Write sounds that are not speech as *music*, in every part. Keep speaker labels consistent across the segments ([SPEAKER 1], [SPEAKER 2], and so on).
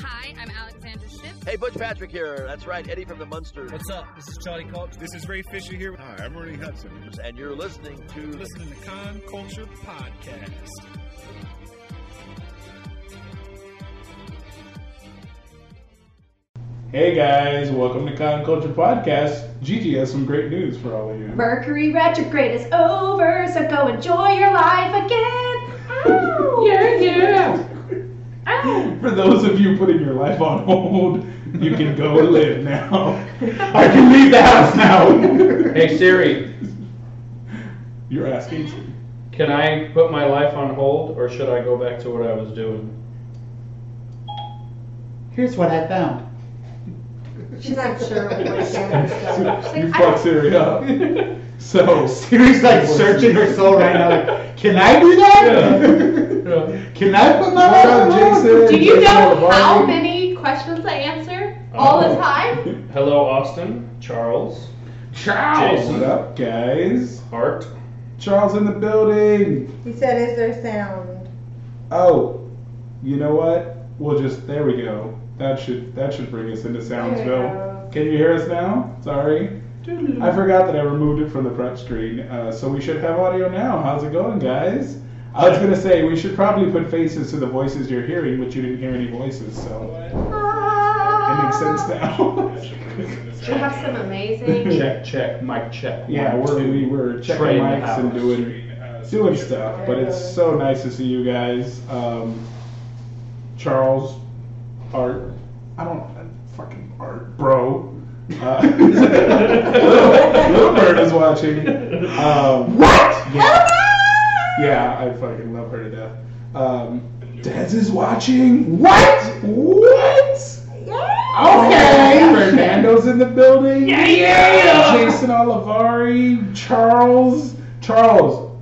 [SPEAKER 1] Hi, I'm Alexandra Schiff.
[SPEAKER 2] Hey, Butch Patrick here. That's right, Eddie from the Munsters.
[SPEAKER 3] What's up? This is Charlie Cox.
[SPEAKER 4] This is Ray Fisher here.
[SPEAKER 5] Hi, I'm Ernie Hudson.
[SPEAKER 2] And you're listening to
[SPEAKER 4] Listening to Con Culture Podcast.
[SPEAKER 6] Hey guys, welcome to Con Culture Podcast. Gigi has some great news for all of you.
[SPEAKER 7] Mercury retrograde is over, so go enjoy your life again. Ow!
[SPEAKER 6] Yeah, yeah. *laughs* For those of you putting your life on hold, you can go live now. I can leave the house now.
[SPEAKER 8] Hey Siri,
[SPEAKER 6] You're asking.
[SPEAKER 7] *laughs*
[SPEAKER 8] can I put my life on hold or should I go back to what I was
[SPEAKER 6] *laughs*
[SPEAKER 8] doing? *laughs*
[SPEAKER 9] Here's what I found.
[SPEAKER 10] She's not sure what Sanders does.
[SPEAKER 6] You fuck Siri up. So
[SPEAKER 9] Siri's like searching her soul right now. Like, can I do *laughs* that? Can I put my
[SPEAKER 6] What
[SPEAKER 9] life
[SPEAKER 6] up,
[SPEAKER 9] on hold?
[SPEAKER 6] Jason?
[SPEAKER 7] Do you
[SPEAKER 6] Jason
[SPEAKER 7] know how
[SPEAKER 6] Lombardi?
[SPEAKER 7] many questions I answer all the
[SPEAKER 8] Oh.
[SPEAKER 7] time?
[SPEAKER 8] Hello Austin, Charles,
[SPEAKER 6] Charles.
[SPEAKER 8] Jason.
[SPEAKER 6] What up, guys?
[SPEAKER 8] Hart.
[SPEAKER 6] Charles in the building.
[SPEAKER 10] He said, "Is there sound?"
[SPEAKER 6] Oh, you know what? We'll just there we go. That should that should bring us into Soundsville. Can you hear us now? Sorry. I forgot that I removed it from the front screen, uh, so we should have audio now. How's it going, guys? I was gonna say we should probably put faces to the voices you're hearing, but you didn't hear any voices, so it makes sense now.
[SPEAKER 7] We
[SPEAKER 6] *laughs*
[SPEAKER 7] Ah. have some amazing.
[SPEAKER 8] Check, check, mic check.
[SPEAKER 6] yeah,
[SPEAKER 8] One,
[SPEAKER 6] we're,
[SPEAKER 8] two.
[SPEAKER 6] we were checking
[SPEAKER 8] Train
[SPEAKER 6] mics and
[SPEAKER 8] house.
[SPEAKER 6] doing uh, doing stuff, but it's so nice to see you guys. Um, Charles, Art, I don't I- fucking Art, bro. Uh, *laughs* Little Little Bird is watching. Um, what? Yeah. Yeah, I fucking love her to death. Um, Dez is watching. What? What? Okay. Fernando's in the building. Yeah, yeah. Jason Olivari, Charles, Charles,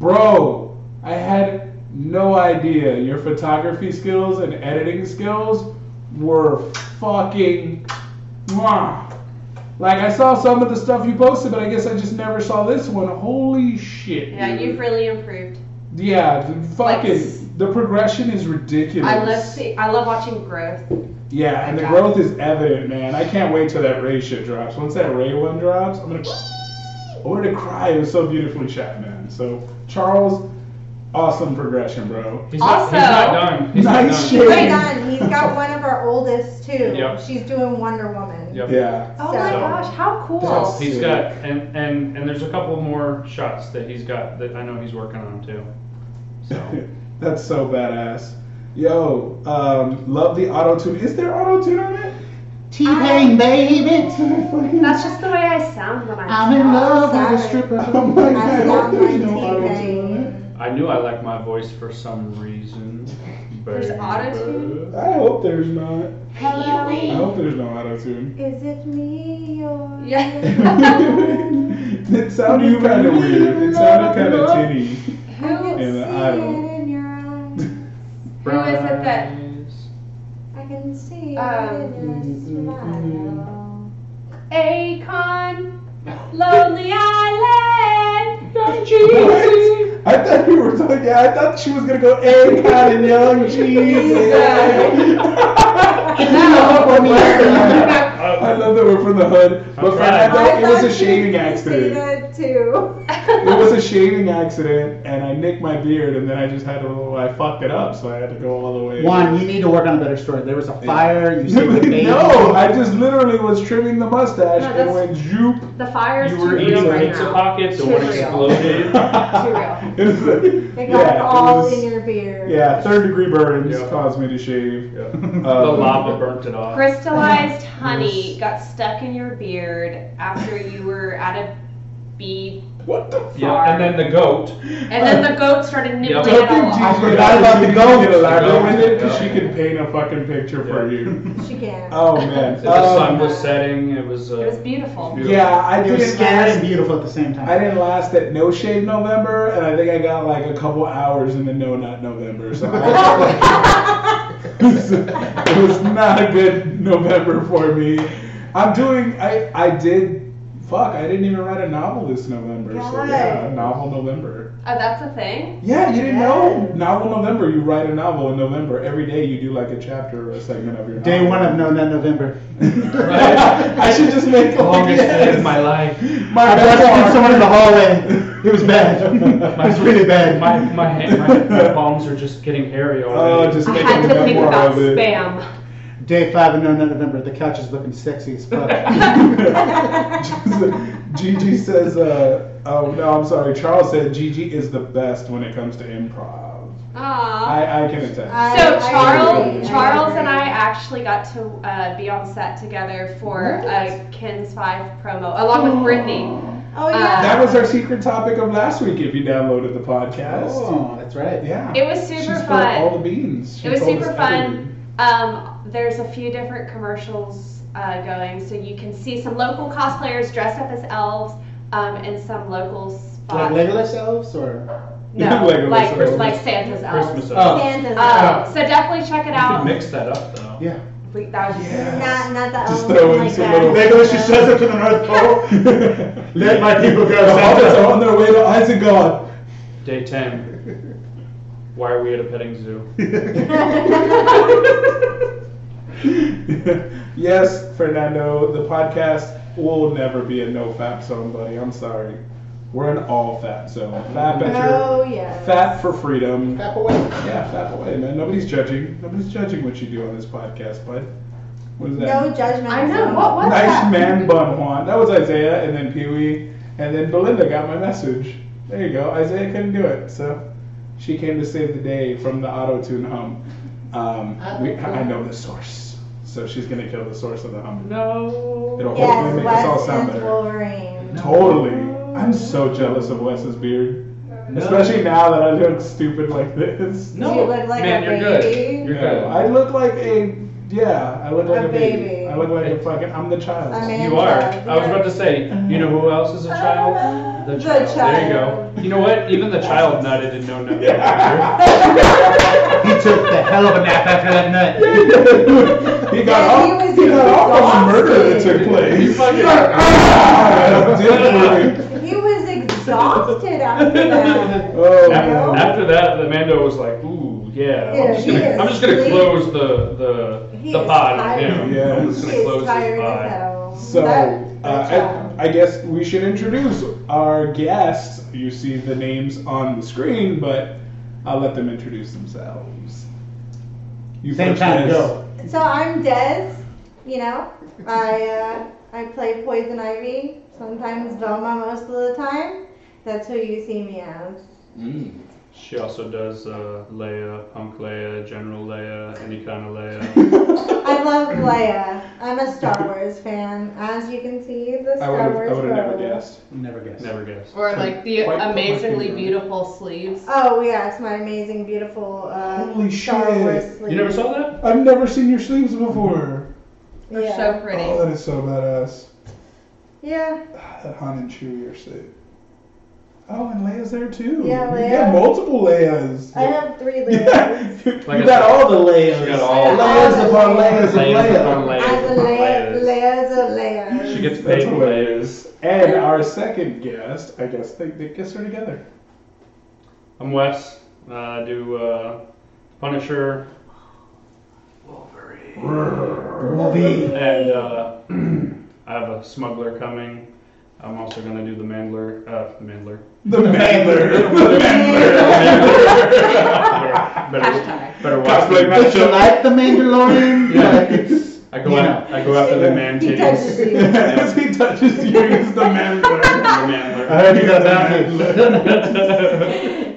[SPEAKER 6] bro, I had no idea your photography skills and editing skills were fucking, mwah. Like I saw some of the stuff you posted, but I guess I just never saw this one. Holy shit!
[SPEAKER 7] Yeah,
[SPEAKER 6] dude.
[SPEAKER 7] you've really improved.
[SPEAKER 6] Yeah, the fucking
[SPEAKER 7] Like-
[SPEAKER 6] the progression is ridiculous.
[SPEAKER 7] I love see, I love watching growth.
[SPEAKER 6] Yeah, and the
[SPEAKER 7] Okay.
[SPEAKER 6] growth is evident, man. I can't wait till that Ray shit drops. Once that Ray one drops, I'm gonna. I wanted to cry. It was so beautifully shot, man. So Charles, awesome progression, bro.
[SPEAKER 8] He's not, he's not
[SPEAKER 7] Also-
[SPEAKER 8] done. He's
[SPEAKER 6] Nice
[SPEAKER 8] not
[SPEAKER 6] shit.
[SPEAKER 8] done.
[SPEAKER 10] Right on. He's got one of our oldest too.
[SPEAKER 8] Yep.
[SPEAKER 10] She's doing Wonder Woman.
[SPEAKER 8] Yep.
[SPEAKER 6] Yeah. *laughs*
[SPEAKER 7] Oh my
[SPEAKER 10] So-
[SPEAKER 7] gosh, how cool!
[SPEAKER 6] That's-
[SPEAKER 8] He's got and, and and there's a couple more shots that he's got that I know he's working on too.
[SPEAKER 6] *laughs*
[SPEAKER 8] So
[SPEAKER 6] That's so badass. Yo, um, love the auto tune. Is there auto tune on it? *laughs*
[SPEAKER 9] T-Pain, baby.
[SPEAKER 7] That's just the way I sound when I.
[SPEAKER 9] I'm in love with a
[SPEAKER 10] Sorry.
[SPEAKER 9] stripper.
[SPEAKER 6] *laughs* Oh my god,
[SPEAKER 10] I love
[SPEAKER 6] there's no
[SPEAKER 10] my T-Pain.
[SPEAKER 6] auto-tune on it.
[SPEAKER 8] I knew I liked my voice for some reason.
[SPEAKER 7] There's
[SPEAKER 8] Baby.
[SPEAKER 7] auto-tune?
[SPEAKER 6] I hope there's not. I
[SPEAKER 7] Hello.
[SPEAKER 6] hope there's no auto tune.
[SPEAKER 10] Is it me or?
[SPEAKER 7] Yeah.
[SPEAKER 6] *laughs* it sounded kind of weird. It sounded kind of tinny.
[SPEAKER 10] I can
[SPEAKER 6] And
[SPEAKER 10] see
[SPEAKER 6] I don't-
[SPEAKER 10] it in your eyes.
[SPEAKER 7] Who is it that-
[SPEAKER 8] Rise.
[SPEAKER 10] I can see
[SPEAKER 7] Um,
[SPEAKER 10] it in your smile.
[SPEAKER 7] Akon, Lonely Island.
[SPEAKER 6] I thought you were talking. Yeah, I thought she was gonna go egg pat and young cheese. *laughs* I love that we're from the hood, but
[SPEAKER 8] I'm trying.
[SPEAKER 6] Fernando, it was
[SPEAKER 10] thought
[SPEAKER 6] a
[SPEAKER 10] you
[SPEAKER 6] shaving
[SPEAKER 10] could See
[SPEAKER 6] accident.
[SPEAKER 7] *laughs*
[SPEAKER 10] that too.
[SPEAKER 6] It was a shaving accident, and I nicked my beard, and then I just had a little. I fucked it up, so I had to go all the way.
[SPEAKER 9] One, you need to work on a better story. There was a fire.
[SPEAKER 6] *laughs*
[SPEAKER 9] *laughs* You saved the baby.
[SPEAKER 6] no, I just literally was trimming the mustache
[SPEAKER 7] No,
[SPEAKER 6] and
[SPEAKER 7] that's-
[SPEAKER 6] went zoop.
[SPEAKER 7] The fire is
[SPEAKER 8] You
[SPEAKER 7] too
[SPEAKER 8] were
[SPEAKER 7] real
[SPEAKER 8] eating
[SPEAKER 7] right
[SPEAKER 8] pizza
[SPEAKER 7] now.
[SPEAKER 8] pockets and
[SPEAKER 7] Too
[SPEAKER 8] one
[SPEAKER 7] real. *laughs*
[SPEAKER 8] exploded.
[SPEAKER 9] *laughs*
[SPEAKER 7] real.
[SPEAKER 6] It was like-
[SPEAKER 10] It got
[SPEAKER 6] yeah, it
[SPEAKER 10] all
[SPEAKER 6] was-
[SPEAKER 10] in your beard.
[SPEAKER 6] Yeah, third degree burns
[SPEAKER 8] Yeah.
[SPEAKER 6] caused me to shave. *laughs*
[SPEAKER 8] Yeah.
[SPEAKER 6] Um,
[SPEAKER 8] the lava burnt it off.
[SPEAKER 7] Crystallized honey got stuck in your beard after you were at a bee,
[SPEAKER 6] What the? F-
[SPEAKER 8] Yeah, and then the goat.
[SPEAKER 7] and
[SPEAKER 6] *laughs*
[SPEAKER 7] then the goat started nibbling
[SPEAKER 8] Yeah.
[SPEAKER 7] it all.
[SPEAKER 9] I
[SPEAKER 7] off.
[SPEAKER 9] forgot about the goat.
[SPEAKER 6] Get elaborate with it because
[SPEAKER 8] Yeah.
[SPEAKER 6] she can paint a fucking picture for
[SPEAKER 8] Yeah.
[SPEAKER 9] *laughs*
[SPEAKER 6] you.
[SPEAKER 10] She can.
[SPEAKER 6] Oh man.
[SPEAKER 8] The sun
[SPEAKER 6] Um,
[SPEAKER 8] was setting. It was. Uh,
[SPEAKER 7] It was beautiful.
[SPEAKER 6] yeah, I
[SPEAKER 9] It was
[SPEAKER 6] didn't
[SPEAKER 9] scared and
[SPEAKER 6] last.
[SPEAKER 9] beautiful at the same time.
[SPEAKER 6] I didn't last at No Shave November, and I think I got like a couple hours in the No Not November. So I- *laughs* it was not a good November for me. I'm doing. I I did fuck, I didn't even write a novel this November. So yeah,
[SPEAKER 10] Right.
[SPEAKER 6] novel November.
[SPEAKER 7] Oh, that's a thing?
[SPEAKER 6] Yeah, you didn't
[SPEAKER 10] Yeah.
[SPEAKER 6] know novel November. You write a novel in November. Every day you do like a chapter or a segment of your novel.
[SPEAKER 9] Day one of No Nut November. *laughs*
[SPEAKER 8] Right.
[SPEAKER 6] *laughs* I should just make *laughs*
[SPEAKER 8] Longest day
[SPEAKER 6] yes.
[SPEAKER 8] of
[SPEAKER 10] *laughs*
[SPEAKER 8] my life.
[SPEAKER 6] My
[SPEAKER 9] I
[SPEAKER 6] best
[SPEAKER 9] busted
[SPEAKER 6] part.
[SPEAKER 9] someone in the hallway. It was *laughs* bad. it was really bad.
[SPEAKER 8] My my, hand, my my palms are just getting hairy already.
[SPEAKER 6] Oh, just
[SPEAKER 7] I
[SPEAKER 6] make
[SPEAKER 7] had
[SPEAKER 6] a
[SPEAKER 7] to think
[SPEAKER 6] memoir
[SPEAKER 7] about
[SPEAKER 6] of it.
[SPEAKER 7] spam.
[SPEAKER 9] Day five of No Nut November. The couch is looking sexy as *laughs* fuck.
[SPEAKER 6] *laughs* Gigi says, uh, oh no, I'm sorry. Charles said Gigi is the best when it comes to improv.
[SPEAKER 7] Aw.
[SPEAKER 6] I, I can attest.
[SPEAKER 10] I-
[SPEAKER 7] So
[SPEAKER 10] I
[SPEAKER 7] Charles,
[SPEAKER 6] agree.
[SPEAKER 7] Charles and
[SPEAKER 10] I
[SPEAKER 7] I
[SPEAKER 10] agree.
[SPEAKER 7] actually got to uh, be on set together for
[SPEAKER 10] What?
[SPEAKER 7] a Ken's Five promo, along with Brittany.
[SPEAKER 10] Oh,
[SPEAKER 7] Uh,
[SPEAKER 10] yeah.
[SPEAKER 6] that was our secret topic of last week. If you downloaded the podcast,
[SPEAKER 9] oh, that's right.
[SPEAKER 6] yeah,
[SPEAKER 7] It was super
[SPEAKER 6] She spilled
[SPEAKER 7] fun.
[SPEAKER 6] All the beans. She
[SPEAKER 7] It was
[SPEAKER 6] told
[SPEAKER 7] super
[SPEAKER 6] us
[SPEAKER 7] fun.
[SPEAKER 6] everything.
[SPEAKER 7] Um, there's a few different commercials uh, going, so you can see some local cosplayers dressed up as elves um, and some local
[SPEAKER 9] Like
[SPEAKER 7] spots.
[SPEAKER 9] Legolas elves or?
[SPEAKER 7] no,
[SPEAKER 6] Legolas
[SPEAKER 7] like,
[SPEAKER 6] elves.
[SPEAKER 7] like Santa's elves.
[SPEAKER 8] Christmas.
[SPEAKER 9] Oh.
[SPEAKER 10] Santa's
[SPEAKER 7] Um,
[SPEAKER 10] elf.
[SPEAKER 7] so definitely check it
[SPEAKER 8] You could
[SPEAKER 7] out.
[SPEAKER 8] mix that up though.
[SPEAKER 9] Yeah.
[SPEAKER 7] We- that was
[SPEAKER 6] Yeah.
[SPEAKER 10] Not, not
[SPEAKER 7] Um,
[SPEAKER 10] the
[SPEAKER 6] Just
[SPEAKER 10] elf.
[SPEAKER 6] throw in
[SPEAKER 10] like
[SPEAKER 6] some
[SPEAKER 10] that.
[SPEAKER 6] little-
[SPEAKER 9] Legolas just shows up to the North
[SPEAKER 6] *laughs*
[SPEAKER 9] Pole. Let my people go.
[SPEAKER 6] The hobbits are on their way to Isengard.
[SPEAKER 8] Day ten. Why are we at a petting
[SPEAKER 6] *laughs*
[SPEAKER 8] zoo?
[SPEAKER 6] *laughs* yes, Fernando, the podcast will never be a no fap zone, buddy. I'm sorry. We're an all fat zone. Fat at your
[SPEAKER 10] Oh, yeah.
[SPEAKER 6] fat for freedom.
[SPEAKER 9] Tap away.
[SPEAKER 6] Yeah, fat away, man. Nobody's judging. Nobody's judging what you do on this podcast, bud. What is that?
[SPEAKER 10] No judgment.
[SPEAKER 7] I know, what was
[SPEAKER 6] nice
[SPEAKER 7] that?
[SPEAKER 6] man bun Juan. That was Isaiah and then Pee Wee. And then Belinda got my message. There you go. Isaiah couldn't do it, so she came to save the day from the auto tune hum. Um, we, I I know the source. So she's gonna kill the source of the hum.
[SPEAKER 8] No.
[SPEAKER 6] It'll hopefully
[SPEAKER 10] Yes,
[SPEAKER 6] make us all
[SPEAKER 10] Wes
[SPEAKER 6] sound
[SPEAKER 10] and
[SPEAKER 6] better.
[SPEAKER 10] Wolverine.
[SPEAKER 6] Totally. I'm so jealous of Wes's beard.
[SPEAKER 8] No.
[SPEAKER 6] Especially now that I look stupid like this.
[SPEAKER 8] No.
[SPEAKER 10] You look like
[SPEAKER 8] Man,
[SPEAKER 10] a
[SPEAKER 8] you're
[SPEAKER 10] baby.
[SPEAKER 8] good. You're
[SPEAKER 6] Yeah,
[SPEAKER 8] good.
[SPEAKER 6] I look like a yeah. I look
[SPEAKER 10] A
[SPEAKER 6] like a, baby.
[SPEAKER 10] baby.
[SPEAKER 6] I look like a fucking. I'm the child.
[SPEAKER 10] A man.
[SPEAKER 8] You are. I was about to say, you know who else is a child?
[SPEAKER 10] uh, The
[SPEAKER 8] There you
[SPEAKER 10] child.
[SPEAKER 8] go. You know what? Even the
[SPEAKER 10] *laughs*
[SPEAKER 8] child nutted and no nut.
[SPEAKER 9] He took the hell of a nap after that nut.
[SPEAKER 6] he got
[SPEAKER 10] Yeah, he
[SPEAKER 6] off.
[SPEAKER 10] was
[SPEAKER 6] He, got off on the
[SPEAKER 10] exhausted.
[SPEAKER 6] murder that took
[SPEAKER 8] You
[SPEAKER 6] place.
[SPEAKER 8] fucking-
[SPEAKER 6] Ah, dick move.
[SPEAKER 10] He was exhausted
[SPEAKER 6] *laughs*
[SPEAKER 8] *laughs*
[SPEAKER 10] after that.
[SPEAKER 6] Oh,
[SPEAKER 8] After,
[SPEAKER 6] man.
[SPEAKER 8] after that, the Mando was like, "Ooh, yeah,
[SPEAKER 10] Yeah,
[SPEAKER 8] I'm just
[SPEAKER 10] he
[SPEAKER 8] gonna,
[SPEAKER 10] is
[SPEAKER 8] I'm just gonna
[SPEAKER 10] sleep-
[SPEAKER 8] close the the
[SPEAKER 10] He
[SPEAKER 8] the
[SPEAKER 10] is
[SPEAKER 8] pod on
[SPEAKER 10] tired.
[SPEAKER 8] him.
[SPEAKER 6] Yeah.
[SPEAKER 8] I'm just
[SPEAKER 10] He
[SPEAKER 8] gonna
[SPEAKER 10] is
[SPEAKER 8] close his
[SPEAKER 10] tired as
[SPEAKER 8] pod."
[SPEAKER 10] hell.
[SPEAKER 6] So
[SPEAKER 10] That-
[SPEAKER 6] uh,
[SPEAKER 10] that child.
[SPEAKER 6] I, I guess we should introduce our guests. You see the names on the screen, but I'll let them introduce themselves. You
[SPEAKER 9] Same
[SPEAKER 6] first,
[SPEAKER 9] time,
[SPEAKER 6] Liz.
[SPEAKER 9] go.
[SPEAKER 10] So I'm Des, you know. I uh, I play Poison Ivy, sometimes Velma most of the time. That's who you see me as.
[SPEAKER 6] Mm.
[SPEAKER 8] She also does uh, Leia, Punk Leia, General Leia, any kind of
[SPEAKER 10] *laughs*
[SPEAKER 8] Leia.
[SPEAKER 10] I love Leia. I'm a Star Wars fan. As you can see,
[SPEAKER 6] *laughs*
[SPEAKER 10] the
[SPEAKER 6] I
[SPEAKER 10] Star
[SPEAKER 6] would have. I
[SPEAKER 10] Wars
[SPEAKER 6] would have never
[SPEAKER 10] photo.
[SPEAKER 6] guessed.
[SPEAKER 9] Never guess.
[SPEAKER 8] Never guessed.
[SPEAKER 7] Or like the
[SPEAKER 6] Quite put my
[SPEAKER 7] amazingly
[SPEAKER 6] finger.
[SPEAKER 7] beautiful sleeves.
[SPEAKER 10] Oh yes, my amazing, beautiful uh,
[SPEAKER 6] Holy
[SPEAKER 10] Star
[SPEAKER 6] shit.
[SPEAKER 10] Wars sleeve.
[SPEAKER 8] You never saw that?
[SPEAKER 6] I've never seen your sleeves before.
[SPEAKER 7] They're
[SPEAKER 10] yeah.
[SPEAKER 7] so pretty.
[SPEAKER 6] Oh, that is so badass.
[SPEAKER 10] yeah.
[SPEAKER 6] Ah, That Han and Chewie are sick. Oh, and Leia's there too.
[SPEAKER 10] Yeah,
[SPEAKER 6] You
[SPEAKER 10] Leia.
[SPEAKER 6] got multiple Leias.
[SPEAKER 10] I have three layers.
[SPEAKER 6] Yeah. *laughs* you
[SPEAKER 8] Like I
[SPEAKER 6] got
[SPEAKER 8] said,
[SPEAKER 6] all the Leias.
[SPEAKER 8] she got all-
[SPEAKER 6] Leias upon Leias
[SPEAKER 8] Leia's upon
[SPEAKER 6] upon Leias.
[SPEAKER 8] Leia's
[SPEAKER 10] As a
[SPEAKER 8] upon
[SPEAKER 10] layer,
[SPEAKER 8] Leia's.
[SPEAKER 10] layers of layers.
[SPEAKER 8] She gets
[SPEAKER 6] That's
[SPEAKER 8] paid for Leia's.
[SPEAKER 6] hilarious. And our second guest, I guess they, they guess her together.
[SPEAKER 8] I'm Wes. Uh, I do uh, Punisher
[SPEAKER 9] Wolverine.
[SPEAKER 8] and uh, *clears throat* I have a smuggler coming. I'm also gonna do the Mandler. Uh, Mandler.
[SPEAKER 6] The Mandler.
[SPEAKER 8] better, better watch
[SPEAKER 6] Cosplay
[SPEAKER 8] me.
[SPEAKER 9] It's like the
[SPEAKER 6] *laughs*
[SPEAKER 9] Mandalorian.
[SPEAKER 8] Yeah.
[SPEAKER 9] Like it's,
[SPEAKER 8] I go out. I go after the man
[SPEAKER 10] He
[SPEAKER 8] titties. *laughs*
[SPEAKER 10] touches you.
[SPEAKER 6] As he touches you, he's the
[SPEAKER 8] The *laughs*
[SPEAKER 6] Mandler.
[SPEAKER 9] I
[SPEAKER 8] Mandler.
[SPEAKER 9] heard you got that.
[SPEAKER 8] *laughs*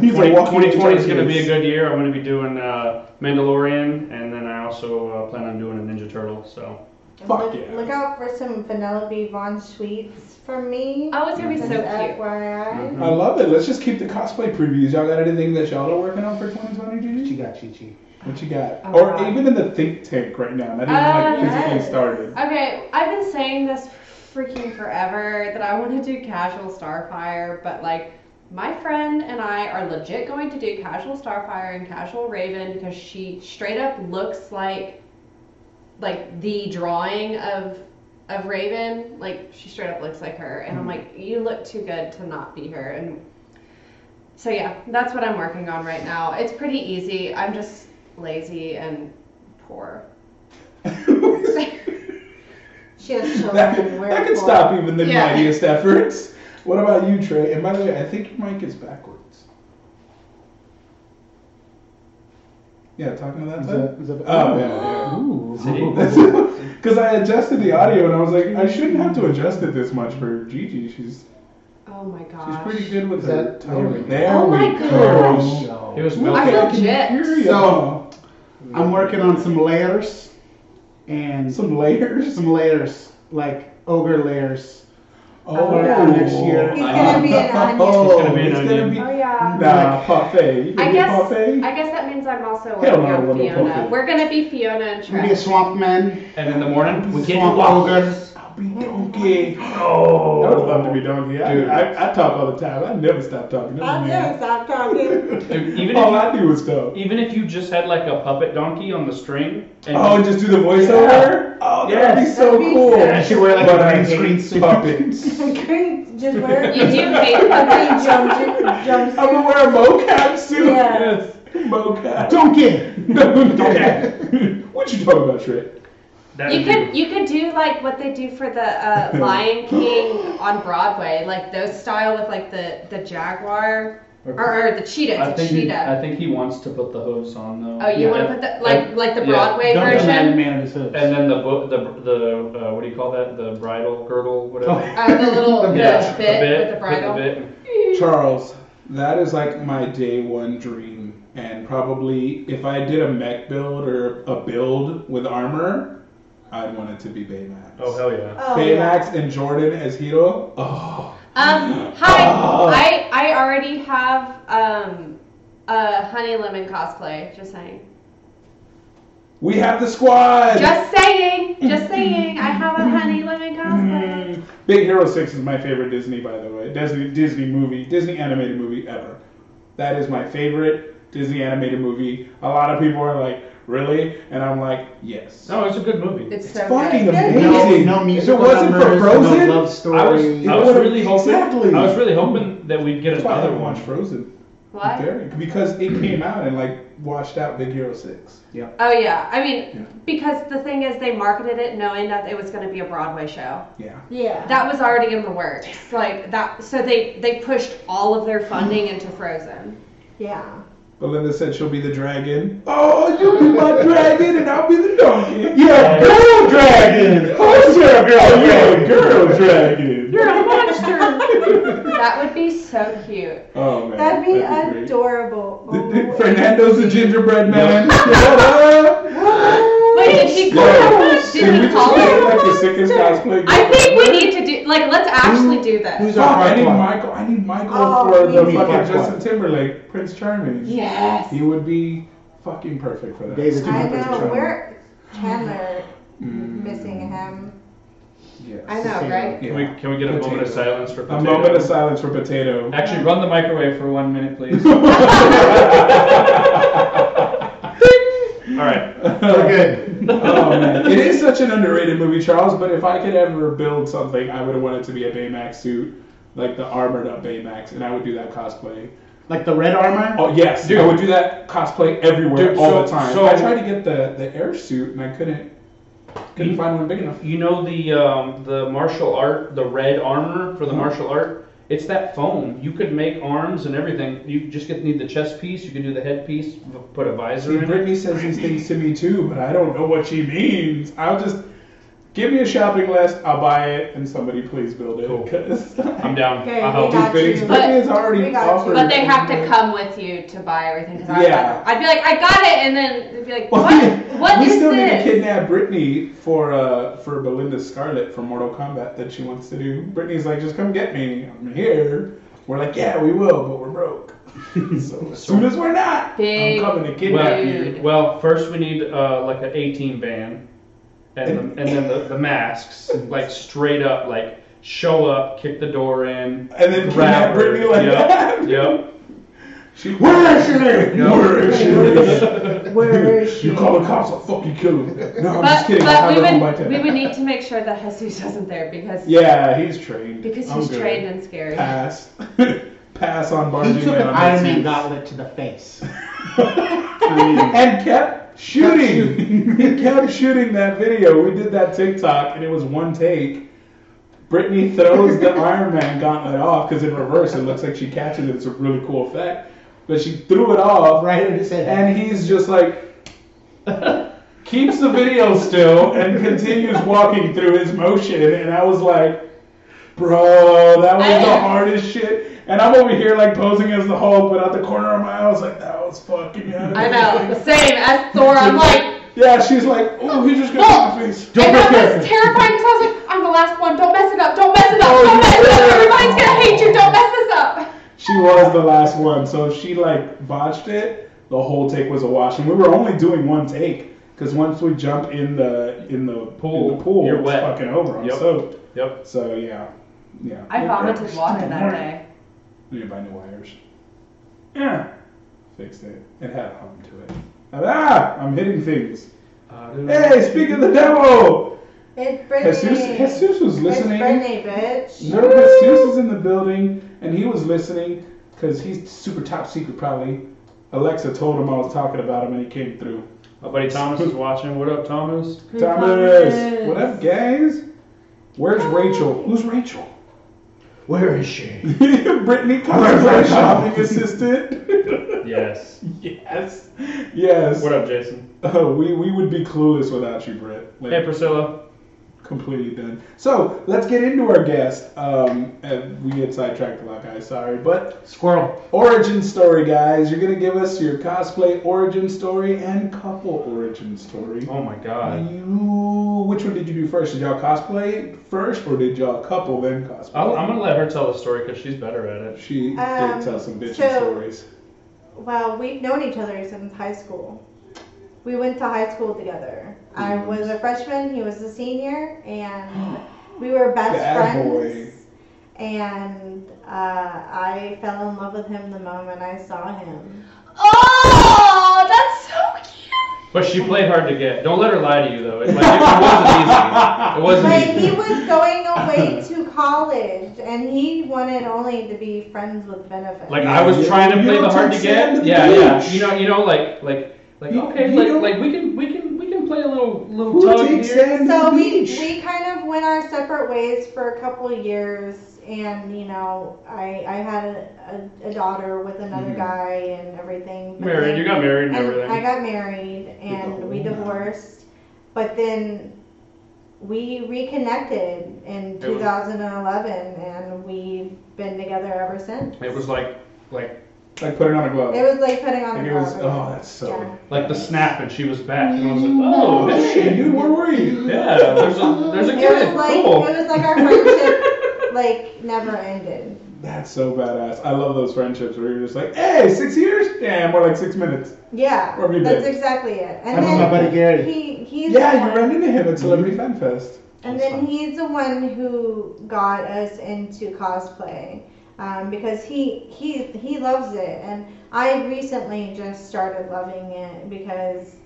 [SPEAKER 6] He's a walking
[SPEAKER 8] 2020 is going to
[SPEAKER 6] Ninja
[SPEAKER 8] be a good year. I'm going to be doing uh, Mandalorian, and then I also uh, plan on doing a Ninja Turtle. So
[SPEAKER 6] Fuck
[SPEAKER 10] look,
[SPEAKER 6] yeah.
[SPEAKER 10] look out for some Penelope Von sweets from me.
[SPEAKER 7] Oh, it's gonna be so
[SPEAKER 10] Just
[SPEAKER 7] cute.
[SPEAKER 10] FYI.
[SPEAKER 6] I love it. Let's just keep the cosplay previews. Y'all got anything that y'all are working on for 2020, Gigi?
[SPEAKER 9] She got Chi Chi.
[SPEAKER 6] What you got?
[SPEAKER 7] Oh,
[SPEAKER 6] or
[SPEAKER 7] God.
[SPEAKER 6] even in the think tank right now. Not even
[SPEAKER 7] Uh,
[SPEAKER 6] like physically
[SPEAKER 10] Oh, yes. *laughs*
[SPEAKER 6] started.
[SPEAKER 7] Okay, I've been saying this freaking forever that I want to do casual Starfire, but like my friend and I are legit going to do casual Starfire and casual Raven because she straight up looks like like the drawing of of Raven, like she straight up looks like her,
[SPEAKER 6] Mm-hmm.
[SPEAKER 7] and I'm like, you look too good to not be her. And so yeah, that's what I'm working on right now. It's pretty easy. I'm just lazy and poor.
[SPEAKER 10] She
[SPEAKER 6] *laughs*
[SPEAKER 10] has children.
[SPEAKER 6] that could,
[SPEAKER 10] we're
[SPEAKER 6] that could
[SPEAKER 10] poor.
[SPEAKER 6] stop even the
[SPEAKER 7] Yeah.
[SPEAKER 6] mightiest efforts. What about you, Trey? And by the way, I think your mic is backwards. Yeah, talking to that
[SPEAKER 9] Is
[SPEAKER 6] side.
[SPEAKER 9] that- is that-
[SPEAKER 6] Oh, yeah,
[SPEAKER 9] Ooh.
[SPEAKER 8] *laughs*
[SPEAKER 6] *laughs* Because I adjusted the audio and I was like, I shouldn't have to adjust it this much for Gigi. She's
[SPEAKER 7] Oh my
[SPEAKER 6] she's
[SPEAKER 7] gosh.
[SPEAKER 6] pretty good with
[SPEAKER 9] Is
[SPEAKER 6] her
[SPEAKER 9] that- there we
[SPEAKER 6] tone.
[SPEAKER 9] go.
[SPEAKER 6] There
[SPEAKER 7] Oh
[SPEAKER 6] we
[SPEAKER 7] my
[SPEAKER 6] go.
[SPEAKER 9] Oh,
[SPEAKER 8] He was
[SPEAKER 6] Look,
[SPEAKER 8] milking.
[SPEAKER 7] I
[SPEAKER 6] can
[SPEAKER 7] legit-
[SPEAKER 6] hear you.
[SPEAKER 9] So- I'm working on some layers and some,
[SPEAKER 6] some layers.
[SPEAKER 9] layers, like ogre layers.
[SPEAKER 6] Oh,
[SPEAKER 9] yeah, next year.
[SPEAKER 10] He's gonna be an onion.
[SPEAKER 6] *laughs* Oh,
[SPEAKER 8] He's gonna be an
[SPEAKER 6] it's gonna
[SPEAKER 8] onion.
[SPEAKER 6] be-
[SPEAKER 7] Oh yeah.
[SPEAKER 6] Nah, parfait. You
[SPEAKER 7] I
[SPEAKER 6] gonna be
[SPEAKER 7] guess
[SPEAKER 6] parfait?
[SPEAKER 7] I guess that means I'm also
[SPEAKER 6] Hell
[SPEAKER 7] working
[SPEAKER 6] no,
[SPEAKER 7] on
[SPEAKER 6] I'm not
[SPEAKER 7] Fiona.
[SPEAKER 6] talking.
[SPEAKER 7] We're gonna be Fiona and
[SPEAKER 9] I'm gonna be
[SPEAKER 7] Trey.
[SPEAKER 9] a swamp man,
[SPEAKER 8] And in the morning, we get
[SPEAKER 9] swamp ogre.
[SPEAKER 6] I'll be donkey.
[SPEAKER 8] Oh.
[SPEAKER 6] I would love to be donkey. I,
[SPEAKER 8] Dude.
[SPEAKER 6] I, I talk all the time. I never stop talking. That's
[SPEAKER 10] I
[SPEAKER 6] me.
[SPEAKER 10] never stop talking. *laughs*
[SPEAKER 8] Dude, even
[SPEAKER 6] all
[SPEAKER 8] if
[SPEAKER 6] I do is talk.
[SPEAKER 8] you, even if you just had like a puppet donkey on the string. And
[SPEAKER 6] Oh, and just do the voiceover. Oh, that'd be
[SPEAKER 8] Yes.
[SPEAKER 6] so
[SPEAKER 10] That'd be
[SPEAKER 6] cool.
[SPEAKER 10] sick.
[SPEAKER 9] I should wear, like,
[SPEAKER 6] but
[SPEAKER 9] a green
[SPEAKER 6] I hate *laughs*
[SPEAKER 9] screen suit.
[SPEAKER 6] puppets. I'm
[SPEAKER 10] Green,
[SPEAKER 6] *laughs*
[SPEAKER 10] just wear
[SPEAKER 7] You do hate
[SPEAKER 10] a
[SPEAKER 7] puppets.
[SPEAKER 10] green jump, jumpsuit.
[SPEAKER 6] gonna wear a mocap suit.
[SPEAKER 10] Yeah.
[SPEAKER 6] Yes, mocap.
[SPEAKER 9] Donkey.
[SPEAKER 6] *laughs* Donkey. what you talking about, Shrek?
[SPEAKER 8] that
[SPEAKER 7] You
[SPEAKER 8] would be-
[SPEAKER 7] could you could do like what they do for the uh, Lion King on Broadway, like those style with like the the jaguar or, or the cheetah,
[SPEAKER 8] I
[SPEAKER 7] it's a
[SPEAKER 8] think he,
[SPEAKER 7] cheetah.
[SPEAKER 8] I think he wants to put the hooves on though.
[SPEAKER 7] oh, you
[SPEAKER 9] yeah,
[SPEAKER 7] want to put the like
[SPEAKER 8] I-
[SPEAKER 7] like the
[SPEAKER 8] yeah.
[SPEAKER 7] Broadway
[SPEAKER 9] Donkey man,
[SPEAKER 7] version?
[SPEAKER 9] man of his hooves.
[SPEAKER 8] And then the bo- the the uh, what do you call that? The bridle girdle, whatever.
[SPEAKER 7] Uh, the little the
[SPEAKER 8] *laughs*
[SPEAKER 7] bit,
[SPEAKER 8] Yeah, the bit
[SPEAKER 7] with the bridle.
[SPEAKER 8] bit.
[SPEAKER 6] Charles, that is like my day one dream. And probably if I did a mech build or a build with armor, I'd want it to be Baymax.
[SPEAKER 8] Oh hell yeah!
[SPEAKER 10] Oh, yeah.
[SPEAKER 6] Baymax and Jordan as Hero. Oh,
[SPEAKER 7] Um, hi, I I already have um a honey lemon cosplay. Just saying.
[SPEAKER 6] we have the squad.
[SPEAKER 7] Just saying.
[SPEAKER 6] *laughs*
[SPEAKER 7] Just saying. I have
[SPEAKER 6] Mm-hmm.
[SPEAKER 7] a honey lemon cosplay.
[SPEAKER 6] Mm, Big Hero Six is my favorite Disney, by the way. Disney Disney movie, Disney animated movie ever. That is my favorite Disney animated movie. A lot of people are like, really, and I'm like, yes.
[SPEAKER 8] No, it's a good movie.
[SPEAKER 7] It's so
[SPEAKER 6] fucking
[SPEAKER 7] good.
[SPEAKER 6] amazing.
[SPEAKER 9] no, no musical
[SPEAKER 6] if it wasn't
[SPEAKER 9] numbers,
[SPEAKER 6] for Frozen,
[SPEAKER 9] no love
[SPEAKER 8] I was
[SPEAKER 9] story.
[SPEAKER 8] I was really hoping
[SPEAKER 6] Exactly.
[SPEAKER 8] I was really hoping that we'd get
[SPEAKER 6] that's why I
[SPEAKER 8] another
[SPEAKER 6] haven't
[SPEAKER 8] one.
[SPEAKER 6] watched Frozen.
[SPEAKER 7] What?
[SPEAKER 6] Very- Because it came out and like washed out Big Hero Six.
[SPEAKER 7] Oh yeah, I mean,
[SPEAKER 6] Yeah.
[SPEAKER 7] because the thing is, they marketed it knowing that it was going to be a Broadway show.
[SPEAKER 6] Yeah.
[SPEAKER 10] Yeah.
[SPEAKER 7] That was already in the works, like that. So they they pushed all of
[SPEAKER 6] *laughs*
[SPEAKER 7] their funding into Frozen.
[SPEAKER 10] yeah.
[SPEAKER 6] Belinda said she'll be the dragon. Oh, you'll be *laughs* my dragon and I'll be the donkey.
[SPEAKER 9] Yeah, girl dragon.
[SPEAKER 6] Who's your girl?
[SPEAKER 9] Oh, yeah,
[SPEAKER 6] girl dragon. You're a monster.
[SPEAKER 7] *laughs* That would be so cute.
[SPEAKER 6] *laughs* oh man,
[SPEAKER 10] That'd be
[SPEAKER 6] great. *laughs*
[SPEAKER 10] adorable. Oh,
[SPEAKER 6] Fernando's the gingerbread man. *laughs*
[SPEAKER 7] Wait, did he call
[SPEAKER 6] Yeah.
[SPEAKER 7] it?
[SPEAKER 6] Did
[SPEAKER 7] Did
[SPEAKER 6] we
[SPEAKER 7] he
[SPEAKER 6] just
[SPEAKER 7] call
[SPEAKER 6] made,
[SPEAKER 7] it?
[SPEAKER 6] like the sickest cosplay.
[SPEAKER 7] I think we need to do like let's actually do
[SPEAKER 9] Who's
[SPEAKER 7] this.
[SPEAKER 6] Fuck,
[SPEAKER 9] our
[SPEAKER 6] I need
[SPEAKER 9] Farquaad?
[SPEAKER 6] Michael. I need Michael
[SPEAKER 10] Oh,
[SPEAKER 6] for
[SPEAKER 10] me
[SPEAKER 6] the
[SPEAKER 9] too.
[SPEAKER 6] fucking
[SPEAKER 9] Farquaad.
[SPEAKER 6] Justin Timberlake, Prince Charming.
[SPEAKER 7] Yes.
[SPEAKER 6] He would be fucking perfect for that.
[SPEAKER 9] David,
[SPEAKER 10] I
[SPEAKER 9] Prince
[SPEAKER 10] know.
[SPEAKER 9] Charming.
[SPEAKER 10] We're
[SPEAKER 6] Mm-hmm.
[SPEAKER 10] Chandler
[SPEAKER 6] Mm.
[SPEAKER 10] missing him.
[SPEAKER 6] Yes.
[SPEAKER 7] I know, right?
[SPEAKER 8] Can we can we get a
[SPEAKER 6] Potato.
[SPEAKER 8] moment of silence for
[SPEAKER 6] A
[SPEAKER 8] potato?
[SPEAKER 6] moment of silence for potato.
[SPEAKER 8] Actually, run the microwave for one minute,
[SPEAKER 6] *laughs*
[SPEAKER 8] please. All right.
[SPEAKER 9] We're
[SPEAKER 6] *laughs*
[SPEAKER 9] good.
[SPEAKER 6] oh man, it is such an underrated movie, Charles. But if I could ever build something, I would have wanted to be a Baymax suit, like the armored up Baymax, and I would do that cosplay.
[SPEAKER 9] Like the red armor.
[SPEAKER 6] Oh yes,
[SPEAKER 8] Dude.
[SPEAKER 6] I would do that cosplay everywhere
[SPEAKER 8] Dude,
[SPEAKER 6] all
[SPEAKER 8] so-
[SPEAKER 6] the time.
[SPEAKER 8] so-
[SPEAKER 6] I tried to get the the air suit, and I couldn't couldn't
[SPEAKER 8] You-
[SPEAKER 6] find one big enough.
[SPEAKER 8] You know the um, the martial art, the red armor for the
[SPEAKER 6] Uh-huh.
[SPEAKER 8] martial art. It's that foam. You could make arms and everything. You just get need the chest piece. You can do the head piece. v- Put a
[SPEAKER 6] See,
[SPEAKER 8] visor in it.
[SPEAKER 6] Brittany says these things to me too, but I don't know what she means. I'll just give me a shopping list. I'll buy it, and somebody please build it.
[SPEAKER 8] Cool.
[SPEAKER 6] 'cause *laughs*
[SPEAKER 8] I'm down.
[SPEAKER 10] Okay,
[SPEAKER 8] I'll help.
[SPEAKER 10] we got
[SPEAKER 6] Brittany's-
[SPEAKER 10] you.
[SPEAKER 6] Brittany has already
[SPEAKER 10] We got you.
[SPEAKER 6] offered.
[SPEAKER 7] But they have to come with you to buy everything. Cause I was
[SPEAKER 6] Yeah.
[SPEAKER 7] like, I'd be like, I got it, and then they'd be like,
[SPEAKER 6] Well,
[SPEAKER 7] what?
[SPEAKER 6] *laughs*
[SPEAKER 7] What
[SPEAKER 6] we
[SPEAKER 7] is
[SPEAKER 6] still need to
[SPEAKER 7] this?
[SPEAKER 6] kidnap Brittany for uh for Belinda Scarlet for Mortal Kombat that she wants to do. Brittany's like, just come get me. I'm here. We're like, yeah, we will, but we're *laughs* broke. so as soon as we're not,
[SPEAKER 7] Big
[SPEAKER 6] I'm coming to kidnap
[SPEAKER 8] Well,
[SPEAKER 7] dude.
[SPEAKER 6] you.
[SPEAKER 8] well, first we need uh, like an A-team band, and the, and then the, the masks, like straight up, like show up, kick the door in,
[SPEAKER 6] And then kidnap
[SPEAKER 8] grab her.
[SPEAKER 6] Brittany like
[SPEAKER 8] yep,
[SPEAKER 6] that.
[SPEAKER 8] Yep.
[SPEAKER 6] She,
[SPEAKER 9] Where is she? Where is
[SPEAKER 6] *laughs*
[SPEAKER 9] she?
[SPEAKER 10] Where is she?
[SPEAKER 6] You call the cops, I'll fucking kill you. No, I'm
[SPEAKER 7] But,
[SPEAKER 6] just kidding. I'll
[SPEAKER 7] but
[SPEAKER 6] have
[SPEAKER 7] we
[SPEAKER 6] her home by
[SPEAKER 7] would
[SPEAKER 6] 10.
[SPEAKER 7] we would need to make sure that Jesus wasn't there because
[SPEAKER 6] Yeah, he's trained.
[SPEAKER 7] because
[SPEAKER 6] I'm
[SPEAKER 7] he's
[SPEAKER 6] good. Uh,
[SPEAKER 7] trained and scary.
[SPEAKER 6] Pass. *laughs* Pass on Barney.
[SPEAKER 9] He took an
[SPEAKER 6] Man on
[SPEAKER 9] Iron Man
[SPEAKER 6] Nazis.
[SPEAKER 9] gauntlet to the face.
[SPEAKER 6] *laughs* and kept shooting. he *laughs* kept shooting that video. We did that TikTok, and it was one take. Brittany throws the Iron Man gauntlet off because in reverse it looks like she catches it. It's a really cool effect, but she threw it off,
[SPEAKER 9] Right in his head.
[SPEAKER 6] and he's just like keeps the video still and continues walking through his motion. And I was like, bro, that was the
[SPEAKER 7] I-
[SPEAKER 6] hardest shit. And I'm over here like posing as the Hulk, but out the corner of my eye, I was like, that was fucking.
[SPEAKER 7] I know. Same as Thor. I'm like
[SPEAKER 6] Yeah, she's like, oh, he just got hit in the face.
[SPEAKER 7] I know that's terrifying because I was like, I'm the last one. Don't mess it up. Don't mess it
[SPEAKER 6] Oh,
[SPEAKER 7] up. Don't mess it up. Everybody's gonna hate you. Don't mess this up.
[SPEAKER 6] She was the last one, so if she like botched it, the whole take was a wash. And we were only doing one take because once we jump in the in the
[SPEAKER 8] Pool.
[SPEAKER 6] in the pool,
[SPEAKER 8] You're
[SPEAKER 6] it's
[SPEAKER 8] wet.
[SPEAKER 6] fucking over. I'm
[SPEAKER 8] Yep.
[SPEAKER 6] soaked.
[SPEAKER 8] Yep.
[SPEAKER 6] So yeah, yeah.
[SPEAKER 7] I vomited water that day.
[SPEAKER 6] We need to buy new wires. Yeah, fixed it. It had a hum to it. Ah, I'm hitting things. Hey, speak of the devil.
[SPEAKER 10] It's Brittany.
[SPEAKER 6] Jesus, Jesus was listening.
[SPEAKER 10] It's Brittany, bitch.
[SPEAKER 6] No, but Seuss is in the building, and he was listening because he's super top secret, probably. Alexa told him I was talking about him, and he came through.
[SPEAKER 8] My Uh, buddy Thomas is watching. What up, Thomas?
[SPEAKER 6] Thomas, what up, guys? Where's Rachel? Who's Rachel? *laughs*
[SPEAKER 9] Where is she?
[SPEAKER 6] Brittany Collins, our shopping assistant.
[SPEAKER 8] *laughs* Yes.
[SPEAKER 6] yes, yes.
[SPEAKER 8] What up, Jason?
[SPEAKER 6] Oh, we we would be clueless without you, Britt. Like,
[SPEAKER 8] Hey, Priscilla.
[SPEAKER 6] completely done. So let's get into our guest. Um, and we get sidetracked a lot, guys. Sorry, but
[SPEAKER 9] Squirrel.
[SPEAKER 6] Origin story, guys. You're gonna give us your cosplay origin story and couple origin story.
[SPEAKER 8] Oh my God.
[SPEAKER 6] You, which one did you do first? Did y'all cosplay first, or did y'all couple then cosplay?
[SPEAKER 8] I'll, I'm gonna let her tell the story because she's better at it.
[SPEAKER 6] She
[SPEAKER 10] Um,
[SPEAKER 6] did tell some bitchy
[SPEAKER 8] *laughs*
[SPEAKER 10] so-
[SPEAKER 6] stories.
[SPEAKER 10] Well, we've known each other since high school. We went to high school together. I was a freshman, he was a senior, and we were best
[SPEAKER 6] Bad
[SPEAKER 10] friends.
[SPEAKER 6] boy.
[SPEAKER 10] And uh, I fell in love with him the moment I saw him.
[SPEAKER 7] Oh, that's so cute.
[SPEAKER 8] But she played hard to get. Don't let her lie to you though. It's like it wasn't
[SPEAKER 10] But
[SPEAKER 8] easy. It wasn't
[SPEAKER 10] he
[SPEAKER 8] easy.
[SPEAKER 10] was going *laughs* away to college, and he wanted only to be friends with benefits.
[SPEAKER 8] Like I was
[SPEAKER 6] You-
[SPEAKER 8] trying to
[SPEAKER 6] you
[SPEAKER 8] play
[SPEAKER 6] don't
[SPEAKER 8] the hard to
[SPEAKER 6] take
[SPEAKER 8] get.
[SPEAKER 6] sand to
[SPEAKER 8] yeah,
[SPEAKER 6] the
[SPEAKER 8] yeah.
[SPEAKER 6] beach.
[SPEAKER 8] You know, you know, like, like, like.
[SPEAKER 6] You-
[SPEAKER 8] okay,
[SPEAKER 6] you
[SPEAKER 8] like,
[SPEAKER 6] don't-
[SPEAKER 8] like we can, we can, we can play a little, little
[SPEAKER 6] Who
[SPEAKER 8] tug
[SPEAKER 6] takes
[SPEAKER 8] here.
[SPEAKER 6] that?
[SPEAKER 10] so we, we kind of went our separate ways for a couple of years and you know i i had a, a, a daughter with another
[SPEAKER 6] Mhm.
[SPEAKER 10] guy and everything but
[SPEAKER 8] Married.
[SPEAKER 10] then-
[SPEAKER 8] You got married and
[SPEAKER 10] and
[SPEAKER 8] everything.
[SPEAKER 10] i got married and we
[SPEAKER 6] Oh, wow.
[SPEAKER 10] divorced but then we reconnected in
[SPEAKER 8] It was-
[SPEAKER 10] 2011 and we've been together ever since
[SPEAKER 8] It was like, like,
[SPEAKER 6] Like putting on a glove.
[SPEAKER 10] it was like putting on
[SPEAKER 6] like
[SPEAKER 10] a
[SPEAKER 6] it was.
[SPEAKER 10] glove.
[SPEAKER 6] Oh, that's so.
[SPEAKER 10] Yeah.
[SPEAKER 8] like the snap, and she was back, and I was like,
[SPEAKER 6] Oh,
[SPEAKER 8] oh,
[SPEAKER 6] shit,
[SPEAKER 8] hey,
[SPEAKER 6] dude, where were you?
[SPEAKER 8] yeah. There's a, there's a
[SPEAKER 10] it was
[SPEAKER 8] kid.
[SPEAKER 10] like
[SPEAKER 8] Cool.
[SPEAKER 10] it was like our friendship
[SPEAKER 8] *laughs*
[SPEAKER 10] like never ended
[SPEAKER 6] That's so badass. I love those friendships where you're just like, hey, six years? Yeah, more like six minutes.
[SPEAKER 10] Yeah,
[SPEAKER 6] Or be
[SPEAKER 10] that's
[SPEAKER 6] big.
[SPEAKER 10] exactly it.
[SPEAKER 6] I
[SPEAKER 10] And
[SPEAKER 6] know
[SPEAKER 10] then
[SPEAKER 6] my buddy
[SPEAKER 9] Gary.
[SPEAKER 10] He, he's the
[SPEAKER 6] Yeah,
[SPEAKER 10] one,
[SPEAKER 6] you ran into him at Celebrity Fan Fest.
[SPEAKER 10] and
[SPEAKER 6] That's
[SPEAKER 10] then
[SPEAKER 6] fun.
[SPEAKER 10] he's the one who got us into cosplay um, because he he he loves it, and I recently just started loving it because.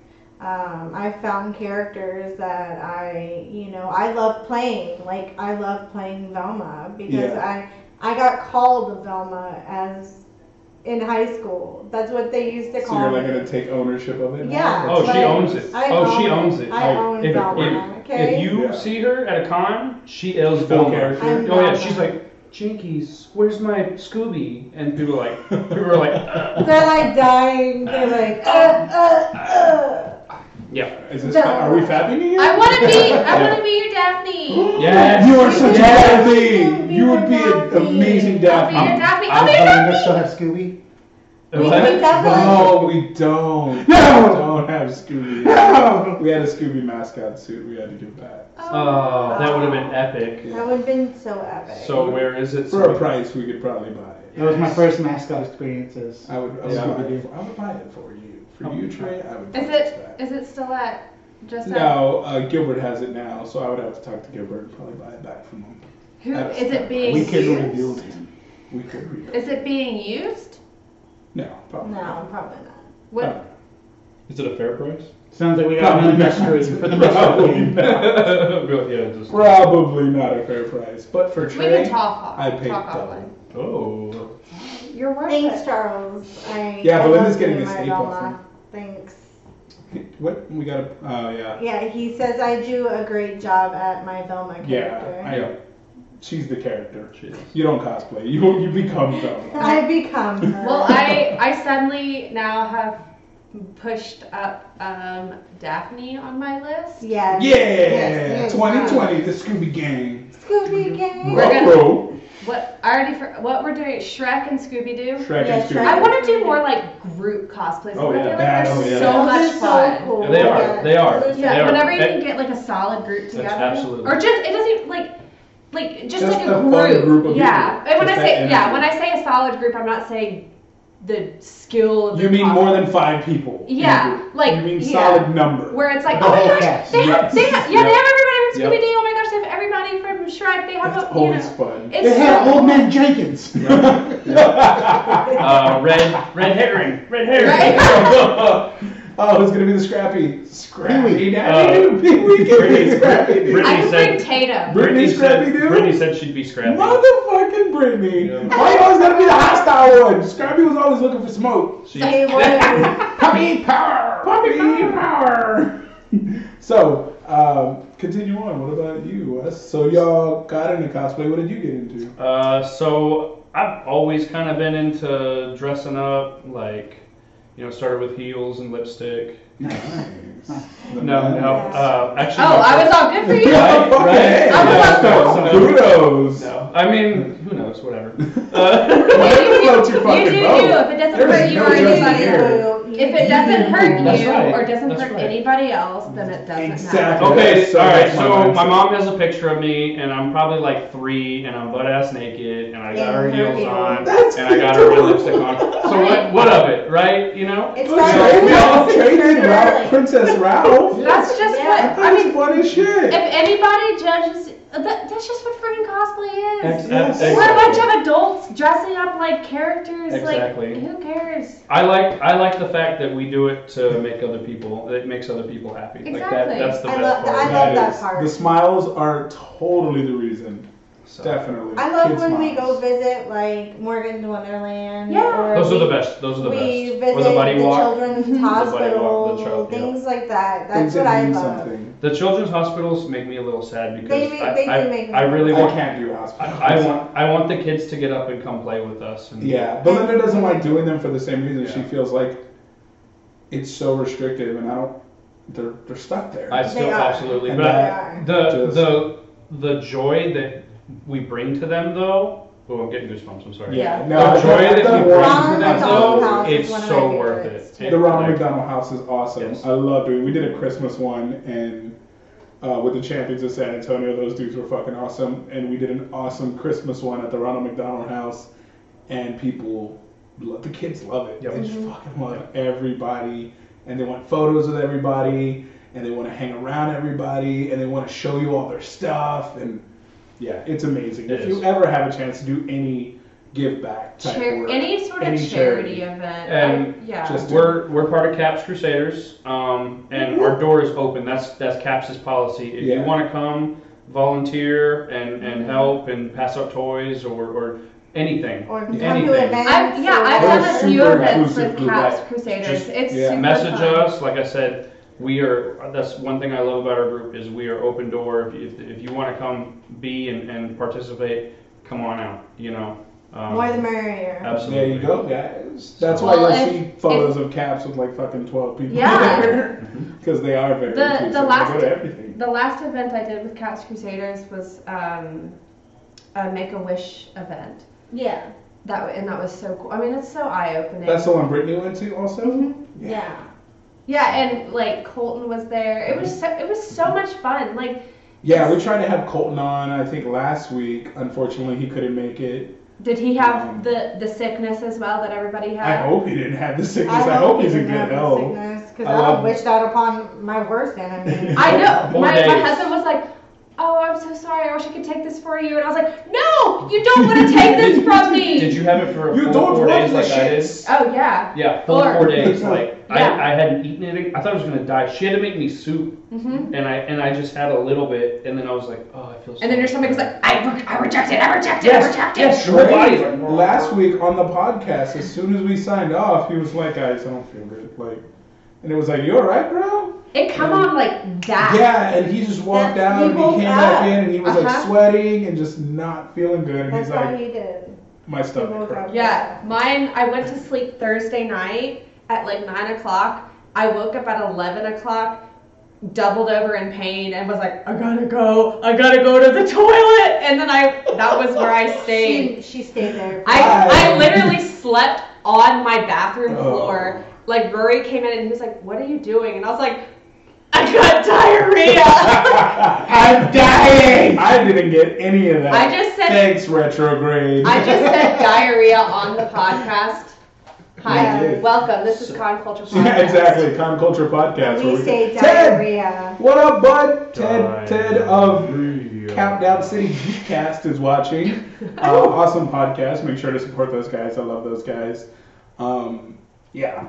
[SPEAKER 10] Um, I found characters that I, you know, I love playing. Like I love playing Velma because I, I got called Velma as in high school. That's what they used to
[SPEAKER 6] So
[SPEAKER 10] call
[SPEAKER 6] you're
[SPEAKER 10] me.
[SPEAKER 6] like gonna take ownership of it? now?
[SPEAKER 10] Yeah.
[SPEAKER 8] Oh, she
[SPEAKER 10] like,
[SPEAKER 8] owns it.
[SPEAKER 10] I
[SPEAKER 8] Oh, she
[SPEAKER 10] own
[SPEAKER 8] owns it.
[SPEAKER 10] I
[SPEAKER 6] Like,
[SPEAKER 10] own
[SPEAKER 8] if-
[SPEAKER 10] Velma.
[SPEAKER 8] if-
[SPEAKER 10] okay.
[SPEAKER 8] If you
[SPEAKER 6] Yeah.
[SPEAKER 8] see her at a con, she is
[SPEAKER 6] Full
[SPEAKER 8] Velma.
[SPEAKER 6] character.
[SPEAKER 10] I'm
[SPEAKER 8] Oh yeah,
[SPEAKER 10] Velma.
[SPEAKER 8] she's like, Jinkies, where's my Scooby? And people are like, people are like, uh,
[SPEAKER 10] They're like dying. They're like, uh, uh, uh.
[SPEAKER 8] *laughs* yeah,
[SPEAKER 6] Is this?
[SPEAKER 10] No.
[SPEAKER 6] Are we fapping again?
[SPEAKER 7] I want to be. I want to be your Daphne.
[SPEAKER 8] Yes.
[SPEAKER 6] You are such a
[SPEAKER 10] Yes.
[SPEAKER 6] Daphne. You would be an amazing
[SPEAKER 7] I'll be your
[SPEAKER 6] Daphne.
[SPEAKER 7] Daphne. I'll
[SPEAKER 9] I'm
[SPEAKER 7] be your
[SPEAKER 9] going to
[SPEAKER 7] Daphne.
[SPEAKER 9] still have Scooby.
[SPEAKER 10] We
[SPEAKER 8] What?
[SPEAKER 10] can definitely.
[SPEAKER 6] No, we don't.
[SPEAKER 9] No.
[SPEAKER 6] We don't have Scooby.
[SPEAKER 9] No.
[SPEAKER 6] We had a Scooby mascot suit. We had to give back
[SPEAKER 8] Oh, that would have been epic.
[SPEAKER 10] That would have been so epic.
[SPEAKER 8] So where is it?
[SPEAKER 6] for a price. We could probably buy it.
[SPEAKER 9] That was my first mascot experiences.
[SPEAKER 6] I would. I would,
[SPEAKER 9] Yeah.
[SPEAKER 6] buy, it for, I would buy it for you. For you, Trey. I would.
[SPEAKER 7] Is
[SPEAKER 6] purchase
[SPEAKER 7] it?
[SPEAKER 6] that.
[SPEAKER 7] Is it still at? Just at?
[SPEAKER 6] No, uh, Gilbert has it now, so I would have to talk to Gilbert and probably buy it back from him.
[SPEAKER 7] Who
[SPEAKER 6] That's-
[SPEAKER 7] is it being
[SPEAKER 9] We
[SPEAKER 7] used?
[SPEAKER 9] can rebuild him.
[SPEAKER 6] We could. Re-
[SPEAKER 7] Is it being used?
[SPEAKER 6] No, probably.
[SPEAKER 10] No, probably not.
[SPEAKER 7] What?
[SPEAKER 6] Oh,
[SPEAKER 8] Is it a fair price?
[SPEAKER 9] Sounds like we got another mystery for the
[SPEAKER 6] *laughs* Probably
[SPEAKER 9] mystery.
[SPEAKER 6] not.
[SPEAKER 8] Well, yeah, just.
[SPEAKER 6] Probably not a fair price, but for
[SPEAKER 7] We can
[SPEAKER 6] Trey,
[SPEAKER 7] talk. off-
[SPEAKER 6] I paid
[SPEAKER 7] talk
[SPEAKER 6] double.
[SPEAKER 7] offline.
[SPEAKER 8] Oh.
[SPEAKER 7] You're worth
[SPEAKER 10] Thanks,
[SPEAKER 7] it.
[SPEAKER 10] Charles. I,
[SPEAKER 6] Yeah,
[SPEAKER 10] I
[SPEAKER 6] Belinda's
[SPEAKER 10] love
[SPEAKER 6] getting
[SPEAKER 10] you,
[SPEAKER 6] this
[SPEAKER 10] my
[SPEAKER 6] ape off
[SPEAKER 10] Bella.
[SPEAKER 6] me.
[SPEAKER 10] Thanks.
[SPEAKER 6] What we got? to Oh yeah,
[SPEAKER 10] Yeah, he says I do a great job at my Velma
[SPEAKER 6] yeah.
[SPEAKER 10] character.
[SPEAKER 6] I,
[SPEAKER 8] Yeah.
[SPEAKER 6] She's the character.
[SPEAKER 8] She is.
[SPEAKER 6] You don't cosplay. You you become
[SPEAKER 7] *laughs*
[SPEAKER 6] Velma.
[SPEAKER 10] *laughs* I become her.
[SPEAKER 7] Well, I I suddenly now have pushed up um, Daphne on my list.
[SPEAKER 10] Yes.
[SPEAKER 6] Yeah.
[SPEAKER 10] Yes, yes,
[SPEAKER 6] 2020, the Scooby Gang.
[SPEAKER 10] yes. Scooby gang.
[SPEAKER 7] We're gonna-
[SPEAKER 6] Ruh-roh.
[SPEAKER 7] What I already for, what we're doing Shrek and Scooby Doo.
[SPEAKER 6] Shrek
[SPEAKER 10] Yeah,
[SPEAKER 6] and Scooby.
[SPEAKER 10] Shrek.
[SPEAKER 7] I want to do more like group cosplays.
[SPEAKER 8] Oh, yeah.
[SPEAKER 7] I feel like
[SPEAKER 6] Yeah, oh,
[SPEAKER 7] they're
[SPEAKER 6] yeah.
[SPEAKER 7] so
[SPEAKER 10] Those
[SPEAKER 7] much
[SPEAKER 10] are
[SPEAKER 7] fun.
[SPEAKER 10] So cool.
[SPEAKER 8] Yeah, they are. They are.
[SPEAKER 10] Those
[SPEAKER 7] Yeah,
[SPEAKER 8] They are.
[SPEAKER 7] whenever you
[SPEAKER 8] Hey.
[SPEAKER 7] can get like a solid group together,
[SPEAKER 8] absolutely-
[SPEAKER 7] or just it doesn't even like like just,
[SPEAKER 6] Just
[SPEAKER 7] like
[SPEAKER 6] a fun
[SPEAKER 7] a group.
[SPEAKER 6] group of
[SPEAKER 7] yeah,
[SPEAKER 6] people.
[SPEAKER 7] and when I
[SPEAKER 6] Just
[SPEAKER 7] say
[SPEAKER 6] that
[SPEAKER 7] yeah,
[SPEAKER 6] energy.
[SPEAKER 7] when I say a solid group, I'm not saying the skill. Of
[SPEAKER 6] You
[SPEAKER 7] the
[SPEAKER 6] mean
[SPEAKER 7] cosplay.
[SPEAKER 6] more than five people? in a
[SPEAKER 7] Yeah,
[SPEAKER 6] group.
[SPEAKER 7] like,
[SPEAKER 6] you mean
[SPEAKER 7] yeah.
[SPEAKER 6] solid number.
[SPEAKER 7] where it's like
[SPEAKER 9] The
[SPEAKER 7] oh my
[SPEAKER 9] whole
[SPEAKER 7] gosh,
[SPEAKER 9] cast.
[SPEAKER 7] they have they have yeah, they have everybody from
[SPEAKER 8] Yep.
[SPEAKER 7] Scooby Doo. Oh my gosh, they have everybody from Shrek. They have
[SPEAKER 6] That's
[SPEAKER 7] a, you
[SPEAKER 6] always
[SPEAKER 7] know.
[SPEAKER 6] fun. *laughs*
[SPEAKER 7] It's
[SPEAKER 9] They had
[SPEAKER 7] so-
[SPEAKER 9] old man Jenkins.
[SPEAKER 8] *laughs*
[SPEAKER 9] *laughs*
[SPEAKER 8] Uh, red, red herring, red herring.
[SPEAKER 7] Right.
[SPEAKER 6] Oh, who's gonna be the scrappy? Scrappy
[SPEAKER 9] Pee-wee.
[SPEAKER 8] Uh,
[SPEAKER 6] *laughs* Daddy, Pee Wee can be
[SPEAKER 8] Brittany-
[SPEAKER 6] Scrappy Doo.
[SPEAKER 8] Brittany
[SPEAKER 7] I can
[SPEAKER 8] said-
[SPEAKER 7] bring Tatum.
[SPEAKER 6] Brittany
[SPEAKER 8] *laughs* Brittany said,
[SPEAKER 6] Scrappy Doo?
[SPEAKER 8] Brittany said she'd be scrappy.
[SPEAKER 6] Motherfucking Brittany!
[SPEAKER 8] Yeah.
[SPEAKER 6] Why you always gotta be the hostile one? Scrappy was always looking for smoke.
[SPEAKER 8] She,
[SPEAKER 10] They were.
[SPEAKER 6] Puppy power! Puppy power! *laughs* so, um, continue on. What about you, Wes? So y'all got into cosplay. What did you get into?
[SPEAKER 8] *laughs* Uh, so I've always kind of been into dressing up, like, you know, started with heels and lipstick.
[SPEAKER 6] Nice.
[SPEAKER 8] No, no. Uh, actually,
[SPEAKER 7] Oh, I was all good for you.
[SPEAKER 8] Right, right.
[SPEAKER 6] Okay.
[SPEAKER 7] I'm
[SPEAKER 8] Yeah,
[SPEAKER 7] allowed-
[SPEAKER 8] so- so-
[SPEAKER 6] Kudos. *laughs*
[SPEAKER 8] No, I mean, who knows? Whatever. Uh,
[SPEAKER 7] You do
[SPEAKER 6] Well,
[SPEAKER 7] you.
[SPEAKER 6] you fucking
[SPEAKER 7] You do
[SPEAKER 6] vote.
[SPEAKER 8] Oh.
[SPEAKER 7] you. If it
[SPEAKER 6] There
[SPEAKER 7] doesn't hurt
[SPEAKER 6] is no judgment here.
[SPEAKER 7] you or anybody else. If it doesn't hurt
[SPEAKER 8] That's
[SPEAKER 7] you
[SPEAKER 8] right.
[SPEAKER 7] or doesn't
[SPEAKER 8] That's
[SPEAKER 7] hurt
[SPEAKER 8] right.
[SPEAKER 7] anybody else, then it doesn't matter.
[SPEAKER 6] Exactly.
[SPEAKER 8] okay,
[SPEAKER 6] So
[SPEAKER 8] all right.
[SPEAKER 6] that's my
[SPEAKER 8] So my
[SPEAKER 6] mindset.
[SPEAKER 8] mom has a picture of me, and I'm probably like three, and I'm butt ass naked, and I got
[SPEAKER 10] And
[SPEAKER 8] her
[SPEAKER 10] her
[SPEAKER 8] heels
[SPEAKER 10] heels.
[SPEAKER 8] on,
[SPEAKER 6] That's
[SPEAKER 8] and I got her red
[SPEAKER 6] adorable.
[SPEAKER 8] lipstick on. So what? What of it, right? You know.
[SPEAKER 10] It's
[SPEAKER 6] Look,
[SPEAKER 10] fine.
[SPEAKER 6] we all traded Ralph,
[SPEAKER 10] Really.
[SPEAKER 6] Princess Ralph.
[SPEAKER 7] That's just
[SPEAKER 10] Yeah.
[SPEAKER 7] what I
[SPEAKER 6] That's
[SPEAKER 7] mean.
[SPEAKER 6] funny shit.
[SPEAKER 7] If anybody judges, that, that's just what freaking cosplay
[SPEAKER 8] Ex-
[SPEAKER 7] is.
[SPEAKER 8] ex-
[SPEAKER 6] Yes.
[SPEAKER 7] We're a bunch
[SPEAKER 8] exactly.
[SPEAKER 7] of adults dressing up like characters.
[SPEAKER 8] Exactly.
[SPEAKER 7] Like, who cares?
[SPEAKER 8] I like I like the fact that we do it to make other people. It makes other people happy. Like that,
[SPEAKER 7] Exactly.
[SPEAKER 8] that's the
[SPEAKER 10] I
[SPEAKER 8] best
[SPEAKER 10] love-
[SPEAKER 8] part.
[SPEAKER 10] I love that
[SPEAKER 6] is-
[SPEAKER 10] part.
[SPEAKER 6] The smiles are totally the reason.
[SPEAKER 8] So,
[SPEAKER 6] Definitely.
[SPEAKER 10] I love
[SPEAKER 6] Kids'
[SPEAKER 10] when we
[SPEAKER 6] moms.
[SPEAKER 10] go visit like Morgan's Wonderland.
[SPEAKER 7] Yeah.
[SPEAKER 10] Or
[SPEAKER 8] Those are
[SPEAKER 10] we,
[SPEAKER 8] the best. Those are the
[SPEAKER 10] we
[SPEAKER 8] best.
[SPEAKER 10] visit
[SPEAKER 8] Or *laughs* the buddy
[SPEAKER 10] the
[SPEAKER 8] walk.
[SPEAKER 10] children's
[SPEAKER 8] walk,
[SPEAKER 10] hospital,
[SPEAKER 8] the child- yeah.
[SPEAKER 10] things like that. That's
[SPEAKER 6] Things
[SPEAKER 10] what
[SPEAKER 6] that
[SPEAKER 10] I
[SPEAKER 6] mean
[SPEAKER 10] love.
[SPEAKER 6] something.
[SPEAKER 8] The children's hospitals make me a little sad because
[SPEAKER 10] They make-
[SPEAKER 8] I,
[SPEAKER 10] they do
[SPEAKER 8] I,
[SPEAKER 10] make me
[SPEAKER 8] I really
[SPEAKER 6] I
[SPEAKER 8] want
[SPEAKER 6] can't do house.
[SPEAKER 8] I, I want I want the kids to get up and come play with us. And
[SPEAKER 6] Yeah, Belinda doesn't like doing them for the same reason.
[SPEAKER 8] Yeah.
[SPEAKER 6] She feels like it's so restrictive, and I don't. They're they're stuck there.
[SPEAKER 8] I still
[SPEAKER 10] They are.
[SPEAKER 8] absolutely.
[SPEAKER 6] And
[SPEAKER 8] But
[SPEAKER 6] that
[SPEAKER 8] I, the
[SPEAKER 6] just-
[SPEAKER 8] the the joy that we bring to them though. Oh, I'm getting goosebumps. I'm sorry.
[SPEAKER 7] Yeah.
[SPEAKER 6] No, I
[SPEAKER 8] the joy
[SPEAKER 6] don't-
[SPEAKER 8] that
[SPEAKER 6] I
[SPEAKER 8] we
[SPEAKER 6] don't
[SPEAKER 8] bring
[SPEAKER 10] Ronald
[SPEAKER 8] to
[SPEAKER 6] want-
[SPEAKER 8] them
[SPEAKER 10] McDonald
[SPEAKER 8] though,
[SPEAKER 10] House is
[SPEAKER 8] it's
[SPEAKER 10] one of
[SPEAKER 8] so
[SPEAKER 10] my
[SPEAKER 8] worth
[SPEAKER 10] favorites,
[SPEAKER 8] it.
[SPEAKER 10] too.
[SPEAKER 8] It-
[SPEAKER 6] The Ronald
[SPEAKER 8] like-
[SPEAKER 6] McDonald House is awesome.
[SPEAKER 8] Yes.
[SPEAKER 6] I love doing. We did a Christmas one and uh, with the champions of San Antonio. Those dudes were fucking awesome, and we did an awesome Christmas one at the Ronald McDonald House, and people, lo- the kids love it.
[SPEAKER 8] Yep.
[SPEAKER 6] They
[SPEAKER 7] Mm-hmm.
[SPEAKER 6] just fucking love everybody, and they want photos with everybody, and they want to hang around everybody, and they want to show you all their stuff, and yeah, it's amazing. if
[SPEAKER 8] It is.
[SPEAKER 6] you ever have a chance to do any give back type
[SPEAKER 7] Char-
[SPEAKER 6] work,
[SPEAKER 7] any sort of
[SPEAKER 6] any
[SPEAKER 7] charity, event.
[SPEAKER 8] And
[SPEAKER 7] I- yeah.
[SPEAKER 6] just-
[SPEAKER 8] We're we're part of Caps Crusaders, um,
[SPEAKER 10] Mm-hmm.
[SPEAKER 8] and our door is open. That's that's Caps's policy. If
[SPEAKER 6] Yeah.
[SPEAKER 8] you want to come, volunteer and, and
[SPEAKER 10] Mm-hmm.
[SPEAKER 8] help and pass out toys or, or anything.
[SPEAKER 10] Or come
[SPEAKER 8] Anything.
[SPEAKER 10] to events.
[SPEAKER 7] I've, yeah,
[SPEAKER 10] or-
[SPEAKER 7] I've
[SPEAKER 6] They're
[SPEAKER 7] done a few
[SPEAKER 6] super
[SPEAKER 7] events with
[SPEAKER 6] inclusive
[SPEAKER 7] Caps
[SPEAKER 6] group.
[SPEAKER 7] Crusaders.
[SPEAKER 8] Just-
[SPEAKER 7] it's
[SPEAKER 6] yeah.
[SPEAKER 7] super
[SPEAKER 8] Message
[SPEAKER 7] fun.
[SPEAKER 8] us. Like I said, we are. That's one thing I love about our group is we are open door. If you, if, if you want to come, be and, and participate, come on out. You know. Um,
[SPEAKER 10] More the merrier.
[SPEAKER 6] There
[SPEAKER 8] Absolutely.
[SPEAKER 6] you go, guys. That's
[SPEAKER 8] So-
[SPEAKER 6] why
[SPEAKER 7] Well,
[SPEAKER 6] you'll
[SPEAKER 7] if-
[SPEAKER 6] see photos of caps with like fucking twelve people.
[SPEAKER 7] Yeah. *laughs*
[SPEAKER 6] *laughs* Because they are very.
[SPEAKER 7] The- the
[SPEAKER 6] inclusive. They
[SPEAKER 7] last-
[SPEAKER 6] go to everything.
[SPEAKER 7] The last event I did with Caps Crusaders was um, a Make a Wish event.
[SPEAKER 10] Yeah.
[SPEAKER 7] That wa- and that was so cool. I mean, it's so eye opening.
[SPEAKER 6] That's the one Brittany went to also.
[SPEAKER 7] Mm-hmm.
[SPEAKER 10] Yeah.
[SPEAKER 7] Yeah, and like Colton was there. It was so, it was so much fun. Like
[SPEAKER 6] Yeah, we tried to have Colton on. I think last week. Unfortunately, he couldn't make it.
[SPEAKER 7] Did he have the the sickness as well that everybody
[SPEAKER 6] Um, I
[SPEAKER 7] had?
[SPEAKER 6] hope he didn't have the sickness. I, hope he's in good health.
[SPEAKER 10] Because
[SPEAKER 6] I
[SPEAKER 10] I would
[SPEAKER 6] love-
[SPEAKER 8] *laughs*
[SPEAKER 10] wish that upon my worst enemy.
[SPEAKER 6] *laughs*
[SPEAKER 7] I know.
[SPEAKER 8] Four
[SPEAKER 7] My, my
[SPEAKER 8] days.
[SPEAKER 7] husband was like, oh, I'm so sorry. I wish I could take this for you. And I was like, no, you don't want to take this from me.
[SPEAKER 8] *laughs* Did you have it for a
[SPEAKER 6] You
[SPEAKER 8] full
[SPEAKER 6] don't
[SPEAKER 8] four
[SPEAKER 6] want
[SPEAKER 8] days
[SPEAKER 6] the
[SPEAKER 8] like I did?
[SPEAKER 6] shits.
[SPEAKER 7] oh, yeah.
[SPEAKER 8] Yeah, full
[SPEAKER 7] Or-
[SPEAKER 8] four days. Like
[SPEAKER 7] *laughs* Yeah.
[SPEAKER 8] I, I hadn't eaten it. I thought I was gonna die. She had to make me soup,
[SPEAKER 7] hmm
[SPEAKER 8] and I and I just had a little bit, and then I was like, oh, I feel.
[SPEAKER 7] And then your stomach is like, I, re- I reject it. I reject it. I
[SPEAKER 8] yes,
[SPEAKER 7] reject it.
[SPEAKER 8] yes, your
[SPEAKER 6] Right.
[SPEAKER 8] body's like. "Brr."
[SPEAKER 6] Last week on the podcast, as soon as we signed off, he was like, "Guys, I don't feel good." Like, and it was like, "You all right, bro?"
[SPEAKER 7] It come on like that.
[SPEAKER 6] Yeah, and he just walked
[SPEAKER 10] That's-
[SPEAKER 6] out. and
[SPEAKER 10] Ah. he
[SPEAKER 6] He
[SPEAKER 10] woke
[SPEAKER 6] came
[SPEAKER 10] up.
[SPEAKER 6] back in, and he was like
[SPEAKER 7] Uh-huh.
[SPEAKER 6] sweating and just not feeling good. And
[SPEAKER 10] That's
[SPEAKER 6] he's
[SPEAKER 10] how
[SPEAKER 6] like,
[SPEAKER 10] he did.
[SPEAKER 6] "My
[SPEAKER 10] woke
[SPEAKER 6] stomach
[SPEAKER 10] up.
[SPEAKER 6] hurts."
[SPEAKER 7] Yeah, mine. I went to sleep Thursday night at like nine o'clock. I woke up at eleven o'clock, doubled over in pain, and was like, I gotta go. I gotta go to the toilet. And then I that was where
[SPEAKER 8] *laughs*
[SPEAKER 7] I stayed.
[SPEAKER 10] She, she stayed there.
[SPEAKER 7] I, I
[SPEAKER 8] Oh.
[SPEAKER 6] Wow.
[SPEAKER 7] literally slept on my bathroom
[SPEAKER 6] Oh.
[SPEAKER 7] floor. Like Rory came in and he was like, "What are you doing?" And I was like, "I got
[SPEAKER 8] *laughs*
[SPEAKER 6] *laughs*
[SPEAKER 7] diarrhea."
[SPEAKER 6] I'm dying. I didn't get any of that.
[SPEAKER 7] I just said-
[SPEAKER 6] thanks, retrograde.
[SPEAKER 7] I
[SPEAKER 6] *laughs*
[SPEAKER 7] just said diarrhea on the podcast. Hi,
[SPEAKER 6] You did.
[SPEAKER 7] welcome. This is Con
[SPEAKER 8] *laughs*
[SPEAKER 7] Culture
[SPEAKER 6] *laughs*
[SPEAKER 7] Podcast.
[SPEAKER 6] yeah, exactly. Con Culture Podcast. where
[SPEAKER 10] we say
[SPEAKER 6] Ted,
[SPEAKER 10] diarrhea.
[SPEAKER 6] what up, bud?
[SPEAKER 8] Diarrhea.
[SPEAKER 6] Ted, Ted of Countdown City Cast is
[SPEAKER 8] *laughs*
[SPEAKER 6] watching. Uh, awesome podcast. Make sure to support those guys. I love those guys. Um, yeah.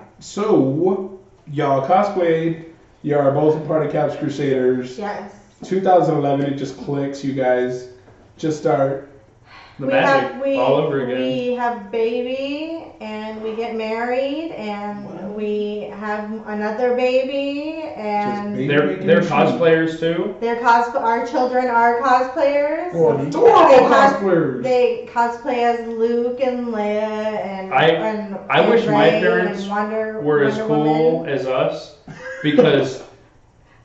[SPEAKER 6] So y'all cosplayed. You are both a part of Caps Crusaders.
[SPEAKER 10] Yes.
[SPEAKER 6] 2011. It just clicks. You guys just start.
[SPEAKER 8] The magic
[SPEAKER 10] have, we,
[SPEAKER 8] all over again.
[SPEAKER 10] We have baby and we get married and
[SPEAKER 6] Wow.
[SPEAKER 10] we have another baby and
[SPEAKER 6] baby.
[SPEAKER 8] they're they're cosplayers too.
[SPEAKER 10] they're cosp- our children are cosplayers.
[SPEAKER 6] Adorable
[SPEAKER 10] They cos-
[SPEAKER 6] cosplayers.
[SPEAKER 10] They cosplay as Luke and Leia and
[SPEAKER 8] I-
[SPEAKER 10] and,
[SPEAKER 8] I
[SPEAKER 10] and
[SPEAKER 8] wish my
[SPEAKER 10] Rey and
[SPEAKER 8] parents
[SPEAKER 10] Wonder,
[SPEAKER 8] Were as
[SPEAKER 10] Wonder
[SPEAKER 8] cool
[SPEAKER 10] Woman.
[SPEAKER 8] as us
[SPEAKER 10] *laughs*
[SPEAKER 8] because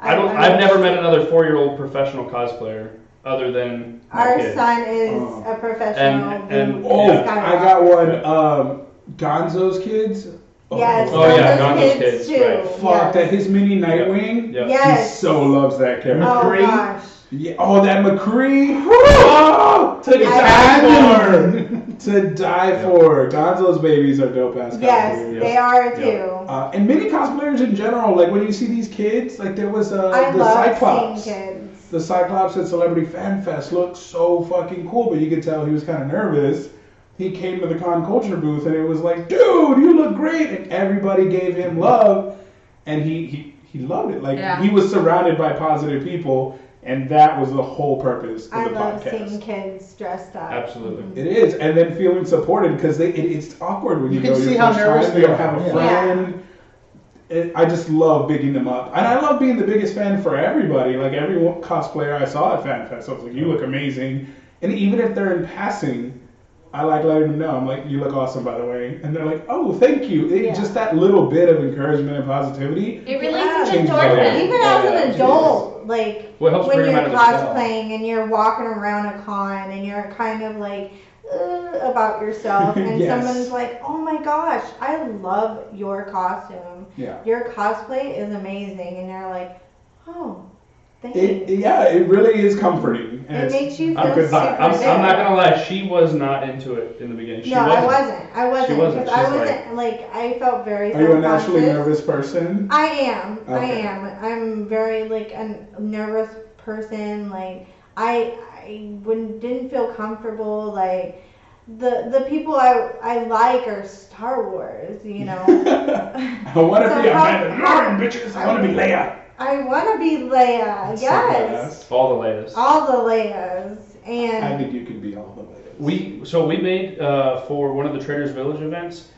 [SPEAKER 8] I don't. I've never met another four-year-old professional cosplayer other than my
[SPEAKER 10] Our
[SPEAKER 8] kid.
[SPEAKER 10] son is
[SPEAKER 6] Oh.
[SPEAKER 10] a professional.
[SPEAKER 8] And- and-
[SPEAKER 10] Luke
[SPEAKER 6] Oh, I
[SPEAKER 8] Yeah.
[SPEAKER 6] got one. Um, Gonzo's kids. Oh,
[SPEAKER 10] Yes.
[SPEAKER 8] Oh, yeah,
[SPEAKER 10] Gonzo's
[SPEAKER 8] Gonzo's kids,
[SPEAKER 10] too.
[SPEAKER 8] right.
[SPEAKER 6] Fuck
[SPEAKER 10] yes.
[SPEAKER 6] that. His mini Nightwing.
[SPEAKER 8] Yeah.
[SPEAKER 10] Yes.
[SPEAKER 6] He so loves that character.
[SPEAKER 10] Oh
[SPEAKER 8] Green.
[SPEAKER 10] gosh.
[SPEAKER 6] Yeah, oh, that McCree! Oh, to
[SPEAKER 10] I-
[SPEAKER 6] die for! to die for! Gonzo's babies are dope ass
[SPEAKER 10] Yes,
[SPEAKER 6] cosplayers.
[SPEAKER 10] they are too.
[SPEAKER 6] Uh, and many cosplayers in general, like when you see these kids, like there was uh,
[SPEAKER 10] I
[SPEAKER 6] the
[SPEAKER 10] love
[SPEAKER 6] Cyclops.
[SPEAKER 10] seeing kids.
[SPEAKER 6] The Cyclops at Celebrity Fan Fest looked so fucking cool, but you could tell he was kind of nervous. He came to the con culture booth and it was like, dude, you look great, and everybody gave him love, and he he, he loved it. Like
[SPEAKER 7] Yeah.
[SPEAKER 6] he was surrounded by positive people, and that was the whole purpose of
[SPEAKER 10] I
[SPEAKER 6] the
[SPEAKER 10] love
[SPEAKER 6] podcast.
[SPEAKER 10] seeing kids dressed up.
[SPEAKER 8] Absolutely.
[SPEAKER 6] It is, and then feeling supported because they it, it's awkward when
[SPEAKER 9] You
[SPEAKER 6] you,
[SPEAKER 9] can
[SPEAKER 6] go your
[SPEAKER 9] see how
[SPEAKER 6] first
[SPEAKER 9] nervous
[SPEAKER 6] time,
[SPEAKER 9] they
[SPEAKER 6] you don't
[SPEAKER 9] are,
[SPEAKER 6] have a
[SPEAKER 9] yeah.
[SPEAKER 6] friend. It, I just love bigging them up, and I love being the biggest fan for everybody. Like every one- cosplayer I saw at FanFest, I was like, "You look amazing," and even if they're in passing, I like letting them know. I'm like, "You look awesome, by the way," and they're like, "Oh, thank you." It,
[SPEAKER 10] Yeah.
[SPEAKER 6] Just that little bit of encouragement and positivity.
[SPEAKER 7] It
[SPEAKER 10] Yeah.
[SPEAKER 7] releases
[SPEAKER 6] Change my
[SPEAKER 7] endorphins.
[SPEAKER 6] life.
[SPEAKER 10] Even
[SPEAKER 8] Oh, Yeah,
[SPEAKER 10] as an
[SPEAKER 8] yeah,
[SPEAKER 10] adult, like
[SPEAKER 8] Well, it helps
[SPEAKER 10] when
[SPEAKER 8] bring them
[SPEAKER 10] you're
[SPEAKER 8] out of the shell.
[SPEAKER 10] cosplaying and you're walking around a con and you're kind of like uh,
[SPEAKER 8] *laughs*
[SPEAKER 10] about yourself, and
[SPEAKER 6] Yes.
[SPEAKER 10] someone's like, "Oh my gosh, I love your costume.
[SPEAKER 6] Yeah.
[SPEAKER 10] Your cosplay is amazing," and you're like, "Oh, thanks."
[SPEAKER 6] It,
[SPEAKER 10] It,
[SPEAKER 6] yeah, it really is comforting. And it's-
[SPEAKER 10] makes you feel
[SPEAKER 8] I'm, I'm,
[SPEAKER 10] super
[SPEAKER 8] I'm
[SPEAKER 10] good.
[SPEAKER 8] not gonna lie. She was not into it in the beginning. She
[SPEAKER 10] no,
[SPEAKER 8] wasn't.
[SPEAKER 10] I wasn't. I wasn't
[SPEAKER 8] She wasn't.
[SPEAKER 10] because I
[SPEAKER 8] She's
[SPEAKER 10] wasn't like, I felt very.
[SPEAKER 6] are you a naturally
[SPEAKER 10] self-conscious.
[SPEAKER 6] nervous person?
[SPEAKER 10] I am. I
[SPEAKER 6] Okay.
[SPEAKER 10] am. I'm very like a nervous person. Like I I wouldn't didn't feel comfortable. Like the the people I I like are Star Wars.
[SPEAKER 6] *laughs*
[SPEAKER 8] *laughs*
[SPEAKER 10] You know.
[SPEAKER 6] I want to be a
[SPEAKER 10] So how-
[SPEAKER 6] Mandalorian, bitches. I want to be Leia.
[SPEAKER 10] I want to be Leia.
[SPEAKER 6] That's so
[SPEAKER 10] yes.
[SPEAKER 6] badass.
[SPEAKER 8] All the latest.
[SPEAKER 10] All the Leias
[SPEAKER 6] I
[SPEAKER 10] and
[SPEAKER 6] think you could be all the Leias.
[SPEAKER 8] We so we made uh, for one of the Traders Village events.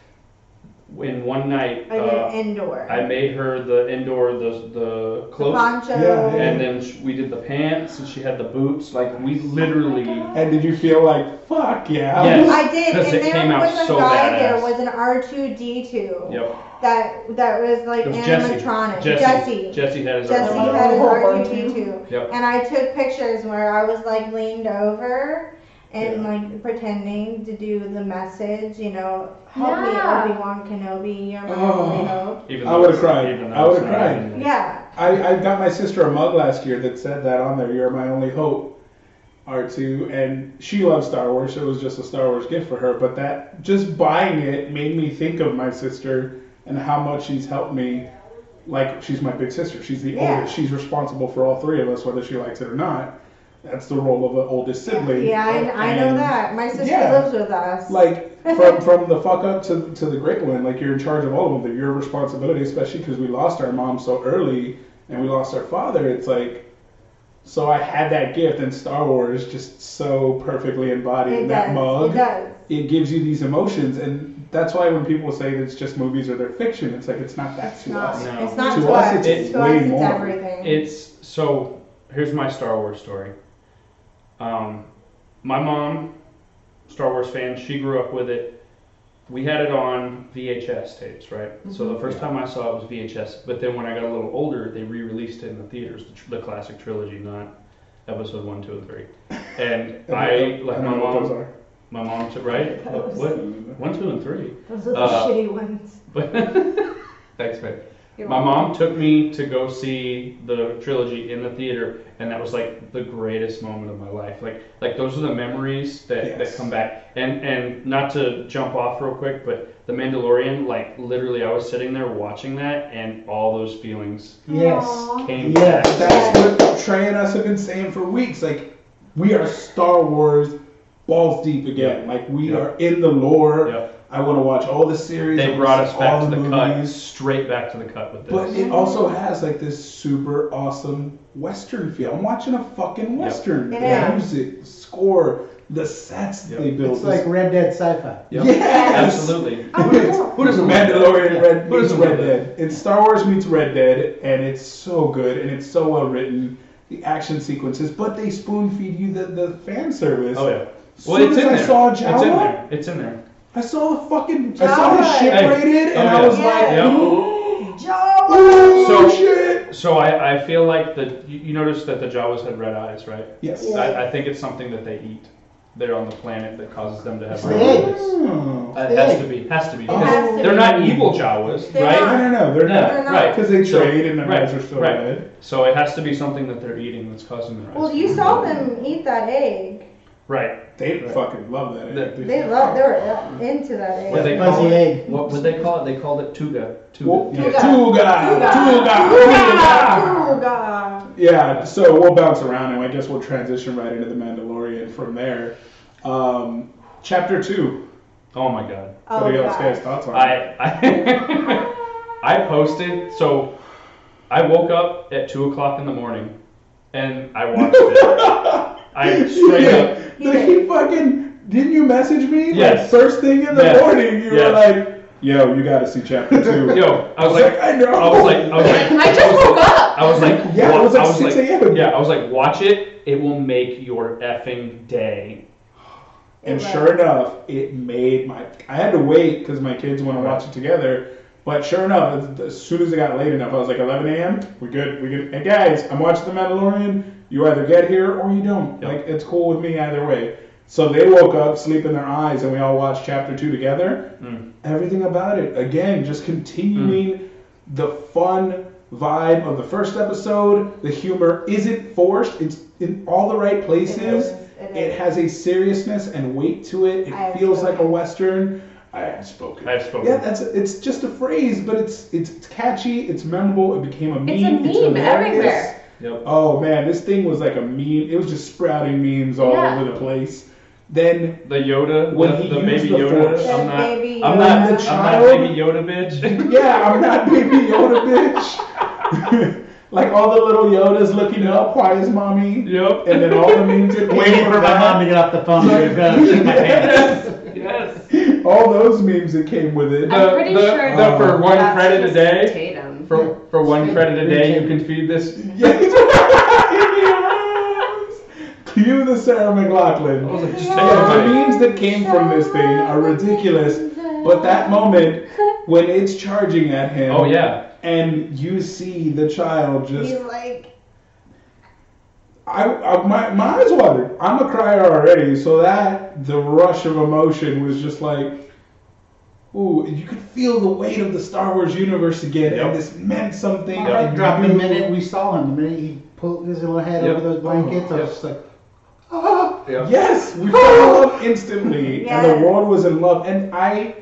[SPEAKER 8] In one night,
[SPEAKER 10] I
[SPEAKER 8] uh,
[SPEAKER 10] did indoor.
[SPEAKER 8] I made her the indoor the the
[SPEAKER 10] the
[SPEAKER 8] cloak,
[SPEAKER 10] poncho.
[SPEAKER 6] Yeah, yeah.
[SPEAKER 8] and then sh- we did the pants, and she had the boots. Like we literally,
[SPEAKER 10] God.
[SPEAKER 6] And did you feel like fuck yeah?
[SPEAKER 8] Yes.
[SPEAKER 10] I did,
[SPEAKER 8] Because
[SPEAKER 10] and
[SPEAKER 8] it
[SPEAKER 10] there
[SPEAKER 8] came out
[SPEAKER 10] was a
[SPEAKER 8] so
[SPEAKER 10] guy
[SPEAKER 8] badass.
[SPEAKER 10] there was an R two D two
[SPEAKER 8] yep.
[SPEAKER 10] that that was
[SPEAKER 8] It
[SPEAKER 10] like
[SPEAKER 8] was Jesse.
[SPEAKER 10] animatronic.
[SPEAKER 8] Jesse. Jesse had his
[SPEAKER 10] Jesse
[SPEAKER 8] arm.
[SPEAKER 10] had his
[SPEAKER 6] Oh,
[SPEAKER 10] R2D2.
[SPEAKER 8] Yep.
[SPEAKER 10] And I took pictures where I was like leaned over and
[SPEAKER 6] Yeah.
[SPEAKER 10] like pretending to do the message, you know, help
[SPEAKER 7] Yeah.
[SPEAKER 10] me, Obi Wan Kenobi, you're my
[SPEAKER 6] Oh.
[SPEAKER 10] only hope.
[SPEAKER 8] Even
[SPEAKER 6] I
[SPEAKER 8] though
[SPEAKER 6] would've
[SPEAKER 8] it's not-
[SPEAKER 6] cried.
[SPEAKER 8] even though
[SPEAKER 6] I would've
[SPEAKER 8] it's not
[SPEAKER 6] cried.
[SPEAKER 8] even-
[SPEAKER 10] Yeah.
[SPEAKER 6] I, I got my sister a mug last year that said that on there. You're my only hope, R2. And she loves Star Wars. So it was just a Star Wars gift for her. But that just buying it made me think of my sister and how much she's helped me. Like she's my big sister. She's the
[SPEAKER 10] Yeah.
[SPEAKER 6] oldest. She's responsible for all three of us, whether she likes it or not. that's the role of an oldest sibling.
[SPEAKER 10] Yeah, I, I know
[SPEAKER 6] And-
[SPEAKER 10] that. My sister
[SPEAKER 6] Yeah.
[SPEAKER 10] lives with us.
[SPEAKER 6] Like from from the fuck up to to the great one, like you're in charge of all of them. Your responsibility, especially because we lost our mom so early and we lost our father. It's like. So I had that gift, and Star Wars just so perfectly embodied
[SPEAKER 10] it
[SPEAKER 6] in that
[SPEAKER 10] does.
[SPEAKER 6] mug
[SPEAKER 10] It does.
[SPEAKER 6] it gives you these emotions, and that's why when people say that it's just movies or they're fiction, it's like it's not that
[SPEAKER 10] It's
[SPEAKER 6] to
[SPEAKER 10] not,
[SPEAKER 6] us.
[SPEAKER 8] No.
[SPEAKER 10] it's not
[SPEAKER 6] To
[SPEAKER 10] to,
[SPEAKER 6] us,
[SPEAKER 10] us.
[SPEAKER 6] it's
[SPEAKER 10] to
[SPEAKER 6] way
[SPEAKER 10] us, it's
[SPEAKER 6] more.
[SPEAKER 10] everything.
[SPEAKER 8] It's so. Here's my Star Wars story. Um, my mom, Star Wars fan, she grew up with it. We had it on VHS tapes, right? So the first time I saw it was VHS, but then when I got a little older, they re-released it in the theaters, the, tr- the classic trilogy, not episode one, two, and three. *laughs* And I, like
[SPEAKER 6] don't
[SPEAKER 8] my
[SPEAKER 6] know what those
[SPEAKER 8] mom,
[SPEAKER 6] are.
[SPEAKER 8] my mom took right, what, what? one, two, and three.
[SPEAKER 10] Those are the
[SPEAKER 8] uh,
[SPEAKER 10] shitty ones.
[SPEAKER 8] But *laughs* thanks, babe.
[SPEAKER 7] You're
[SPEAKER 8] My
[SPEAKER 7] welcome.
[SPEAKER 8] mom took me to go see the trilogy in the theater, and that was like the greatest moment of my life. Like, like those are the memories that,
[SPEAKER 6] Yes.
[SPEAKER 8] that come back. And and not to jump off real quick, but The Mandalorian, like literally, I was sitting there watching that, and all those feelings
[SPEAKER 9] Yes.
[SPEAKER 10] Aw.
[SPEAKER 8] came
[SPEAKER 9] Yeah,
[SPEAKER 8] back.
[SPEAKER 6] That's what Trey and us have been saying for weeks. Like, we are Star Wars balls deep again. Like, we
[SPEAKER 8] Yeah.
[SPEAKER 6] are in the lore.
[SPEAKER 8] Yeah.
[SPEAKER 6] I want to watch all the series. I
[SPEAKER 8] They
[SPEAKER 6] wanna
[SPEAKER 8] brought us
[SPEAKER 6] see
[SPEAKER 8] back
[SPEAKER 6] all
[SPEAKER 8] to the cut,
[SPEAKER 6] movies.
[SPEAKER 8] straight back to the cut with this.
[SPEAKER 6] But it also has like this super awesome western feel. I'm watching a fucking western.
[SPEAKER 10] It
[SPEAKER 6] The
[SPEAKER 10] is.
[SPEAKER 6] music, score, the sets that
[SPEAKER 8] Yep.
[SPEAKER 6] they built.
[SPEAKER 9] It's like Red Dead Sci-Fi.
[SPEAKER 8] Yep.
[SPEAKER 6] Yes!
[SPEAKER 8] Absolutely.
[SPEAKER 10] Oh, cool.
[SPEAKER 6] Who doesn't Mandalorian Red
[SPEAKER 8] Who
[SPEAKER 6] meets
[SPEAKER 8] doesn't
[SPEAKER 6] Red
[SPEAKER 8] love
[SPEAKER 6] Dead? It's Star Wars meets Red Dead, and it's so good and it's so well written. The action sequences, but they spoon feed you the, the fan service.
[SPEAKER 8] Oh yeah.
[SPEAKER 6] As
[SPEAKER 8] Well,
[SPEAKER 6] soon
[SPEAKER 8] it's
[SPEAKER 6] as
[SPEAKER 8] in
[SPEAKER 6] I
[SPEAKER 8] there.
[SPEAKER 6] saw
[SPEAKER 8] It's in
[SPEAKER 6] Jawa-
[SPEAKER 8] there. It's in there.
[SPEAKER 6] I saw the fucking I saw his
[SPEAKER 10] Jawa.
[SPEAKER 6] ship
[SPEAKER 8] Hey.
[SPEAKER 6] rated, and
[SPEAKER 8] Oh,
[SPEAKER 6] I
[SPEAKER 8] yeah.
[SPEAKER 6] was like,
[SPEAKER 8] Yeah.
[SPEAKER 10] *gasps*
[SPEAKER 6] "Ooh,
[SPEAKER 8] So-
[SPEAKER 6] shit!"
[SPEAKER 8] So I, I feel like the you, you notice that the Jawas had red eyes, right?
[SPEAKER 6] Yes.
[SPEAKER 8] I, I think it's something that they eat. They're on the planet that causes them to have
[SPEAKER 9] It's
[SPEAKER 8] red
[SPEAKER 9] the egg.
[SPEAKER 8] eyes.
[SPEAKER 6] Oh.
[SPEAKER 8] Uh, It has to be. Has to be.
[SPEAKER 6] Oh.
[SPEAKER 10] It has to
[SPEAKER 8] They're
[SPEAKER 10] be.
[SPEAKER 8] not evil Jawas,
[SPEAKER 10] They're
[SPEAKER 8] right?
[SPEAKER 10] not.
[SPEAKER 6] No, no, no, they're
[SPEAKER 8] No,
[SPEAKER 6] not.
[SPEAKER 10] They're not.
[SPEAKER 8] right.
[SPEAKER 6] Because they
[SPEAKER 8] So-
[SPEAKER 6] trade and their
[SPEAKER 8] right,
[SPEAKER 6] eyes are still
[SPEAKER 8] right.
[SPEAKER 6] red.
[SPEAKER 8] So it has to be something that they're eating that's causing their eyes.
[SPEAKER 10] Well,
[SPEAKER 8] to
[SPEAKER 10] you
[SPEAKER 8] be
[SPEAKER 10] saw
[SPEAKER 8] red.
[SPEAKER 10] them eat that egg.
[SPEAKER 8] Right.
[SPEAKER 6] They
[SPEAKER 8] Right.
[SPEAKER 6] fucking love that.
[SPEAKER 8] They-
[SPEAKER 6] acting.
[SPEAKER 10] They love. They were into that egg.
[SPEAKER 8] What they
[SPEAKER 9] Fuzzy
[SPEAKER 8] call it?
[SPEAKER 9] egg.
[SPEAKER 8] What would they call it? They called it Tuga. Tuga.
[SPEAKER 6] Well, yeah,
[SPEAKER 10] Tuga.
[SPEAKER 6] Tuga, Tuga, Tuga.
[SPEAKER 10] Oh god.
[SPEAKER 6] Yeah, so we'll bounce around and I guess we'll transition right into the Mandalorian from there. Um, chapter two.
[SPEAKER 8] Oh my god.
[SPEAKER 10] Oh
[SPEAKER 6] what do y'all's guys'
[SPEAKER 10] god.
[SPEAKER 6] thoughts on *laughs* it?
[SPEAKER 8] I I, *laughs* I posted. So I woke up at two o'clock in the morning, and I watched it. I straight up.
[SPEAKER 6] He, did. he fucking didn't you message me? Like
[SPEAKER 8] Yes.
[SPEAKER 6] first thing in the
[SPEAKER 8] Yes.
[SPEAKER 6] morning, you
[SPEAKER 8] Yes.
[SPEAKER 6] were like, "Yo, you got to see chapter two.
[SPEAKER 8] Yo, I was like,
[SPEAKER 6] I know.
[SPEAKER 8] I was like, I was like,
[SPEAKER 7] I just
[SPEAKER 8] was
[SPEAKER 7] woke
[SPEAKER 8] like-
[SPEAKER 7] up.
[SPEAKER 8] I was like,
[SPEAKER 6] Yeah, it
[SPEAKER 8] wa-
[SPEAKER 6] was like
[SPEAKER 8] I was
[SPEAKER 6] 6
[SPEAKER 8] like-
[SPEAKER 6] a.m..
[SPEAKER 8] Yeah, I was like, watch it. It will make your effing day.
[SPEAKER 6] And sure enough, it made my. I had to wait because my kids want to watch it together. But sure enough, as, as soon as it got late enough, I was like, 11 a.m. We good. We good. And guys, I'm watching The Mandalorian. You either get here or you don't.
[SPEAKER 8] Yep.
[SPEAKER 6] Like it's cool with me either way. So they woke up, sleep in their eyes, and we all watched chapter two together.
[SPEAKER 8] Mm.
[SPEAKER 6] Everything about it, again, just continuing
[SPEAKER 10] Mm.
[SPEAKER 6] the fun vibe of the first episode. The humor isn't forced. It's in all the right places.
[SPEAKER 10] is, it
[SPEAKER 6] It
[SPEAKER 10] is.
[SPEAKER 6] has a seriousness and weight to it. It
[SPEAKER 10] I have
[SPEAKER 6] feels like a
[SPEAKER 10] spoken.
[SPEAKER 6] western. I have spoken.
[SPEAKER 8] I have spoken.
[SPEAKER 6] Yeah, that's it's just a phrase, but it's it's catchy. It's memorable. It became a meme.
[SPEAKER 7] It's a meme
[SPEAKER 6] hilarious.
[SPEAKER 7] everywhere.
[SPEAKER 8] Yep.
[SPEAKER 6] Oh man, this thing was like a meme. It was just sprouting memes all
[SPEAKER 7] Yeah.
[SPEAKER 6] over the place. Then
[SPEAKER 8] The Yoda,
[SPEAKER 6] When
[SPEAKER 8] the,
[SPEAKER 6] he
[SPEAKER 8] the
[SPEAKER 6] used
[SPEAKER 8] baby
[SPEAKER 6] the
[SPEAKER 8] Yoda.
[SPEAKER 6] Force.
[SPEAKER 8] I'm
[SPEAKER 10] The
[SPEAKER 8] not.
[SPEAKER 10] baby
[SPEAKER 8] I'm
[SPEAKER 6] Yoda.
[SPEAKER 8] not.
[SPEAKER 6] The
[SPEAKER 8] I'm
[SPEAKER 6] child.
[SPEAKER 8] not baby Yoda,
[SPEAKER 6] *laughs*
[SPEAKER 8] bitch.
[SPEAKER 6] yeah, I'm not baby Yoda, bitch. *laughs* like all the little Yodas looking up, why is mommy?
[SPEAKER 8] Yep.
[SPEAKER 6] And then all the memes
[SPEAKER 8] *laughs*
[SPEAKER 6] that came
[SPEAKER 9] Waiting
[SPEAKER 6] from
[SPEAKER 9] for my
[SPEAKER 6] that.
[SPEAKER 9] mom to get off the phone. so I've got to shake
[SPEAKER 6] *laughs*
[SPEAKER 9] my hand.
[SPEAKER 8] yes.
[SPEAKER 6] All those memes that came with it.
[SPEAKER 8] The-
[SPEAKER 7] I'm pretty
[SPEAKER 8] the-
[SPEAKER 7] sure
[SPEAKER 8] the
[SPEAKER 7] that-
[SPEAKER 8] for one
[SPEAKER 7] that's
[SPEAKER 8] credit a
[SPEAKER 7] just
[SPEAKER 8] day?
[SPEAKER 7] Tatum.
[SPEAKER 8] For for one credit a day, you can feed this.
[SPEAKER 6] Yes. Cue the Sarah
[SPEAKER 8] I was
[SPEAKER 6] McLaughlin.
[SPEAKER 8] like, just take
[SPEAKER 6] And the
[SPEAKER 8] it away.
[SPEAKER 6] memes that came from this thing are ridiculous, but that moment when it's charging at him,
[SPEAKER 8] Oh yeah.
[SPEAKER 6] and you see the child just,
[SPEAKER 10] He's like,
[SPEAKER 6] I, I my, my eyes watered. I'm a crier already, so that the rush of emotion was just like, ooh, and you could feel the weight of the Star Wars universe again,
[SPEAKER 8] Yep.
[SPEAKER 6] and this meant something.
[SPEAKER 9] I
[SPEAKER 6] and
[SPEAKER 9] dropped the
[SPEAKER 6] you-
[SPEAKER 9] minute we saw him. The minute he pulled his little head
[SPEAKER 8] Yep.
[SPEAKER 9] over those blankets, I
[SPEAKER 8] Yep.
[SPEAKER 9] was just like,
[SPEAKER 6] Ah,
[SPEAKER 8] Yeah.
[SPEAKER 10] *laughs*
[SPEAKER 6] Yes, we fell in love instantly, and
[SPEAKER 10] Yes.
[SPEAKER 6] the world was in love. And I,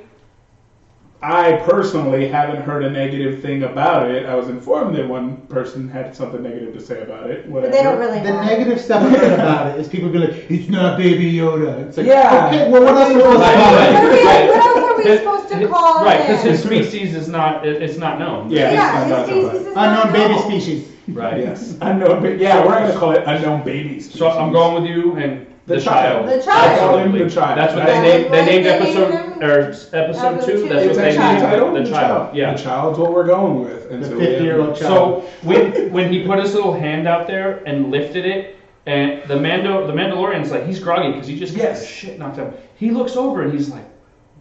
[SPEAKER 6] I personally haven't heard a negative thing about it. I was informed that one person had something negative to say about it. Whatever.
[SPEAKER 10] But they don't really
[SPEAKER 9] The
[SPEAKER 10] know.
[SPEAKER 9] negative stuff I've heard about it is people be like, it's not Baby Yoda. It's like,
[SPEAKER 6] Yeah.
[SPEAKER 9] okay, well, what else was
[SPEAKER 8] Right,
[SPEAKER 9] I
[SPEAKER 10] What are
[SPEAKER 8] right.
[SPEAKER 10] we- what else are we
[SPEAKER 8] His-
[SPEAKER 10] supposed to
[SPEAKER 8] his-
[SPEAKER 10] call
[SPEAKER 8] Right,
[SPEAKER 10] it?
[SPEAKER 8] because his species is not, it- it's not known.
[SPEAKER 6] Yeah, it's not
[SPEAKER 10] Yeah,
[SPEAKER 6] about
[SPEAKER 10] his species
[SPEAKER 6] nobody.
[SPEAKER 10] is not
[SPEAKER 9] Unknown Ah, baby
[SPEAKER 10] known.
[SPEAKER 9] species.
[SPEAKER 8] Right.
[SPEAKER 6] Yes, *laughs* unknown. Ba- yeah, we're gonna call it unknown babies.
[SPEAKER 8] So I'm going with you and the,
[SPEAKER 6] The child.
[SPEAKER 10] The child.
[SPEAKER 8] Absolutely.
[SPEAKER 6] The child.
[SPEAKER 8] That's what
[SPEAKER 6] That's
[SPEAKER 8] they named. They
[SPEAKER 10] what
[SPEAKER 8] named
[SPEAKER 10] they
[SPEAKER 8] episode
[SPEAKER 10] named him.
[SPEAKER 8] or s- episode
[SPEAKER 10] Episode
[SPEAKER 8] two.
[SPEAKER 10] two.
[SPEAKER 8] That's
[SPEAKER 6] It's
[SPEAKER 8] what they
[SPEAKER 6] actually titled
[SPEAKER 8] named it.
[SPEAKER 6] the child.
[SPEAKER 8] Yeah.
[SPEAKER 6] the child's what we're going with. And
[SPEAKER 9] The
[SPEAKER 6] so we have-
[SPEAKER 9] 50-year-old child.
[SPEAKER 8] So when when he put his little hand out there and lifted it, and the Mando the Mandalorian's like he's groggy because he just got
[SPEAKER 6] Yes.
[SPEAKER 8] the shit knocked out. He looks over and he's like,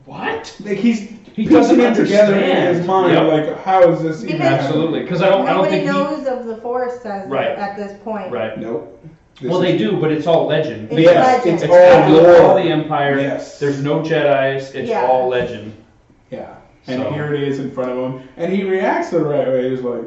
[SPEAKER 8] "What?"
[SPEAKER 6] Like he's
[SPEAKER 8] He
[SPEAKER 6] he
[SPEAKER 8] doesn't
[SPEAKER 6] piecing it together in his
[SPEAKER 8] understand.
[SPEAKER 6] mind.
[SPEAKER 8] Yep.
[SPEAKER 6] Like how is this even?
[SPEAKER 10] Because-
[SPEAKER 8] Absolutely, because I don't I don't
[SPEAKER 10] Nobody
[SPEAKER 8] think he,
[SPEAKER 10] knows of the forest as
[SPEAKER 8] Right.
[SPEAKER 10] at this point.
[SPEAKER 8] right.
[SPEAKER 6] Nope. This
[SPEAKER 8] Well,
[SPEAKER 6] is-
[SPEAKER 8] they do, but it's all legend.
[SPEAKER 10] It's
[SPEAKER 6] Yes,
[SPEAKER 10] legend.
[SPEAKER 6] it's
[SPEAKER 8] It's
[SPEAKER 6] all
[SPEAKER 8] after the fall
[SPEAKER 6] lore.
[SPEAKER 8] of the Empire.
[SPEAKER 6] Yes.
[SPEAKER 8] There's no Jedi's. It's
[SPEAKER 10] Yeah.
[SPEAKER 8] all legend.
[SPEAKER 6] Yeah. And
[SPEAKER 8] So-
[SPEAKER 6] here it is in front of him, and he reacts the right way. He's like,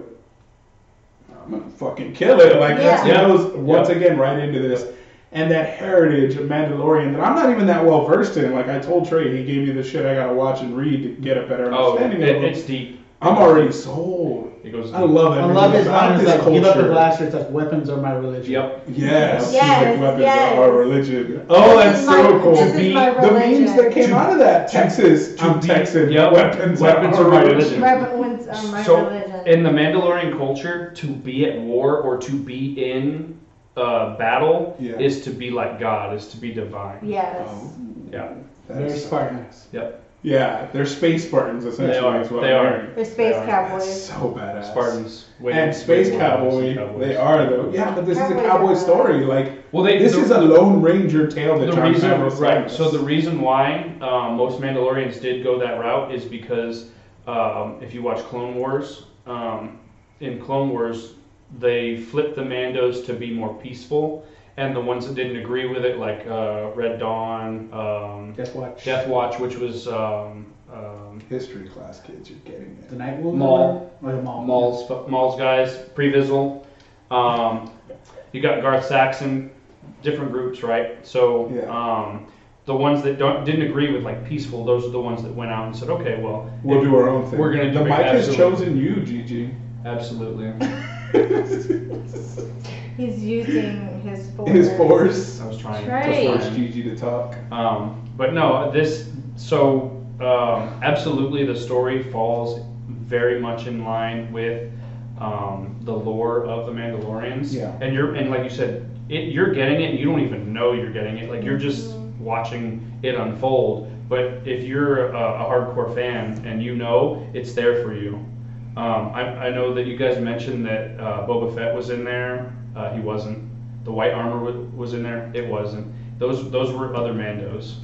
[SPEAKER 6] "I'm gonna fucking kill it!" Like that's
[SPEAKER 8] Yeah.
[SPEAKER 6] he goes
[SPEAKER 8] Yeah.
[SPEAKER 6] once again right into this, and that heritage of Mandalorian that I'm not even that well versed in. Like I told Trey, he gave me the shit I gotta watch and read to get a better
[SPEAKER 8] Oh, it,
[SPEAKER 6] understanding of it.
[SPEAKER 8] it's deep.
[SPEAKER 6] I'm already sold.
[SPEAKER 8] It goes.
[SPEAKER 6] I love it.
[SPEAKER 9] I love his
[SPEAKER 6] about
[SPEAKER 9] line. It's
[SPEAKER 6] this
[SPEAKER 9] like, give up the
[SPEAKER 6] culture.
[SPEAKER 9] blaster. It's like, weapons are my religion.
[SPEAKER 8] Yep.
[SPEAKER 6] Yes,
[SPEAKER 10] Yes,
[SPEAKER 6] like weapons
[SPEAKER 10] yes.
[SPEAKER 6] are our religion. Oh,
[SPEAKER 10] This
[SPEAKER 6] that's
[SPEAKER 10] is my-
[SPEAKER 6] so cool.
[SPEAKER 10] this is my
[SPEAKER 6] the memes
[SPEAKER 10] religion.
[SPEAKER 6] that came out of that Texas,
[SPEAKER 8] to
[SPEAKER 6] I'm
[SPEAKER 8] be-
[SPEAKER 6] Texan.
[SPEAKER 8] yep.
[SPEAKER 6] Weapons,
[SPEAKER 8] Weapons are my religion.
[SPEAKER 10] Weapons are my
[SPEAKER 8] so
[SPEAKER 10] religion.
[SPEAKER 8] in the Mandalorian culture, to be at war or to be in uh, battle
[SPEAKER 6] Yeah.
[SPEAKER 8] is to be like God, is to be divine.
[SPEAKER 10] yes.
[SPEAKER 8] Yeah.
[SPEAKER 6] Oh, That
[SPEAKER 9] Very
[SPEAKER 6] is-
[SPEAKER 9] Spartan.
[SPEAKER 8] Yep.
[SPEAKER 6] Yeah, they're space Spartans essentially.
[SPEAKER 8] They are,
[SPEAKER 6] is what
[SPEAKER 8] they
[SPEAKER 6] I'm
[SPEAKER 8] are.
[SPEAKER 6] hearing.
[SPEAKER 10] They're space
[SPEAKER 8] They are.
[SPEAKER 6] That's
[SPEAKER 10] cowboys.
[SPEAKER 6] so badass.
[SPEAKER 8] Spartans. way- way
[SPEAKER 6] And space
[SPEAKER 8] more than
[SPEAKER 6] cowboy,
[SPEAKER 8] cowboys.
[SPEAKER 6] they are though. Yeah, but this is a
[SPEAKER 10] Cowboys are
[SPEAKER 6] cowboy
[SPEAKER 10] badass.
[SPEAKER 6] story. Like
[SPEAKER 8] Well, they,
[SPEAKER 6] this
[SPEAKER 8] the-
[SPEAKER 6] is a Lone Ranger tale that
[SPEAKER 8] the
[SPEAKER 6] John
[SPEAKER 8] reason,
[SPEAKER 6] Favreau
[SPEAKER 8] right? So the reason why um, most Mandalorians did go that route is because um, if you watch Clone Wars, um, in Clone Wars they flipped the Mandos to be more peaceful, and the ones that didn't agree with it, like uh, Red Dawn, um,
[SPEAKER 9] Death Watch.
[SPEAKER 8] Death Watch, which was um, um,
[SPEAKER 6] history class kids, you're getting
[SPEAKER 9] The
[SPEAKER 6] it.
[SPEAKER 9] Night Wolf?
[SPEAKER 8] Maul.
[SPEAKER 9] Or the Maul.
[SPEAKER 8] Maul's Maul's guys, Previsal. Um, you got Garth Saxon, different groups, right? So
[SPEAKER 6] Yeah.
[SPEAKER 8] um, the ones that don't, didn't agree with like peaceful, those are the ones that went out and said, okay, well,
[SPEAKER 6] We'll
[SPEAKER 8] if-
[SPEAKER 6] do our own thing.
[SPEAKER 8] We're gonna do
[SPEAKER 6] the
[SPEAKER 8] it,
[SPEAKER 6] mic has
[SPEAKER 8] absolutely.
[SPEAKER 6] chosen you, Gigi. *laughs*
[SPEAKER 8] Absolutely.
[SPEAKER 10] He's using his force.
[SPEAKER 6] His force
[SPEAKER 8] I was trying. just
[SPEAKER 7] Right.
[SPEAKER 8] trying.
[SPEAKER 6] forced Gigi to talk.
[SPEAKER 8] Um, but no, this so um, absolutely the story falls very much in line with um, the lore of the Mandalorians.
[SPEAKER 6] Yeah.
[SPEAKER 8] And you're and like you said, it, you're getting it, and you don't even know you're getting it. Like you're just watching it unfold. But if you're a, a hardcore fan and you know, it's there for you. Um, I, I know that you guys mentioned that uh, Boba Fett was in there. Uh, he wasn't. The white armor wa- was in there. It wasn't. Those those were other Mandos.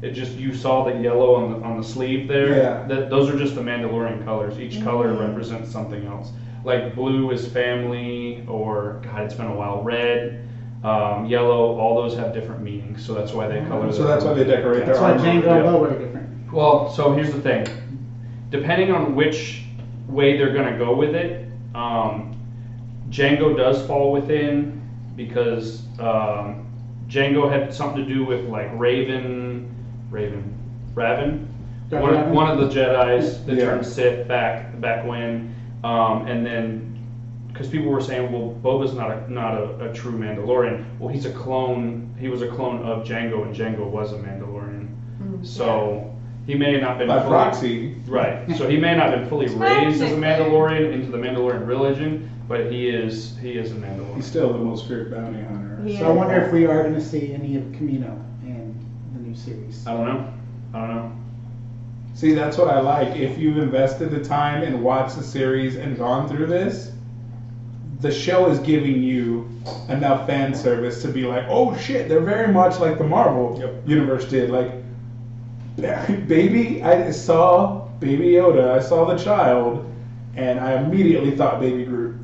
[SPEAKER 8] It just you saw the yellow on the on the sleeve there.
[SPEAKER 6] Yeah.
[SPEAKER 8] That those are just the Mandalorian colors. Each color represents something else. Like blue is family, or God, it's been a while. Red, um, yellow, all those have different meanings. So that's why they color.
[SPEAKER 6] Mm-hmm. So
[SPEAKER 8] their
[SPEAKER 6] that's why they decorate
[SPEAKER 8] That's
[SPEAKER 6] their
[SPEAKER 9] That's why
[SPEAKER 6] armor.
[SPEAKER 9] Django
[SPEAKER 8] Yeah.
[SPEAKER 9] and Boba are different.
[SPEAKER 8] well, so here's the thing. Depending on which way they're going to go with it, um, Django does fall within because um, Django had something to do with like Raven, Raven, Raven,
[SPEAKER 9] Darth
[SPEAKER 8] one,
[SPEAKER 9] Raven?
[SPEAKER 8] one of the Jedi's that
[SPEAKER 6] Yeah.
[SPEAKER 8] turned Sith back back when, um, and then because people were saying, well, Boba's not a not a, a true Mandalorian. Well, he's a clone. He was a clone of Django, and Django was a Mandalorian.
[SPEAKER 7] Hmm.
[SPEAKER 8] So he may not been
[SPEAKER 6] By
[SPEAKER 8] fully-
[SPEAKER 6] proxy, *laughs*
[SPEAKER 8] Right. So he may not have been fully raised as a
[SPEAKER 7] Technically.
[SPEAKER 8] Mandalorian into the Mandalorian religion, but he is he is a Mandalorian.
[SPEAKER 6] he's still the most feared bounty hunter.
[SPEAKER 10] Yeah.
[SPEAKER 9] So I wonder if we are going to see any of Camino in the new series.
[SPEAKER 8] I don't know. I don't know.
[SPEAKER 6] See, that's what I like. If you've invested the time and watched the series and gone through this, the show is giving you enough fan service to be like, oh shit, they're very much like the Marvel
[SPEAKER 8] Yep.
[SPEAKER 6] universe did. Like, *laughs* baby, I saw Baby Yoda, I saw the child, and I immediately thought Baby Groot.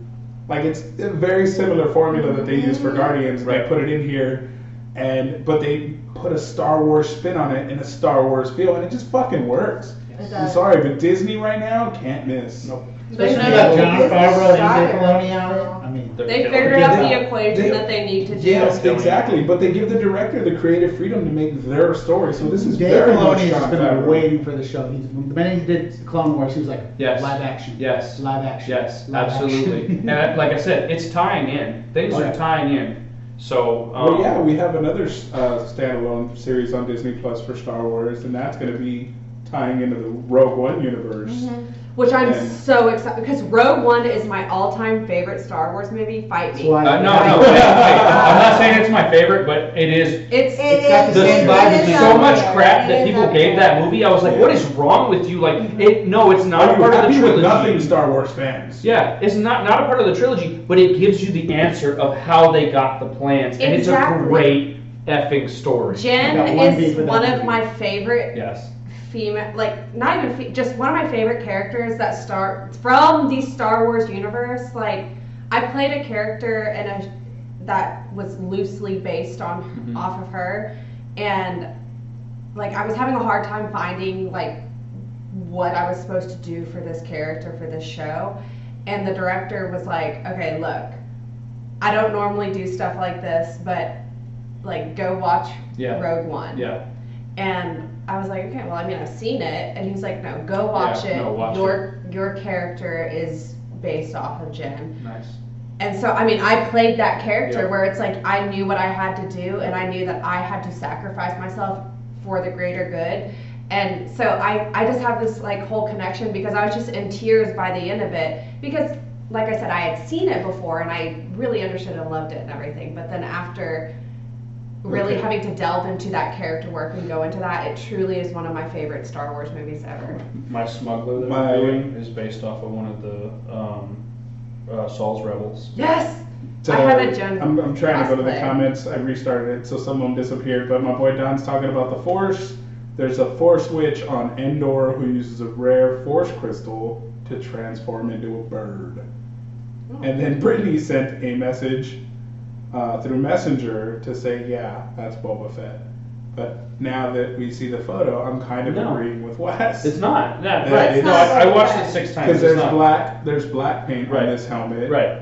[SPEAKER 6] Like, it's a very similar formula that they use for Guardians.
[SPEAKER 8] Right.
[SPEAKER 6] They put it in here, and but they put a Star Wars spin on it and a Star Wars feel, and it just fucking works.
[SPEAKER 10] It
[SPEAKER 6] I'm
[SPEAKER 10] does.
[SPEAKER 6] sorry, but Disney right now can't miss.
[SPEAKER 8] Nope.
[SPEAKER 7] There's
[SPEAKER 9] Especially
[SPEAKER 7] no-
[SPEAKER 9] with John
[SPEAKER 10] This is
[SPEAKER 9] Favreau and Dave
[SPEAKER 10] fire.
[SPEAKER 9] Filoni on it. I mean,
[SPEAKER 7] They
[SPEAKER 8] They're
[SPEAKER 7] figured
[SPEAKER 8] killing
[SPEAKER 7] out
[SPEAKER 6] it.
[SPEAKER 7] the equation
[SPEAKER 6] They-
[SPEAKER 7] that they need to do.
[SPEAKER 9] Yes.
[SPEAKER 8] Don't
[SPEAKER 6] exactly. But they give the director the creative freedom to make their story. So this is
[SPEAKER 9] Dave
[SPEAKER 6] very much
[SPEAKER 9] Filoni has
[SPEAKER 6] John
[SPEAKER 9] been
[SPEAKER 6] Favreau.
[SPEAKER 9] waiting for the show. He's, the minute he did Clone Wars, he was like,
[SPEAKER 8] Yes.
[SPEAKER 9] live action.
[SPEAKER 8] Yes.
[SPEAKER 9] Live action.
[SPEAKER 8] Yes,
[SPEAKER 9] live
[SPEAKER 8] absolutely.
[SPEAKER 9] *laughs* action."
[SPEAKER 8] and that- like I said, it's tying in. Things
[SPEAKER 9] Oh, yeah.
[SPEAKER 8] are tying in. So um,
[SPEAKER 6] well, yeah, we have another uh, standalone series on Disney Plus for Star Wars, and that's going to be tying into the Rogue One universe.
[SPEAKER 10] Mm-hmm.
[SPEAKER 7] Which I'm
[SPEAKER 6] And-
[SPEAKER 7] so excited because Rogue One is my all-time favorite Star Wars movie. Fight
[SPEAKER 9] That's
[SPEAKER 7] me.
[SPEAKER 9] why-
[SPEAKER 8] Uh, no, no. wait, wait. I'm not saying it's my favorite, but it is.
[SPEAKER 7] It's
[SPEAKER 10] It
[SPEAKER 9] It's got
[SPEAKER 10] is-
[SPEAKER 9] the
[SPEAKER 10] it-
[SPEAKER 9] same
[SPEAKER 10] it
[SPEAKER 9] vibe
[SPEAKER 10] is
[SPEAKER 9] as
[SPEAKER 10] up
[SPEAKER 8] So much
[SPEAKER 10] there.
[SPEAKER 8] crap
[SPEAKER 10] It
[SPEAKER 8] that
[SPEAKER 10] is
[SPEAKER 8] people
[SPEAKER 10] up
[SPEAKER 8] gave
[SPEAKER 10] there.
[SPEAKER 8] that movie. I was like, what is wrong with you? Like, it, no, it's not
[SPEAKER 6] Are you
[SPEAKER 8] a part of the
[SPEAKER 6] happy
[SPEAKER 8] trilogy.
[SPEAKER 6] with nothing, Star Wars fans?
[SPEAKER 8] Yeah, it's not not a part of the trilogy, but it gives you the answer of how they got the plans, and it's
[SPEAKER 7] Exactly.
[SPEAKER 8] a great effing story.
[SPEAKER 7] Jen
[SPEAKER 9] I got one beef
[SPEAKER 7] is
[SPEAKER 9] with that
[SPEAKER 7] one of
[SPEAKER 9] movie.
[SPEAKER 7] my favorite
[SPEAKER 8] Yes.
[SPEAKER 7] female, like not even fe- just one of my favorite characters that start from the Star Wars universe. Like I played a character in a that was loosely based on
[SPEAKER 8] Mhm.
[SPEAKER 7] off of her, and like I was having a hard time finding like what I was supposed to do for this character for this show, and the director was like, okay, look, I don't normally do stuff like this, but like go watch
[SPEAKER 8] Yeah.
[SPEAKER 7] Rogue One.
[SPEAKER 8] Yeah.
[SPEAKER 7] And I was like, okay, well, I mean, I've seen it. And he's like, no, go watch
[SPEAKER 8] Yeah,
[SPEAKER 7] it.
[SPEAKER 8] no, watch
[SPEAKER 7] your your character is based off of Jen.
[SPEAKER 8] Nice.
[SPEAKER 7] And so, I mean, I played that character
[SPEAKER 8] Yeah.
[SPEAKER 7] where it's like I knew what I had to do, and I knew that I had to sacrifice myself for the greater good. And so I, I just have this like whole connection because I was just in tears by the end of it because like I said I had seen it before and I really understood and loved it and everything but then after really
[SPEAKER 6] Okay.
[SPEAKER 7] having to delve into that character work and go into that it truly is one of my favorite Star Wars movies ever.
[SPEAKER 8] My smuggler that
[SPEAKER 6] My-
[SPEAKER 8] we're doing is based off of one of the um, uh, Saul's rebels.
[SPEAKER 7] Yes.
[SPEAKER 6] So,
[SPEAKER 7] I have a Jen
[SPEAKER 6] I'm, I'm trying to go to the
[SPEAKER 7] cosplay.
[SPEAKER 6] comments. I restarted it, so someone disappeared. But my boy Don's talking about the Force. There's a Force witch on Endor who uses a rare Force crystal to transform into a bird.
[SPEAKER 7] Hmm.
[SPEAKER 6] And then Brittany sent a message uh, through Messenger to say, "Yeah, that's Boba Fett." But now that we see the photo, I'm kind of
[SPEAKER 8] No.
[SPEAKER 6] agreeing with Wes.
[SPEAKER 8] It's not. Not
[SPEAKER 6] Yeah,
[SPEAKER 8] right.
[SPEAKER 6] it's
[SPEAKER 8] No,
[SPEAKER 6] not
[SPEAKER 8] I, I
[SPEAKER 10] like
[SPEAKER 8] watched
[SPEAKER 10] that.
[SPEAKER 8] it six times.
[SPEAKER 6] because
[SPEAKER 8] It's
[SPEAKER 6] there's
[SPEAKER 8] not.
[SPEAKER 6] black, there's black paint
[SPEAKER 8] Right.
[SPEAKER 6] on this helmet.
[SPEAKER 8] Right.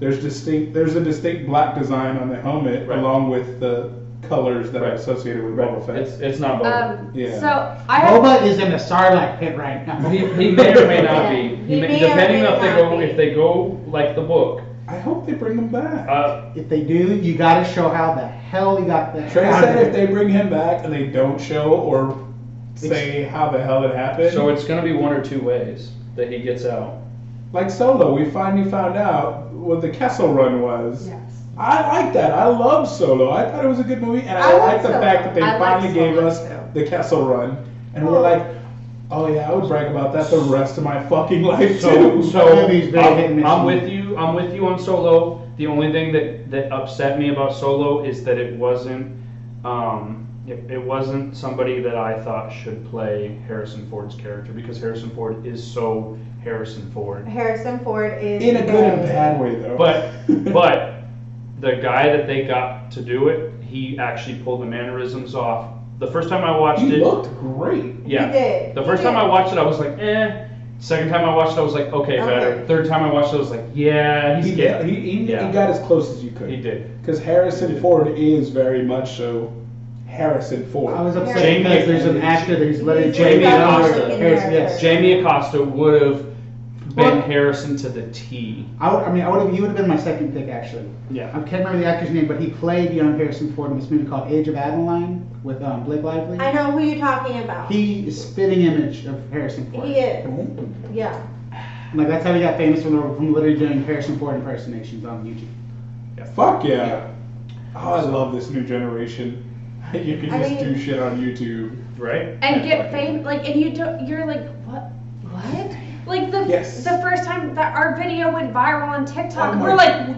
[SPEAKER 6] There's distinct. There's a distinct black design on the helmet,
[SPEAKER 8] Right.
[SPEAKER 6] along with the colors that are
[SPEAKER 8] Right.
[SPEAKER 6] associated with Boba Fett.
[SPEAKER 8] It's it's not Boba.
[SPEAKER 7] Um,
[SPEAKER 6] Yeah.
[SPEAKER 7] so I have
[SPEAKER 9] Boba is in the Sarlacc pit right now.
[SPEAKER 8] he,
[SPEAKER 9] *laughs*
[SPEAKER 8] he may or may not
[SPEAKER 10] *laughs*
[SPEAKER 8] be.
[SPEAKER 10] Yeah,
[SPEAKER 8] He
[SPEAKER 10] he
[SPEAKER 8] may,
[SPEAKER 10] may or
[SPEAKER 8] depending
[SPEAKER 10] may
[SPEAKER 8] if they
[SPEAKER 10] not
[SPEAKER 8] go
[SPEAKER 10] be.
[SPEAKER 8] if they go like the book.
[SPEAKER 6] I hope they bring him back.
[SPEAKER 8] Uh,
[SPEAKER 9] If they do, you got to show how the hell he got the
[SPEAKER 6] Trey
[SPEAKER 9] out of
[SPEAKER 6] said
[SPEAKER 9] it.
[SPEAKER 6] if they bring him back and they don't show or say how the hell it happened,
[SPEAKER 8] so it's gonna be one or two ways that he gets out.
[SPEAKER 6] like Solo, we finally found out what the Kessel Run was.
[SPEAKER 7] Yes.
[SPEAKER 6] I like that. I love Solo. I thought it was a good movie, and I,
[SPEAKER 10] I like
[SPEAKER 6] like the
[SPEAKER 10] Solo.
[SPEAKER 6] fact that they
[SPEAKER 7] I like
[SPEAKER 6] finally
[SPEAKER 7] Solo,
[SPEAKER 6] gave us
[SPEAKER 7] too.
[SPEAKER 6] the Kessel Run, and
[SPEAKER 10] Oh.
[SPEAKER 6] we're like, oh yeah, I would brag about that the rest of my fucking
[SPEAKER 8] *laughs*
[SPEAKER 6] life
[SPEAKER 8] So,
[SPEAKER 6] too.
[SPEAKER 8] so
[SPEAKER 9] Maybe he's very hit and
[SPEAKER 8] I'm,
[SPEAKER 9] miss.
[SPEAKER 8] I'm with you. I'm with you on Solo. The only thing that, that upset me about Solo is that it wasn't um, it, it wasn't somebody that I thought should play Harrison Ford's character because Harrison Ford is so Harrison Ford.
[SPEAKER 10] Harrison Ford is
[SPEAKER 6] in a good and
[SPEAKER 10] very-
[SPEAKER 6] bad way though. *laughs*
[SPEAKER 8] But but the guy that they got to do it, he actually pulled the mannerisms off. The first time I watched
[SPEAKER 6] He
[SPEAKER 8] it,
[SPEAKER 6] looked great.
[SPEAKER 8] yeah,
[SPEAKER 10] He did.
[SPEAKER 8] The
[SPEAKER 10] He
[SPEAKER 8] first
[SPEAKER 10] did.
[SPEAKER 8] time I watched it, I was like, eh. Second time I watched it, I was like, okay,
[SPEAKER 10] Okay.
[SPEAKER 6] Uh-huh.
[SPEAKER 8] better. Third time I watched it, I was like, yeah,
[SPEAKER 6] He,
[SPEAKER 8] he's
[SPEAKER 6] got,
[SPEAKER 8] gay.
[SPEAKER 6] he, he,
[SPEAKER 8] Yeah.
[SPEAKER 6] he got as close as you could.
[SPEAKER 8] He did.
[SPEAKER 6] Because Harrison Ford is very much so Harrison Ford.
[SPEAKER 9] I was upset
[SPEAKER 8] Jamie-
[SPEAKER 9] because there's an actor that he's letting
[SPEAKER 10] He's
[SPEAKER 8] Jamie
[SPEAKER 10] got
[SPEAKER 8] Foxx.
[SPEAKER 10] Harrison in
[SPEAKER 9] Harrison,
[SPEAKER 10] there.
[SPEAKER 9] yes.
[SPEAKER 8] Jamie Acosta would have been
[SPEAKER 9] Well-
[SPEAKER 8] Harrison to the T.
[SPEAKER 9] I, would, I mean, I would have, he would have been my second pick actually. I
[SPEAKER 8] Yeah.
[SPEAKER 9] can't remember the actor's name, but he played young Harrison Ford in this movie called Age of Adeline with um, Blake Lively.
[SPEAKER 10] I know who you're talking about.
[SPEAKER 9] He is spitting image of Harrison Ford.
[SPEAKER 10] He is. Yeah.
[SPEAKER 9] Like that's how he got famous from, from literally doing Harrison Ford impersonations on YouTube.
[SPEAKER 6] Fuck yeah. Oh, I love this new generation. *laughs* you can
[SPEAKER 10] I
[SPEAKER 6] just
[SPEAKER 10] mean-
[SPEAKER 6] do shit on YouTube.
[SPEAKER 8] Right?
[SPEAKER 7] and get
[SPEAKER 6] fucking-
[SPEAKER 7] fame like and you don't you're like what what like the
[SPEAKER 6] Yes.
[SPEAKER 7] the first time that our video went viral on TikTok
[SPEAKER 6] Oh my-
[SPEAKER 7] we're like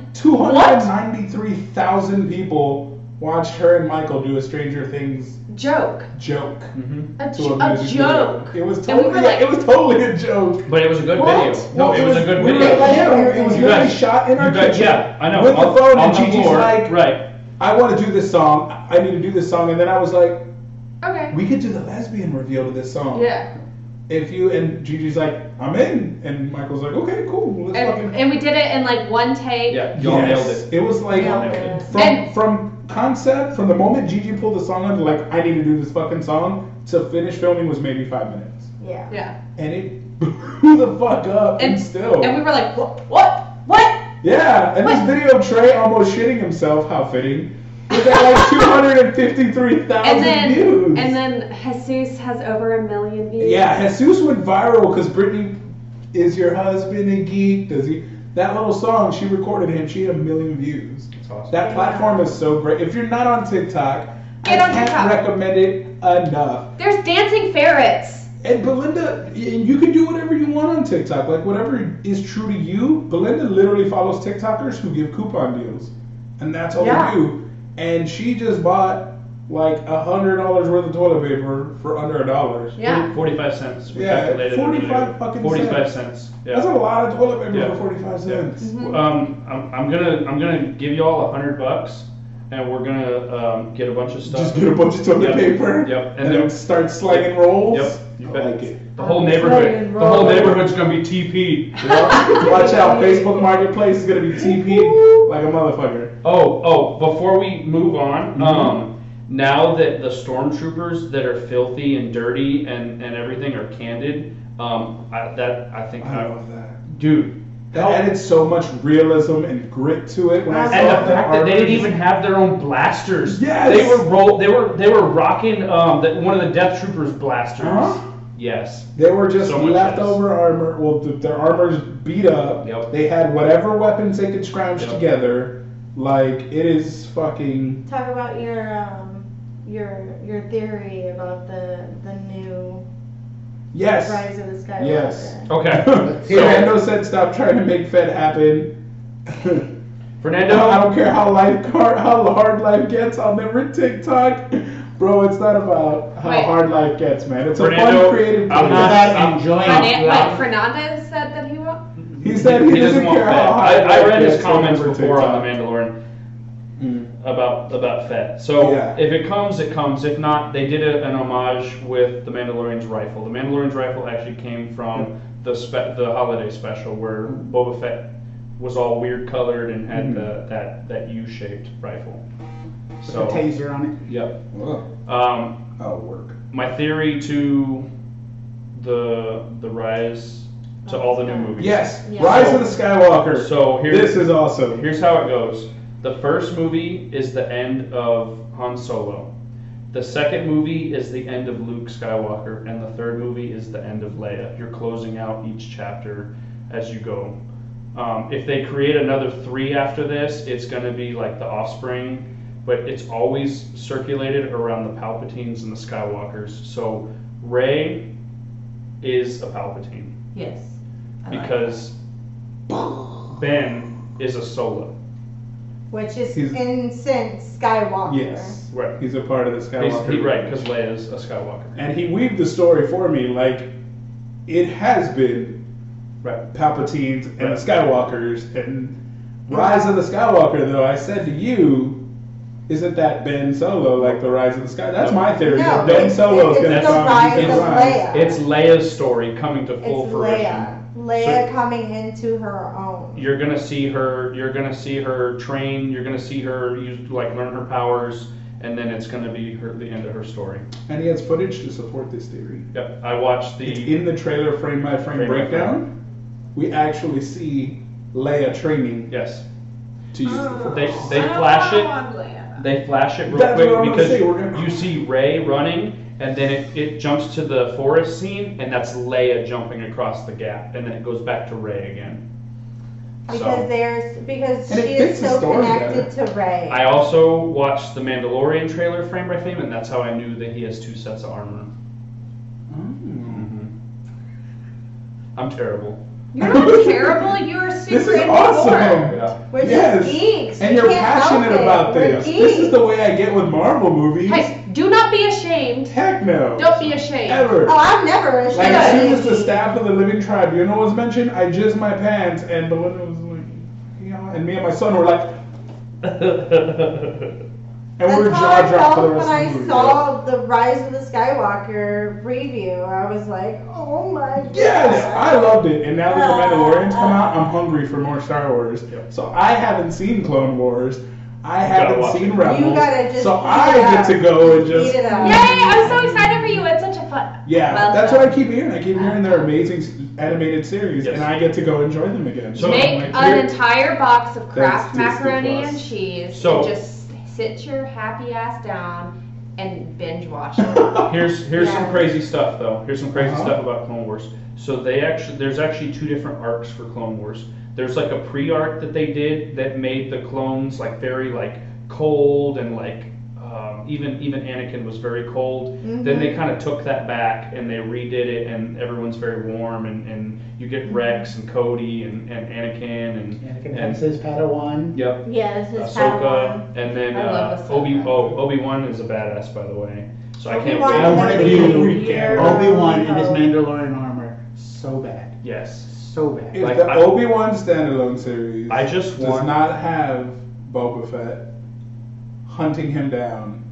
[SPEAKER 6] 293,000 people watched her and Michael do a Stranger Things
[SPEAKER 7] joke
[SPEAKER 6] joke.
[SPEAKER 8] hmm
[SPEAKER 7] a,
[SPEAKER 6] to
[SPEAKER 7] jo- a
[SPEAKER 6] music video.
[SPEAKER 7] joke
[SPEAKER 6] It was
[SPEAKER 7] And we
[SPEAKER 6] totally
[SPEAKER 7] were like-
[SPEAKER 6] it was totally a joke.
[SPEAKER 8] But it was a good
[SPEAKER 7] What?
[SPEAKER 8] video. No,
[SPEAKER 6] Well,
[SPEAKER 8] it was a good
[SPEAKER 6] we were
[SPEAKER 8] video.
[SPEAKER 6] like, yeah, it was
[SPEAKER 8] You
[SPEAKER 6] literally
[SPEAKER 8] guys-
[SPEAKER 6] shot in our
[SPEAKER 8] you guys-
[SPEAKER 6] kitchen.
[SPEAKER 8] yeah, I know.
[SPEAKER 6] With the
[SPEAKER 8] on,
[SPEAKER 6] phone,
[SPEAKER 8] on
[SPEAKER 6] and
[SPEAKER 8] the
[SPEAKER 6] Gigi's
[SPEAKER 8] floor.
[SPEAKER 6] like,
[SPEAKER 8] right.
[SPEAKER 6] I want to do this song. I need to do this song. And then I was like,
[SPEAKER 7] okay
[SPEAKER 6] we could do the lesbian reveal to this song.
[SPEAKER 7] yeah
[SPEAKER 6] if you and Gigi's like, I'm in, and Michael's like, okay, cool, let's
[SPEAKER 7] And,
[SPEAKER 6] fucking.
[SPEAKER 7] and we did it in like one take.
[SPEAKER 8] Yeah, y'all
[SPEAKER 6] Yes.
[SPEAKER 8] nailed it.
[SPEAKER 6] It was like
[SPEAKER 8] Y'all
[SPEAKER 10] Yeah.
[SPEAKER 8] nailed it.
[SPEAKER 6] from
[SPEAKER 7] And-
[SPEAKER 6] from concept, from the moment Gigi pulled the song up, like I need to do this fucking song to finish filming was maybe five minutes,
[SPEAKER 10] Yeah.
[SPEAKER 7] Yeah.
[SPEAKER 6] and it *laughs* blew the fuck up. And,
[SPEAKER 7] And-
[SPEAKER 6] still,
[SPEAKER 7] And we were like, what? What? What?
[SPEAKER 6] yeah. And this
[SPEAKER 7] What?
[SPEAKER 6] video of Trey almost shitting himself, how fitting, was at
[SPEAKER 7] *laughs*
[SPEAKER 6] like two hundred and fifty-three
[SPEAKER 7] And
[SPEAKER 6] thousand
[SPEAKER 7] then
[SPEAKER 6] views.
[SPEAKER 7] and then Jesus has over a million views.
[SPEAKER 6] yeah, Jesus went viral because Britney is your husband and geek. Does he? That little song she recorded and she had a million views.
[SPEAKER 8] That's awesome.
[SPEAKER 6] That
[SPEAKER 10] Yeah.
[SPEAKER 6] platform is so great. If you're not on TikTok,
[SPEAKER 7] Get
[SPEAKER 6] I
[SPEAKER 7] on
[SPEAKER 6] can't
[SPEAKER 7] TikTok.
[SPEAKER 6] recommend it enough.
[SPEAKER 7] There's dancing ferrets.
[SPEAKER 6] And Belinda, y- you can do whatever you want on TikTok. Like whatever is true to you. Belinda literally follows TikTokers who give coupon deals, and that's all
[SPEAKER 7] Yeah.
[SPEAKER 6] they do. And she just bought like a hundred dollars worth of toilet paper for under a dollar.
[SPEAKER 7] Yeah.
[SPEAKER 8] 45 cents. We
[SPEAKER 6] Yeah,
[SPEAKER 8] calculated it
[SPEAKER 6] 45
[SPEAKER 8] earlier.
[SPEAKER 6] fucking
[SPEAKER 8] 45 cents. Yeah.
[SPEAKER 6] That's a lot of toilet paper
[SPEAKER 8] Yeah.
[SPEAKER 6] for forty-five
[SPEAKER 8] Yeah.
[SPEAKER 6] cents.
[SPEAKER 8] Um, I'm, I'm gonna I'm gonna give you all a hundred bucks, and we're gonna um, get a bunch of stuff.
[SPEAKER 6] Just get a bunch of toilet
[SPEAKER 8] Yep.
[SPEAKER 6] paper
[SPEAKER 8] Yep.
[SPEAKER 6] and,
[SPEAKER 8] And
[SPEAKER 6] then,
[SPEAKER 8] then-
[SPEAKER 6] start slanging rolls.
[SPEAKER 8] Yep. You
[SPEAKER 6] I
[SPEAKER 8] bet.
[SPEAKER 6] like it.
[SPEAKER 8] The whole
[SPEAKER 10] Slanging
[SPEAKER 8] neighborhood. The whole
[SPEAKER 10] rolls.
[SPEAKER 8] neighborhood's gonna be TP.
[SPEAKER 6] Watch out, Facebook Marketplace is gonna be TP like a motherfucker.
[SPEAKER 8] Oh, oh! Before we move on,
[SPEAKER 6] Mm-hmm.
[SPEAKER 8] um, now that the stormtroopers that are filthy and dirty and, and everything are candid, um, I, that I think
[SPEAKER 6] I
[SPEAKER 8] I,
[SPEAKER 6] love that.
[SPEAKER 8] dude,
[SPEAKER 6] That added so much realism and grit to it. When I saw
[SPEAKER 8] and the
[SPEAKER 6] that
[SPEAKER 8] fact that they didn't
[SPEAKER 6] armor-
[SPEAKER 8] even have their own blasters.
[SPEAKER 6] Yes!
[SPEAKER 8] they were roll. They were they were rocking um that one of the Death Troopers blasters.
[SPEAKER 6] Uh-huh.
[SPEAKER 8] Yes.
[SPEAKER 6] They were just
[SPEAKER 8] So much
[SPEAKER 6] leftover armor. Well, th- their armor's beat up.
[SPEAKER 8] Yep.
[SPEAKER 6] They had whatever weapons they could scrounge
[SPEAKER 8] Yep.
[SPEAKER 6] together. Like it is fucking.
[SPEAKER 10] Talk about your um your your theory about the the new
[SPEAKER 6] Yes.
[SPEAKER 10] Rise of the Skywalker.
[SPEAKER 6] Yes.
[SPEAKER 8] *laughs* Okay.
[SPEAKER 6] Fernando said, "Stop trying to make Fed happen."
[SPEAKER 8] Fernando.
[SPEAKER 6] No, I don't care how life car, how hard life gets. I'll never TikTok, bro. It's not about how
[SPEAKER 7] Wait.
[SPEAKER 6] hard life gets, man. It's a
[SPEAKER 8] Fernando,
[SPEAKER 6] fun creative.
[SPEAKER 8] I'm
[SPEAKER 6] thing.
[SPEAKER 8] not-
[SPEAKER 9] about enjoying
[SPEAKER 6] Oh,
[SPEAKER 8] I'm-
[SPEAKER 7] Fernan-
[SPEAKER 9] life.
[SPEAKER 7] Wait, Fernandez said that he won.
[SPEAKER 6] He said he,
[SPEAKER 8] He doesn't want
[SPEAKER 6] care
[SPEAKER 8] Fett.
[SPEAKER 6] how hard
[SPEAKER 8] I, I
[SPEAKER 6] life
[SPEAKER 8] read his
[SPEAKER 6] gets, he'll
[SPEAKER 8] comments
[SPEAKER 6] never
[SPEAKER 8] before
[SPEAKER 6] TikTok.
[SPEAKER 8] on the Mandalorian
[SPEAKER 6] Mm.
[SPEAKER 8] about about Fett. So
[SPEAKER 6] Yeah.
[SPEAKER 8] if it comes, it comes. If not, they did a, an homage with the Mandalorian's rifle. The Mandalorian's rifle actually came from the spe- the holiday special where Boba Fett was all weird colored and had the, that that U shaped rifle.
[SPEAKER 9] A
[SPEAKER 8] So
[SPEAKER 9] taser on it.
[SPEAKER 8] yep.
[SPEAKER 6] Ugh,
[SPEAKER 8] Um,
[SPEAKER 6] that'll work.
[SPEAKER 8] my theory to the the rise to all the new movies.
[SPEAKER 6] Yes,
[SPEAKER 10] Yeah.
[SPEAKER 6] Rise of the Skywalker.
[SPEAKER 8] So here's
[SPEAKER 6] this is awesome.
[SPEAKER 8] here's how it goes. The first movie is the end of Han Solo. The second movie is the end of Luke Skywalker, and the third movie is the end of Leia. You're closing out each chapter as you go. Um, if they create another three after this, it's going to be like the offspring, but it's always circulated around the Palpatines and the Skywalkers. So Rey is a Palpatine
[SPEAKER 7] Yes.
[SPEAKER 8] because Ben is a Solo.
[SPEAKER 10] Which is
[SPEAKER 6] He's-
[SPEAKER 10] in since Skywalker.
[SPEAKER 6] Yes,
[SPEAKER 8] Right.
[SPEAKER 6] he's a part of the
[SPEAKER 8] He's,
[SPEAKER 6] Skywalker.
[SPEAKER 8] he, right, because Leia's a Skywalker.
[SPEAKER 6] and he weaved the story for me. Like it has been
[SPEAKER 8] Right.
[SPEAKER 6] Palpatines and
[SPEAKER 8] Right.
[SPEAKER 6] the Skywalkers and Rise of the Skywalker. Though I said to you, isn't that Ben Solo like the Rise of the Sky? That's my theory.
[SPEAKER 10] No,
[SPEAKER 6] that ben
[SPEAKER 10] it's-
[SPEAKER 6] Solo is
[SPEAKER 10] it's
[SPEAKER 6] going to
[SPEAKER 10] the
[SPEAKER 6] come
[SPEAKER 10] rise
[SPEAKER 6] and
[SPEAKER 10] of
[SPEAKER 6] rise.
[SPEAKER 10] Leia.
[SPEAKER 8] It's Leia's story coming to full
[SPEAKER 10] It's
[SPEAKER 8] fruition.
[SPEAKER 10] Leia. Leia
[SPEAKER 8] So-
[SPEAKER 10] coming into her own.
[SPEAKER 8] You're gonna see her. You're gonna see her train. You're gonna see her use like learn her powers, and then it's gonna be her, the end of her story.
[SPEAKER 6] And he has footage to support this theory.
[SPEAKER 8] Yep. I watched
[SPEAKER 6] It's
[SPEAKER 8] the.
[SPEAKER 6] in the trailer frame by frame
[SPEAKER 8] Frame by
[SPEAKER 6] breakdown. We actually see Leia training
[SPEAKER 8] Yes.
[SPEAKER 6] to use the
[SPEAKER 10] Oh.
[SPEAKER 6] force.
[SPEAKER 8] They they flash it. They flash it real
[SPEAKER 6] That's
[SPEAKER 8] quick
[SPEAKER 6] what I'm gonna
[SPEAKER 8] because
[SPEAKER 6] say, we're gonna-
[SPEAKER 8] you see Ray running, and then it, it jumps to the forest scene, and that's Leia jumping across the gap, and then it goes back to Ray again.
[SPEAKER 10] Because there's because
[SPEAKER 6] And it
[SPEAKER 10] she
[SPEAKER 6] fits
[SPEAKER 10] is
[SPEAKER 6] the
[SPEAKER 10] so
[SPEAKER 6] story
[SPEAKER 10] connected to Rey.
[SPEAKER 8] I also watched the Mandalorian trailer frame by frame, and that's how I knew that he has two sets of armor.
[SPEAKER 10] Mm-hmm.
[SPEAKER 8] I'm terrible.
[SPEAKER 7] You're
[SPEAKER 6] *laughs*
[SPEAKER 7] not terrible. You are super.
[SPEAKER 6] This is
[SPEAKER 7] into horror.
[SPEAKER 6] awesome.
[SPEAKER 10] We're
[SPEAKER 6] Yes.
[SPEAKER 10] just geeks.
[SPEAKER 6] And
[SPEAKER 10] We
[SPEAKER 6] you're
[SPEAKER 10] can't help
[SPEAKER 6] passionate
[SPEAKER 10] it.
[SPEAKER 6] about
[SPEAKER 10] We're
[SPEAKER 6] this. This is
[SPEAKER 10] geeks.
[SPEAKER 6] the way I get with Marvel movies.
[SPEAKER 7] Guys, do not be ashamed.
[SPEAKER 6] Heck no.
[SPEAKER 7] Don't be ashamed.
[SPEAKER 6] Ever.
[SPEAKER 10] Oh, I'm never ashamed.
[SPEAKER 6] like,
[SPEAKER 7] yeah.
[SPEAKER 6] as soon
[SPEAKER 10] of
[SPEAKER 6] as the
[SPEAKER 10] being geek.
[SPEAKER 6] staff of the Living Tribunal was mentioned, I jizzed my pants, and Belinda was like, yeah. And me and my son were like, And
[SPEAKER 10] That's
[SPEAKER 6] we're
[SPEAKER 10] how I
[SPEAKER 6] jaw dropped for
[SPEAKER 10] felt
[SPEAKER 6] the
[SPEAKER 10] when
[SPEAKER 6] rest
[SPEAKER 10] I
[SPEAKER 6] of the movie.
[SPEAKER 10] saw the Rise of the Skywalker preview. I was like, oh my god.
[SPEAKER 6] Yes, I loved it. And now that the Mandalorian's come out, I'm hungry for more Star Wars.
[SPEAKER 8] Yep.
[SPEAKER 6] So I haven't seen Clone Wars. I
[SPEAKER 8] watch
[SPEAKER 6] haven't seen
[SPEAKER 8] it.
[SPEAKER 6] Rebels.
[SPEAKER 10] You gotta just
[SPEAKER 6] so
[SPEAKER 10] eat
[SPEAKER 6] I
[SPEAKER 10] it
[SPEAKER 6] get
[SPEAKER 10] up.
[SPEAKER 6] to go and
[SPEAKER 10] Eat
[SPEAKER 6] just
[SPEAKER 10] it up.
[SPEAKER 7] Yay! I'm so excited for you. It's such a fun.
[SPEAKER 6] yeah.
[SPEAKER 7] Well
[SPEAKER 6] that's
[SPEAKER 7] done.
[SPEAKER 6] what I keep hearing. I keep hearing they're amazing s- animated series,
[SPEAKER 8] Yes.
[SPEAKER 6] and I get to go enjoy them again.
[SPEAKER 8] So-
[SPEAKER 7] Make
[SPEAKER 6] I'm like,
[SPEAKER 7] an
[SPEAKER 6] here-
[SPEAKER 7] entire box of Kraft
[SPEAKER 6] Disney
[SPEAKER 7] macaroni
[SPEAKER 6] Plus.
[SPEAKER 7] and cheese.
[SPEAKER 8] So-
[SPEAKER 7] and just sit your happy ass down and binge
[SPEAKER 6] *laughs*
[SPEAKER 7] watch it.
[SPEAKER 8] *laughs*
[SPEAKER 7] Oh,
[SPEAKER 8] Here's here's some
[SPEAKER 10] Yeah.
[SPEAKER 8] crazy stuff though. Here's some crazy
[SPEAKER 6] Uh-huh.
[SPEAKER 8] stuff about Clone Wars. So they actually there's actually two different arcs for Clone Wars. There's like a pre arc that they did that made the clones like very like cold and like um, even even Anakin was very cold.
[SPEAKER 10] Mm-hmm.
[SPEAKER 8] Then they kind of took that back and they redid it and everyone's very warm and, and you get Rex and Cody and, and Anakin and
[SPEAKER 9] Anakin
[SPEAKER 8] and-
[SPEAKER 9] has his Padawan.
[SPEAKER 8] yep
[SPEAKER 10] Yeah, this is Padawan.
[SPEAKER 8] Ahsoka, and then
[SPEAKER 7] I love
[SPEAKER 8] uh, Obi
[SPEAKER 7] Ahsoka.
[SPEAKER 8] oh, Obi Wan is a badass, by the way. So I can't
[SPEAKER 10] Obi-Wan
[SPEAKER 8] wait.
[SPEAKER 9] I want to
[SPEAKER 10] That'd
[SPEAKER 9] view
[SPEAKER 10] be weird.
[SPEAKER 9] Obi Wan in his Mandalorian armor so bad,
[SPEAKER 8] Yes,
[SPEAKER 9] so bad.
[SPEAKER 6] If
[SPEAKER 8] Like,
[SPEAKER 6] the
[SPEAKER 8] I-
[SPEAKER 6] Obi Wan standalone series
[SPEAKER 8] I just
[SPEAKER 6] does
[SPEAKER 8] want.
[SPEAKER 6] not have Boba Fett hunting him down,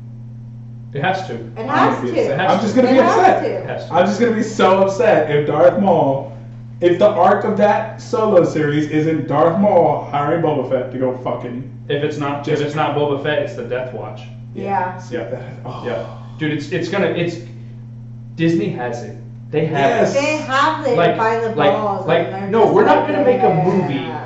[SPEAKER 8] It has to.
[SPEAKER 10] It
[SPEAKER 6] I'm
[SPEAKER 10] has
[SPEAKER 6] gonna be
[SPEAKER 10] to.
[SPEAKER 6] upset. I'm just gonna
[SPEAKER 10] It
[SPEAKER 6] be
[SPEAKER 10] has
[SPEAKER 6] upset.
[SPEAKER 10] to.
[SPEAKER 8] It has to.
[SPEAKER 6] I'm just gonna be so upset if Darth Maul, if the arc of that solo series isn't Darth Maul hiring Boba Fett to go fucking
[SPEAKER 8] If it's not, if it's not Boba Fett, it's the Death Watch.
[SPEAKER 10] Yeah.
[SPEAKER 6] see that. Oh.
[SPEAKER 8] Yeah, dude, it's it's gonna it's Disney has it. They have
[SPEAKER 6] Yes.
[SPEAKER 8] it.
[SPEAKER 10] They have it
[SPEAKER 8] like
[SPEAKER 10] by the
[SPEAKER 8] like
[SPEAKER 10] balls. and they're
[SPEAKER 8] like no,
[SPEAKER 10] just
[SPEAKER 8] we're not
[SPEAKER 10] like,
[SPEAKER 8] gonna make a
[SPEAKER 10] yeah.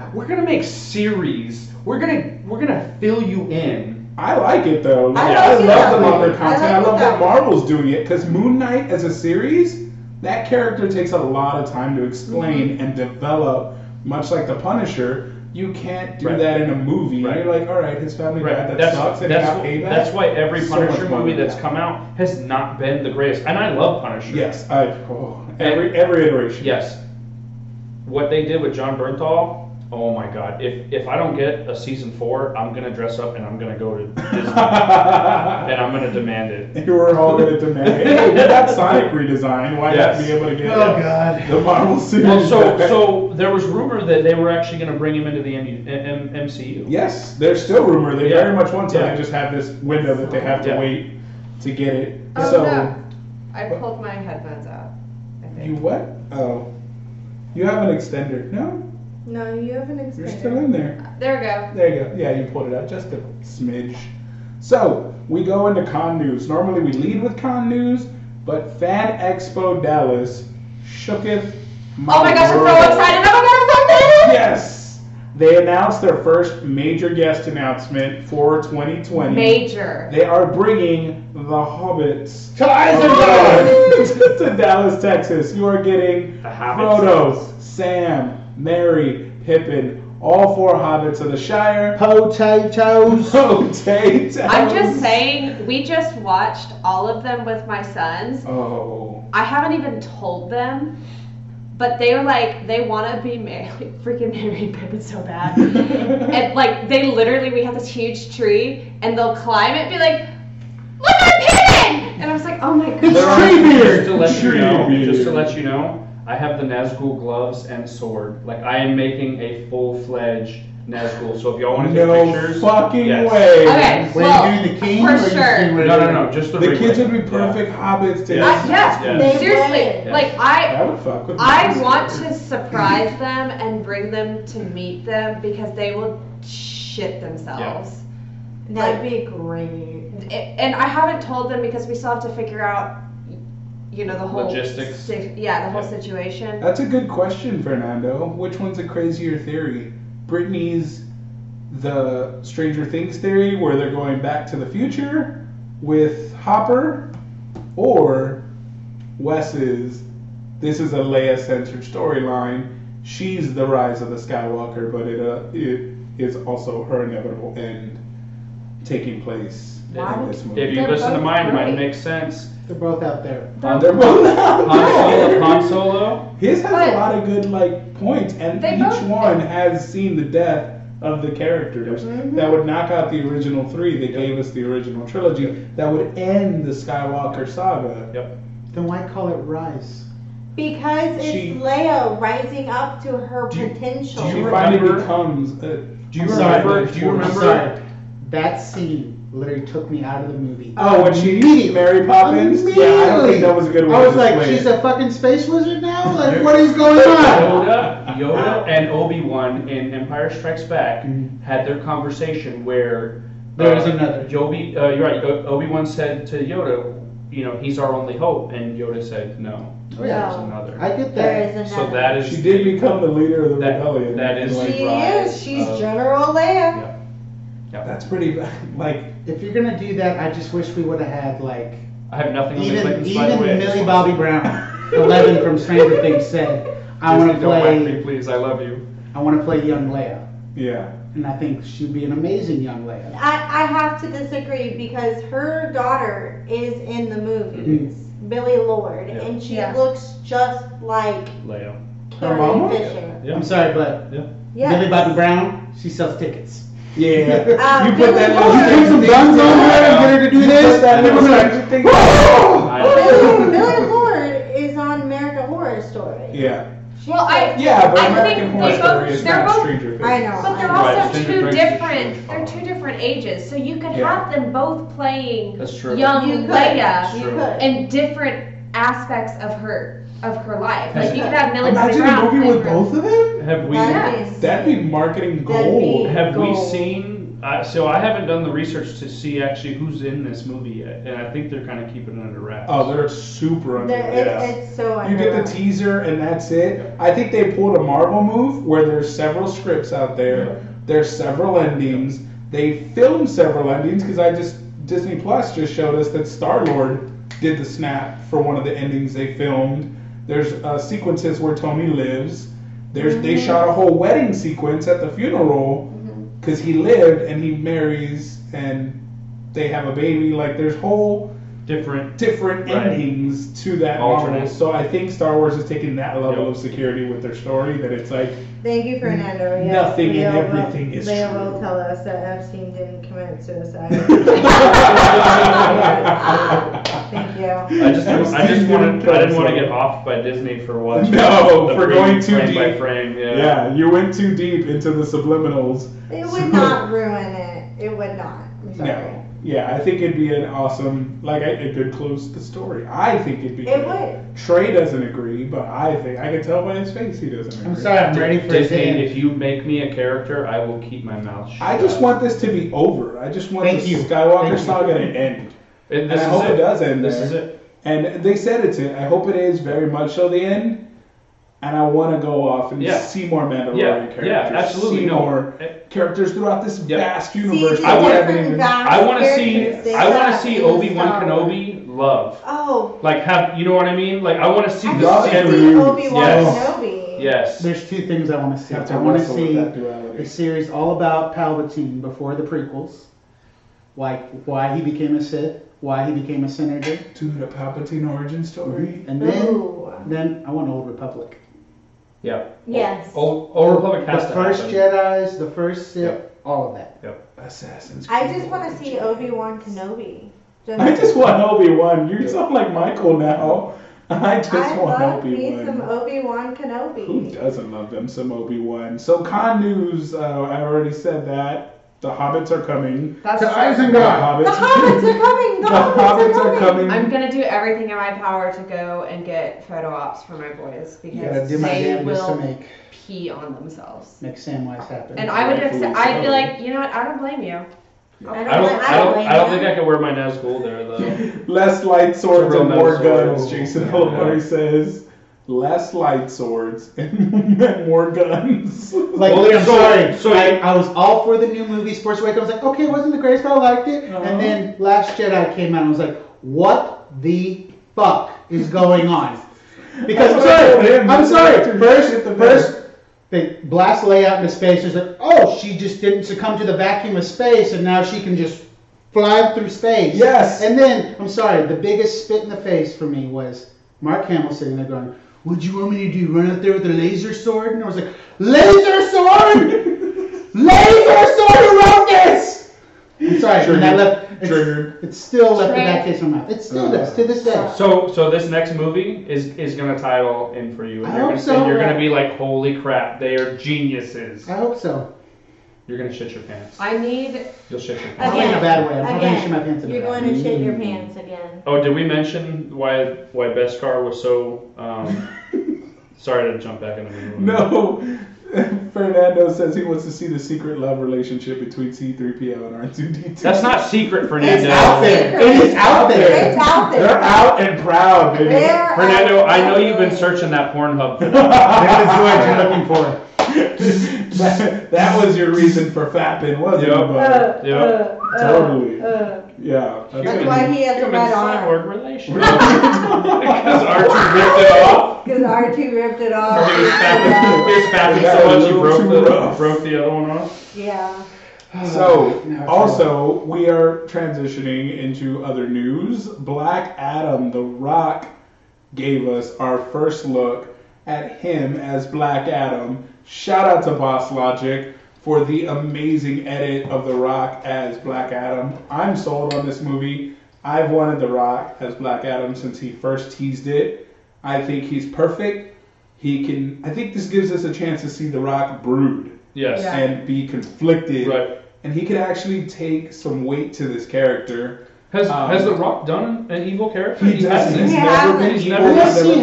[SPEAKER 8] movie. We're gonna make series. We're gonna we're gonna fill you in.
[SPEAKER 6] I like it though.
[SPEAKER 10] I
[SPEAKER 6] Like,
[SPEAKER 10] like
[SPEAKER 6] I,
[SPEAKER 10] it that
[SPEAKER 6] love the
[SPEAKER 10] way.
[SPEAKER 6] Marvel
[SPEAKER 10] I
[SPEAKER 6] content.
[SPEAKER 10] like
[SPEAKER 6] I,
[SPEAKER 10] it
[SPEAKER 6] love
[SPEAKER 10] that
[SPEAKER 6] that
[SPEAKER 10] way.
[SPEAKER 6] Marvel's doing it because Moon Knight as a series, that character takes a lot of time to explain
[SPEAKER 8] Mm-hmm.
[SPEAKER 6] and develop. Much like the Punisher, you can't do
[SPEAKER 8] Right.
[SPEAKER 6] that in a movie.
[SPEAKER 8] Right.
[SPEAKER 6] You're like, all right, his family
[SPEAKER 8] Right.
[SPEAKER 6] died. That
[SPEAKER 8] that's
[SPEAKER 6] sucks. And
[SPEAKER 8] that's,
[SPEAKER 6] he got
[SPEAKER 8] wh-
[SPEAKER 6] payback.
[SPEAKER 8] that's why every
[SPEAKER 6] So
[SPEAKER 8] Punisher
[SPEAKER 6] much more
[SPEAKER 8] movie
[SPEAKER 6] than
[SPEAKER 8] that's
[SPEAKER 6] that.
[SPEAKER 8] come out has not been the greatest. And I love Punisher.
[SPEAKER 6] Yes, I oh, every every iteration.
[SPEAKER 8] Yes. What they did with John Bernthal, oh my god. If if I don't get a season four, I'm gonna dress up and I'm gonna go
[SPEAKER 6] *laughs*
[SPEAKER 8] to Disney and I'm gonna demand it.
[SPEAKER 6] *laughs* You were all gonna demand. Hey, we got Sonic redesign. Why
[SPEAKER 8] Yes.
[SPEAKER 6] not be able to get
[SPEAKER 9] Oh God.
[SPEAKER 6] the Marvel series?
[SPEAKER 8] Well, so
[SPEAKER 6] back?
[SPEAKER 8] so there was rumor that they were actually gonna bring him into the MU, M, MCU.
[SPEAKER 6] yes, there's still rumor they
[SPEAKER 8] Yeah.
[SPEAKER 6] very much want to.
[SPEAKER 8] Yeah.
[SPEAKER 6] They just have this window that they have to
[SPEAKER 8] Yeah.
[SPEAKER 6] wait to get it.
[SPEAKER 7] Oh
[SPEAKER 6] so
[SPEAKER 7] no! I pulled my headphones out. I
[SPEAKER 6] you
[SPEAKER 7] think.
[SPEAKER 6] what? Oh, you have an extender. No,
[SPEAKER 10] No, you have an
[SPEAKER 6] you're
[SPEAKER 10] extension.
[SPEAKER 6] still in there.
[SPEAKER 7] There we go.
[SPEAKER 6] There you go. Yeah, you pulled it out just a smidge. So we go into con news. Normally we lead with con news, but Fan Expo Dallas shooketh. My
[SPEAKER 7] Oh my gosh! I'm so
[SPEAKER 6] world.
[SPEAKER 7] excited! Oh my god! I'm so excited!
[SPEAKER 6] Yes, they announced their first major guest announcement for 2020.
[SPEAKER 7] Major.
[SPEAKER 6] They are bringing the Hobbits
[SPEAKER 9] To
[SPEAKER 6] to *laughs* to Dallas, Texas. You are getting
[SPEAKER 8] The
[SPEAKER 6] Frodo,
[SPEAKER 8] Hobbits.
[SPEAKER 6] Sam, Mary, Pippin, all four Hobbits of the Shire.
[SPEAKER 9] Potatoes.
[SPEAKER 6] Potatoes.
[SPEAKER 7] I'm just saying, we just watched all of them with my sons.
[SPEAKER 6] Oh.
[SPEAKER 7] I haven't even told them, but they were like, they want to be married, *laughs* freaking Mary and Pippin so bad.
[SPEAKER 8] *laughs*
[SPEAKER 7] and like, they literally, we have this huge tree, and they'll climb it and be like, look at Pippin! And I was like, oh my
[SPEAKER 8] There
[SPEAKER 7] god.
[SPEAKER 8] are-
[SPEAKER 6] Tree beard!
[SPEAKER 8] Just to let you
[SPEAKER 6] Tree
[SPEAKER 8] know, just to
[SPEAKER 6] beard.
[SPEAKER 8] let you know, I have the Nazgul gloves and sword. Like I am making a full fledged Nazgul. So if y'all want to take
[SPEAKER 6] No
[SPEAKER 8] pictures,
[SPEAKER 6] fucking
[SPEAKER 8] yes.
[SPEAKER 6] way.
[SPEAKER 7] Okay,
[SPEAKER 9] Were
[SPEAKER 7] well,
[SPEAKER 9] you doing the king?
[SPEAKER 7] for
[SPEAKER 9] or you just
[SPEAKER 7] sure.
[SPEAKER 9] doing
[SPEAKER 8] No,
[SPEAKER 9] whatever?
[SPEAKER 8] no, no, just the,
[SPEAKER 6] The
[SPEAKER 8] ring
[SPEAKER 6] kids
[SPEAKER 8] light.
[SPEAKER 6] would be perfect hobbits to
[SPEAKER 8] Yes.
[SPEAKER 7] I- yes,
[SPEAKER 8] Yes.
[SPEAKER 7] seriously.
[SPEAKER 10] Yes.
[SPEAKER 7] Like, I,
[SPEAKER 6] That would fuck with
[SPEAKER 7] I
[SPEAKER 6] me.
[SPEAKER 7] want to surprise them and bring them to meet them because they will shit themselves.
[SPEAKER 10] That'd be great.
[SPEAKER 7] A- And I haven't told them because we still have to figure out, you know, the whole
[SPEAKER 8] Logistics.
[SPEAKER 7] si- yeah, the whole
[SPEAKER 8] Yeah.
[SPEAKER 7] situation.
[SPEAKER 6] That's a good question, Fernando. Which one's a crazier theory? Brittany's the Stranger Things theory, where they're going back to the future with Hopper, or Wes's this is a Leia centered storyline. She's the rise of the Skywalker, but it uh, it is also her inevitable end taking place
[SPEAKER 8] Why
[SPEAKER 6] in
[SPEAKER 8] would-
[SPEAKER 6] this
[SPEAKER 8] If
[SPEAKER 6] movie.
[SPEAKER 8] you
[SPEAKER 7] They're
[SPEAKER 8] listen to
[SPEAKER 7] both
[SPEAKER 8] mine, it might
[SPEAKER 7] great.
[SPEAKER 8] make sense.
[SPEAKER 9] They're both out there.
[SPEAKER 6] Uh, they're both *laughs*
[SPEAKER 8] *laughs*
[SPEAKER 6] out
[SPEAKER 8] Han Solo,
[SPEAKER 6] there.
[SPEAKER 8] Han Solo.
[SPEAKER 6] His has
[SPEAKER 7] But-
[SPEAKER 6] a lot of good like points, and
[SPEAKER 7] They
[SPEAKER 6] each
[SPEAKER 7] both-
[SPEAKER 6] one has seen the death of the characters that would knock out the original three that gave us the original trilogy that would end the Skywalker saga.
[SPEAKER 8] Yep.
[SPEAKER 9] Then why call it Rise?
[SPEAKER 10] Because it's
[SPEAKER 6] She-
[SPEAKER 10] Leia rising up to her
[SPEAKER 6] Do you-
[SPEAKER 10] potential.
[SPEAKER 6] She
[SPEAKER 8] you
[SPEAKER 6] finally
[SPEAKER 8] remember-
[SPEAKER 6] becomes. uh, A,
[SPEAKER 8] Do you
[SPEAKER 6] I'm sorry,
[SPEAKER 8] remember?
[SPEAKER 6] Blade
[SPEAKER 8] Do you
[SPEAKER 6] Four.
[SPEAKER 9] I'm
[SPEAKER 8] remember?
[SPEAKER 9] sorry. That scene literally took me out of the movie.
[SPEAKER 6] Oh, when she
[SPEAKER 9] Immediately.
[SPEAKER 6] Mary Poppins. Yeah, I don't think that was a good way
[SPEAKER 9] I was
[SPEAKER 6] to
[SPEAKER 9] like,
[SPEAKER 6] display
[SPEAKER 9] she's
[SPEAKER 6] it.
[SPEAKER 9] a fucking space
[SPEAKER 6] *laughs*
[SPEAKER 9] wizard now. Like, what is going on?
[SPEAKER 8] Yoda, Yoda, and Obi Wan in Empire Strikes Back had their conversation where
[SPEAKER 9] Mm-hmm. There was
[SPEAKER 8] uh,
[SPEAKER 9] another.
[SPEAKER 8] Yobi, uh, you're right. Obi Wan said to Yoda, "You know, he's our only hope," and Yoda said, "No,
[SPEAKER 9] Oh, yeah.
[SPEAKER 8] there's another."
[SPEAKER 9] I get
[SPEAKER 10] There
[SPEAKER 9] that.
[SPEAKER 10] is another.
[SPEAKER 8] so that is
[SPEAKER 6] She did become the leader of the
[SPEAKER 8] That-
[SPEAKER 6] rebellion.
[SPEAKER 8] that is- uh,
[SPEAKER 6] Like,
[SPEAKER 10] She
[SPEAKER 8] rise
[SPEAKER 10] is. She's
[SPEAKER 8] of-
[SPEAKER 10] General Leia.
[SPEAKER 6] that's pretty. *laughs* Like
[SPEAKER 9] If you're gonna do that, I just wish we would have had like
[SPEAKER 8] I have nothing on the
[SPEAKER 9] even
[SPEAKER 8] Clintons, by
[SPEAKER 9] even
[SPEAKER 8] the way. I just
[SPEAKER 9] Millie
[SPEAKER 8] want-
[SPEAKER 9] Bobby Brown, Eleven from Stranger Things said, I want to
[SPEAKER 8] Disney, don't whack
[SPEAKER 9] play.
[SPEAKER 8] me, please. I love you.
[SPEAKER 9] I want to play young Leia,
[SPEAKER 6] yeah,
[SPEAKER 9] and I think she'd be an amazing young Leia.
[SPEAKER 10] I, I have to disagree because her daughter is in the movies,
[SPEAKER 6] Mm-hmm.
[SPEAKER 10] Billy Lord,
[SPEAKER 8] Yeah.
[SPEAKER 10] and she
[SPEAKER 7] Yeah.
[SPEAKER 10] looks just like
[SPEAKER 8] Leia.
[SPEAKER 10] Carrie
[SPEAKER 9] mama?
[SPEAKER 10] Fisher.
[SPEAKER 8] Yeah.
[SPEAKER 9] I'm sorry, but
[SPEAKER 10] Yes.
[SPEAKER 9] Millie Bobby Brown, she sells tickets.
[SPEAKER 6] yeah.
[SPEAKER 10] Uh,
[SPEAKER 6] you
[SPEAKER 10] Billy
[SPEAKER 6] put that
[SPEAKER 10] Lord.
[SPEAKER 6] little
[SPEAKER 9] You put some guns on her and get her to do
[SPEAKER 6] You put
[SPEAKER 9] this,
[SPEAKER 6] That
[SPEAKER 9] and
[SPEAKER 6] little
[SPEAKER 9] we're
[SPEAKER 6] stranger thing. I-
[SPEAKER 10] Billy, Billy Lord is on American Horror Story.
[SPEAKER 6] yeah,
[SPEAKER 10] She
[SPEAKER 7] Well, I-
[SPEAKER 10] plays-
[SPEAKER 6] yeah, but
[SPEAKER 7] I
[SPEAKER 6] American
[SPEAKER 7] think
[SPEAKER 6] Horror
[SPEAKER 7] they
[SPEAKER 6] Story
[SPEAKER 7] both-
[SPEAKER 6] is
[SPEAKER 7] they're
[SPEAKER 6] not
[SPEAKER 7] both-
[SPEAKER 6] Stranger Things.
[SPEAKER 10] I know.
[SPEAKER 7] But they're
[SPEAKER 10] I know.
[SPEAKER 8] Right,
[SPEAKER 7] also
[SPEAKER 8] Stranger
[SPEAKER 7] two
[SPEAKER 8] Things is huge.
[SPEAKER 7] different. They're two different ages, so you could
[SPEAKER 6] Yeah.
[SPEAKER 7] have them both playing
[SPEAKER 8] That's true.
[SPEAKER 7] young
[SPEAKER 10] You could.
[SPEAKER 7] Leia
[SPEAKER 10] You
[SPEAKER 8] True.
[SPEAKER 10] could.
[SPEAKER 7] in different aspects of her of her life. Like you could have Millie Bobby
[SPEAKER 6] Imagine
[SPEAKER 7] Brown.
[SPEAKER 6] a movie with
[SPEAKER 7] playing her.
[SPEAKER 6] both of them.
[SPEAKER 8] Have we?
[SPEAKER 10] That'd
[SPEAKER 7] Yeah.
[SPEAKER 10] be insane.
[SPEAKER 6] That'd be marketing
[SPEAKER 10] That'd be-
[SPEAKER 6] gold.
[SPEAKER 8] Have we
[SPEAKER 10] Gold.
[SPEAKER 8] seen? Uh, so I haven't done the research to see actually who's in this movie yet, and I think they're kind of keeping it under wraps.
[SPEAKER 6] Oh, they're super under.
[SPEAKER 10] There- it-
[SPEAKER 6] yeah.
[SPEAKER 10] It's so
[SPEAKER 6] You did the
[SPEAKER 10] underwhelming.
[SPEAKER 6] teaser and that's it. I think they pulled a Marvel move where there's several scripts out there, there's several endings. They filmed several endings because I just Disney Plus just showed us that Star Lord did the snap for one of the endings they filmed. There's uh, sequences where Tony lives. There's they shot a whole wedding sequence at the funeral because he lived and he marries and they have a baby. Like there's whole
[SPEAKER 8] Different.
[SPEAKER 6] different
[SPEAKER 8] Right.
[SPEAKER 6] endings to that
[SPEAKER 8] Alternate.
[SPEAKER 6] Marvel. So I think Star Wars is taking that level
[SPEAKER 8] Yep.
[SPEAKER 6] of security with their story that it's
[SPEAKER 9] *laughs*
[SPEAKER 6] like,
[SPEAKER 10] Thank you, Fernando. Yes,
[SPEAKER 6] Nothing and
[SPEAKER 10] Leo will-
[SPEAKER 6] everything is
[SPEAKER 10] Leo
[SPEAKER 6] true.
[SPEAKER 10] will tell us that Epstein didn't commit suicide.
[SPEAKER 6] *laughs*
[SPEAKER 10] Thank you.
[SPEAKER 8] I just, I just wanted, I didn't want
[SPEAKER 6] Cancel.
[SPEAKER 8] to get off by Disney for
[SPEAKER 6] *laughs*
[SPEAKER 8] watching.
[SPEAKER 6] No,
[SPEAKER 8] the
[SPEAKER 6] for
[SPEAKER 8] frame-
[SPEAKER 6] going too
[SPEAKER 8] frame by
[SPEAKER 6] deep.
[SPEAKER 8] frame. Yeah.
[SPEAKER 6] yeah, you went too deep into the subliminals.
[SPEAKER 10] It would not ruin it. It would not. I'm sorry.
[SPEAKER 6] No. Yeah, I think it'd be an awesome, like, it it could close the story. I think it'd be.
[SPEAKER 10] It
[SPEAKER 6] good.
[SPEAKER 10] would.
[SPEAKER 6] Trey doesn't agree, but I think I can tell by his face he doesn't agree.
[SPEAKER 9] I'm sorry, I'm ready for it. to
[SPEAKER 8] Disney,
[SPEAKER 9] end.
[SPEAKER 8] if you make me a character, I will keep my mouth shut.
[SPEAKER 6] I just want this to be over. I just want
[SPEAKER 9] Thank
[SPEAKER 6] the
[SPEAKER 9] you.
[SPEAKER 6] Skywalker
[SPEAKER 9] Thank you.
[SPEAKER 6] saga to end.
[SPEAKER 8] And
[SPEAKER 6] and
[SPEAKER 8] this
[SPEAKER 6] I
[SPEAKER 8] is
[SPEAKER 6] hope it does end
[SPEAKER 8] This
[SPEAKER 6] there.
[SPEAKER 8] is it.
[SPEAKER 6] And they said it's it. I hope it is very much so the end. And I want to go off and
[SPEAKER 8] Yeah.
[SPEAKER 6] see more Mandalorian
[SPEAKER 8] Yeah,
[SPEAKER 6] characters.
[SPEAKER 8] yeah, absolutely.
[SPEAKER 6] See
[SPEAKER 8] no. Eh.
[SPEAKER 6] more characters throughout this
[SPEAKER 8] Yeah.
[SPEAKER 6] vast
[SPEAKER 10] See,
[SPEAKER 6] universe.
[SPEAKER 10] it's
[SPEAKER 8] I wanna-
[SPEAKER 10] different
[SPEAKER 6] even-
[SPEAKER 10] vast
[SPEAKER 8] I want to
[SPEAKER 10] characters
[SPEAKER 8] see,
[SPEAKER 10] they
[SPEAKER 8] I want to
[SPEAKER 10] have
[SPEAKER 8] see
[SPEAKER 10] in
[SPEAKER 8] Obi Wan
[SPEAKER 10] Star Wars.
[SPEAKER 8] Kenobi love.
[SPEAKER 10] Oh,
[SPEAKER 8] Like, have you know what I mean? Like, I want to see
[SPEAKER 10] I
[SPEAKER 8] the
[SPEAKER 6] Love
[SPEAKER 10] just
[SPEAKER 6] and
[SPEAKER 10] see
[SPEAKER 6] Rude.
[SPEAKER 10] Obi Wan
[SPEAKER 8] Yes.
[SPEAKER 10] Kenobi.
[SPEAKER 8] Yes.
[SPEAKER 9] There's two things I want to see.
[SPEAKER 6] Have to
[SPEAKER 9] I want to
[SPEAKER 6] wrestle with
[SPEAKER 9] see
[SPEAKER 6] that duality.
[SPEAKER 9] a series all about Palpatine before the prequels, like why he became a Sith, why he became a senator,
[SPEAKER 6] Dude, a Palpatine origin story.
[SPEAKER 9] and then
[SPEAKER 10] Ooh.
[SPEAKER 9] then I want Old Republic.
[SPEAKER 8] Yeah.
[SPEAKER 10] Yes.
[SPEAKER 8] Old, Old Republic
[SPEAKER 9] The
[SPEAKER 8] has to
[SPEAKER 9] first
[SPEAKER 8] happen.
[SPEAKER 9] Jedi's, the first Sith, all of that.
[SPEAKER 6] Assassin's Creed.
[SPEAKER 10] I just want to see Obi Wan Kenobi.
[SPEAKER 6] I just want Obi Wan. You sound like Michael now. *laughs* I just
[SPEAKER 10] I
[SPEAKER 6] want
[SPEAKER 10] love
[SPEAKER 6] Obi
[SPEAKER 10] me some
[SPEAKER 6] Wan.
[SPEAKER 10] Obi Wan Kenobi.
[SPEAKER 6] Who doesn't love them some Obi Wan? So con news. Uh, I already said that. The Hobbits are coming.
[SPEAKER 7] That's
[SPEAKER 9] To
[SPEAKER 7] true.
[SPEAKER 9] Isengard.
[SPEAKER 6] The
[SPEAKER 10] The hobbits are coming. The,
[SPEAKER 6] The Hobbits are coming.
[SPEAKER 7] I'm gonna do everything in my power to go and get photo ops for my boys
[SPEAKER 9] Yeah,
[SPEAKER 7] because
[SPEAKER 9] do my
[SPEAKER 7] they
[SPEAKER 9] damnedest to
[SPEAKER 7] will
[SPEAKER 9] make
[SPEAKER 7] pee on themselves.
[SPEAKER 9] make Samwise happen.
[SPEAKER 7] And I would
[SPEAKER 6] Rightfully
[SPEAKER 7] accept. I'd be
[SPEAKER 6] so.
[SPEAKER 7] like, you know what? I don't blame you.
[SPEAKER 10] I
[SPEAKER 8] I don't, I don't,
[SPEAKER 10] blame
[SPEAKER 8] I don't
[SPEAKER 10] them.
[SPEAKER 8] think I could wear my Nazgul there though.
[SPEAKER 6] Less light swords
[SPEAKER 8] Throw
[SPEAKER 6] and
[SPEAKER 8] those
[SPEAKER 6] more
[SPEAKER 8] swords.
[SPEAKER 6] guns, Jason
[SPEAKER 8] Yeah.
[SPEAKER 6] Olivari says. Less light swords and *laughs* more guns.
[SPEAKER 9] Like,
[SPEAKER 8] Well, so-
[SPEAKER 9] I'm sorry.
[SPEAKER 8] so-
[SPEAKER 9] I, I was all for the new movie Sports Awake. I was like, okay, it wasn't the greatest, but I liked it.
[SPEAKER 6] Uh-huh.
[SPEAKER 9] And then Last Jedi came out, and I was like, what the fuck is going on? Because I'm
[SPEAKER 6] That's what I told
[SPEAKER 9] sorry,
[SPEAKER 6] him.
[SPEAKER 9] I'm sorry.
[SPEAKER 6] Hit the
[SPEAKER 9] First, first they blast Leia out into space. It's like, oh, she just didn't succumb to the vacuum of space, and now she can just fly through space.
[SPEAKER 6] Yes.
[SPEAKER 9] And then, I'm sorry, the biggest spit in the face for me was Mark Hamill sitting there going, "Would you want me to do? Run out there with a laser sword?" And I was like,
[SPEAKER 6] *laughs*
[SPEAKER 9] "Laser sword! laser sword! Who wrote this?" I'm sorry, and I
[SPEAKER 6] Triggered.
[SPEAKER 9] left. It's,
[SPEAKER 6] Triggered. Uh.
[SPEAKER 9] it's still left in
[SPEAKER 7] Triggered.
[SPEAKER 9] that taste in my mouth. It still does to this day.
[SPEAKER 8] So, so this next movie is is gonna tie it all in for you, and
[SPEAKER 9] I
[SPEAKER 8] you're gonna
[SPEAKER 9] hope so.
[SPEAKER 8] and you're gonna be like, holy crap, they are geniuses.
[SPEAKER 9] I hope so.
[SPEAKER 8] You're gonna shit your pants.
[SPEAKER 7] I need.
[SPEAKER 8] You'll shit your pants.
[SPEAKER 9] Not in a bad way. I'm not going to
[SPEAKER 10] Again.
[SPEAKER 9] shit my pants in a
[SPEAKER 10] You're
[SPEAKER 9] bad
[SPEAKER 10] going
[SPEAKER 9] way.
[SPEAKER 10] to shit your
[SPEAKER 9] Mm.
[SPEAKER 10] pants again.
[SPEAKER 8] Oh, did we mention why why Beskar was so? Um, *laughs* sorry to jump back into the movie.
[SPEAKER 6] *laughs* No. Fernando says he wants to see the secret love relationship between C3PO and R2D2.
[SPEAKER 8] that's not secret, Fernando.
[SPEAKER 9] It's out there. It is out there.
[SPEAKER 10] It's out there.
[SPEAKER 6] They're out and proud, baby. *laughs*
[SPEAKER 10] They're
[SPEAKER 8] Fernando,
[SPEAKER 10] out
[SPEAKER 8] I know
[SPEAKER 10] there.
[SPEAKER 8] you've been searching that Pornhub. For that.
[SPEAKER 9] That is what you're looking for.
[SPEAKER 6] that, that was your reason for fapping, wasn't it?
[SPEAKER 8] Yep.
[SPEAKER 10] Uh,
[SPEAKER 6] buddy?
[SPEAKER 10] uh,
[SPEAKER 8] Yep.
[SPEAKER 10] uh,
[SPEAKER 6] Totally.
[SPEAKER 10] uh.
[SPEAKER 6] yeah. *laughs*
[SPEAKER 10] That's why he had the
[SPEAKER 8] Human
[SPEAKER 10] red arm.
[SPEAKER 8] cyborg relationship. because Archie ripped it off.
[SPEAKER 10] Because R2 ripped it off.
[SPEAKER 8] He was fapping, he was fapping
[SPEAKER 6] That
[SPEAKER 8] so
[SPEAKER 6] was a
[SPEAKER 8] much he
[SPEAKER 6] little
[SPEAKER 8] broke
[SPEAKER 6] too
[SPEAKER 8] the,
[SPEAKER 6] rough.
[SPEAKER 8] broke the other one off.
[SPEAKER 10] yeah.
[SPEAKER 6] So,
[SPEAKER 9] Now,
[SPEAKER 6] also, we are transitioning into other news. Black Adam, The Rock, gave us our first look at him as Black Adam. Shout out to Boss Logic for the amazing edit of The Rock as Black Adam. I'm sold on this movie. I've wanted The Rock as Black Adam since he first teased it. I think he's perfect. He can. I think this gives us a chance to see The Rock brood
[SPEAKER 8] Yes.
[SPEAKER 10] Yeah.
[SPEAKER 6] and be conflicted
[SPEAKER 8] Right.
[SPEAKER 6] and he could actually take some weight to this character.
[SPEAKER 8] Has,
[SPEAKER 6] Um,
[SPEAKER 8] has The Rock done an evil character?
[SPEAKER 6] He doesn't.
[SPEAKER 8] hasn't.
[SPEAKER 6] He's
[SPEAKER 10] He
[SPEAKER 6] never been evil.
[SPEAKER 8] Never-
[SPEAKER 10] hasn't.
[SPEAKER 6] he's
[SPEAKER 9] Yes, he
[SPEAKER 6] never
[SPEAKER 9] has.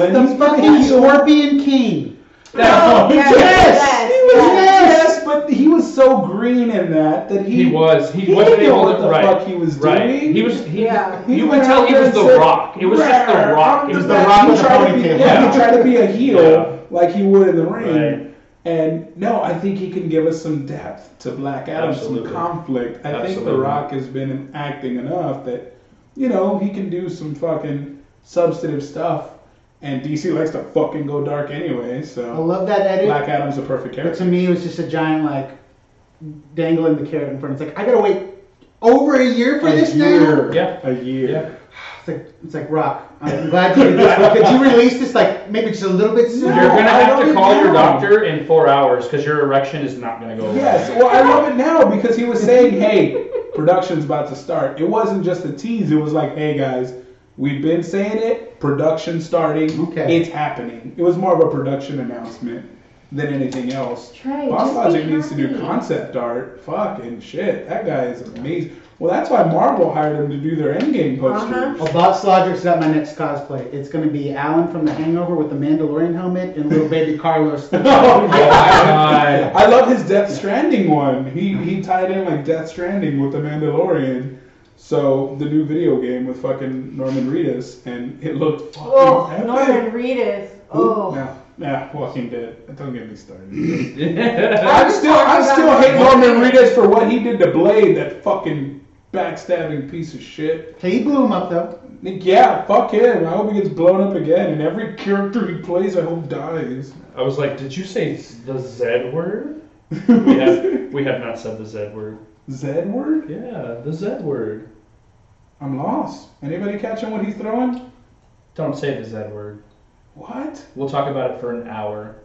[SPEAKER 6] been a
[SPEAKER 9] The
[SPEAKER 6] villain.
[SPEAKER 9] fucking Scorpion King.
[SPEAKER 6] No,
[SPEAKER 10] No,
[SPEAKER 6] yes,
[SPEAKER 10] yes,
[SPEAKER 6] he was
[SPEAKER 10] yes.
[SPEAKER 6] yes, but he was so green in that that he,
[SPEAKER 8] *laughs* He was. He,
[SPEAKER 6] He
[SPEAKER 8] wasn't
[SPEAKER 6] didn't know
[SPEAKER 8] able
[SPEAKER 6] what
[SPEAKER 8] to-
[SPEAKER 6] the
[SPEAKER 8] right,
[SPEAKER 6] fuck he was
[SPEAKER 8] right.
[SPEAKER 6] doing.
[SPEAKER 8] He was. He,
[SPEAKER 10] Yeah.
[SPEAKER 6] He
[SPEAKER 8] You
[SPEAKER 6] went
[SPEAKER 8] could tell
[SPEAKER 6] out
[SPEAKER 8] he
[SPEAKER 6] there
[SPEAKER 8] was
[SPEAKER 6] and
[SPEAKER 8] the
[SPEAKER 6] said,
[SPEAKER 8] Rock. It was just the
[SPEAKER 6] "Rah,
[SPEAKER 8] Rock.
[SPEAKER 6] I'm
[SPEAKER 8] It was
[SPEAKER 9] the Rock
[SPEAKER 6] He
[SPEAKER 9] with the
[SPEAKER 6] tried to be-
[SPEAKER 9] ponytail.
[SPEAKER 6] Yeah, he tried to be a heel
[SPEAKER 8] Yeah.
[SPEAKER 6] like he would in the ring.
[SPEAKER 8] Right.
[SPEAKER 6] And no, I think he can give us some depth to Black Adam,
[SPEAKER 8] Absolutely.
[SPEAKER 6] some conflict. I think The
[SPEAKER 8] Absolutely.
[SPEAKER 6] Rock has been acting enough that, you know, he can do some fucking substantive stuff. And DC likes to fucking go dark anyway,
[SPEAKER 9] I
[SPEAKER 6] so
[SPEAKER 9] love that edit.
[SPEAKER 6] Black Adam's a perfect
[SPEAKER 9] But to
[SPEAKER 6] character.
[SPEAKER 9] me, it was just a giant like dangling the carrot in front. It's like I gotta wait over a year for this
[SPEAKER 6] a year,
[SPEAKER 9] now.
[SPEAKER 8] Yeah.
[SPEAKER 6] a year.
[SPEAKER 8] Yeah.
[SPEAKER 9] It's like it's like rock. I'm glad you did this. but Could you release this like maybe just a little bit sooner?
[SPEAKER 8] You're gonna
[SPEAKER 6] I
[SPEAKER 8] have
[SPEAKER 6] don't
[SPEAKER 8] to call
[SPEAKER 6] even
[SPEAKER 8] your
[SPEAKER 6] know.
[SPEAKER 8] doctor in four hours because your erection is not gonna go away.
[SPEAKER 6] Yes, well, I love it now because he was saying, hey, production's about to start. It wasn't just a tease, it was like, hey, guys, we've been saying it, production's starting,
[SPEAKER 9] Okay.
[SPEAKER 6] it's happening. It was more of a production announcement than anything else.
[SPEAKER 7] Trey,
[SPEAKER 6] Boss
[SPEAKER 7] just
[SPEAKER 6] Logic
[SPEAKER 7] be
[SPEAKER 6] needs to do
[SPEAKER 7] happy.
[SPEAKER 6] concept art. Fucking shit, that guy is amazing. Well, that's why Marvel hired him to do their Endgame poster.
[SPEAKER 10] Uh-huh.
[SPEAKER 9] Well, Box Logic's got my next cosplay. It's gonna be Alan from The Hangover with the Mandalorian helmet and little baby Carlos.
[SPEAKER 6] *laughs* Oh,
[SPEAKER 10] *laughs*
[SPEAKER 8] God.
[SPEAKER 6] I love his Death Stranding one. He he tied in like Death Stranding with the Mandalorian. So the new video game with fucking Norman Reedus, and it looked fucking
[SPEAKER 10] Oh,
[SPEAKER 6] epic.
[SPEAKER 10] Norman Reedus. Oh.
[SPEAKER 6] Nah, nah, Walking Dead. Don't get me
[SPEAKER 10] *laughs*
[SPEAKER 6] started. *laughs*
[SPEAKER 10] I
[SPEAKER 6] I
[SPEAKER 10] was
[SPEAKER 6] still I
[SPEAKER 10] talking
[SPEAKER 6] still
[SPEAKER 10] about-
[SPEAKER 6] hate Norman Reedus for what he did to Blade, that fucking backstabbing piece of shit.
[SPEAKER 9] Okay, he blew him up though.
[SPEAKER 6] Yeah, fuck him. I hope he gets blown up again, and every character he plays, I hope dies.
[SPEAKER 8] *laughs* I was like, did you say the Z word? We
[SPEAKER 6] *laughs*
[SPEAKER 8] have we have not said the Z word.
[SPEAKER 6] Zed word?
[SPEAKER 8] Yeah, the Z word.
[SPEAKER 6] I'm lost. Anybody catching what he's throwing?
[SPEAKER 8] Don't say the Z word.
[SPEAKER 6] What?
[SPEAKER 8] We'll talk about it for an hour.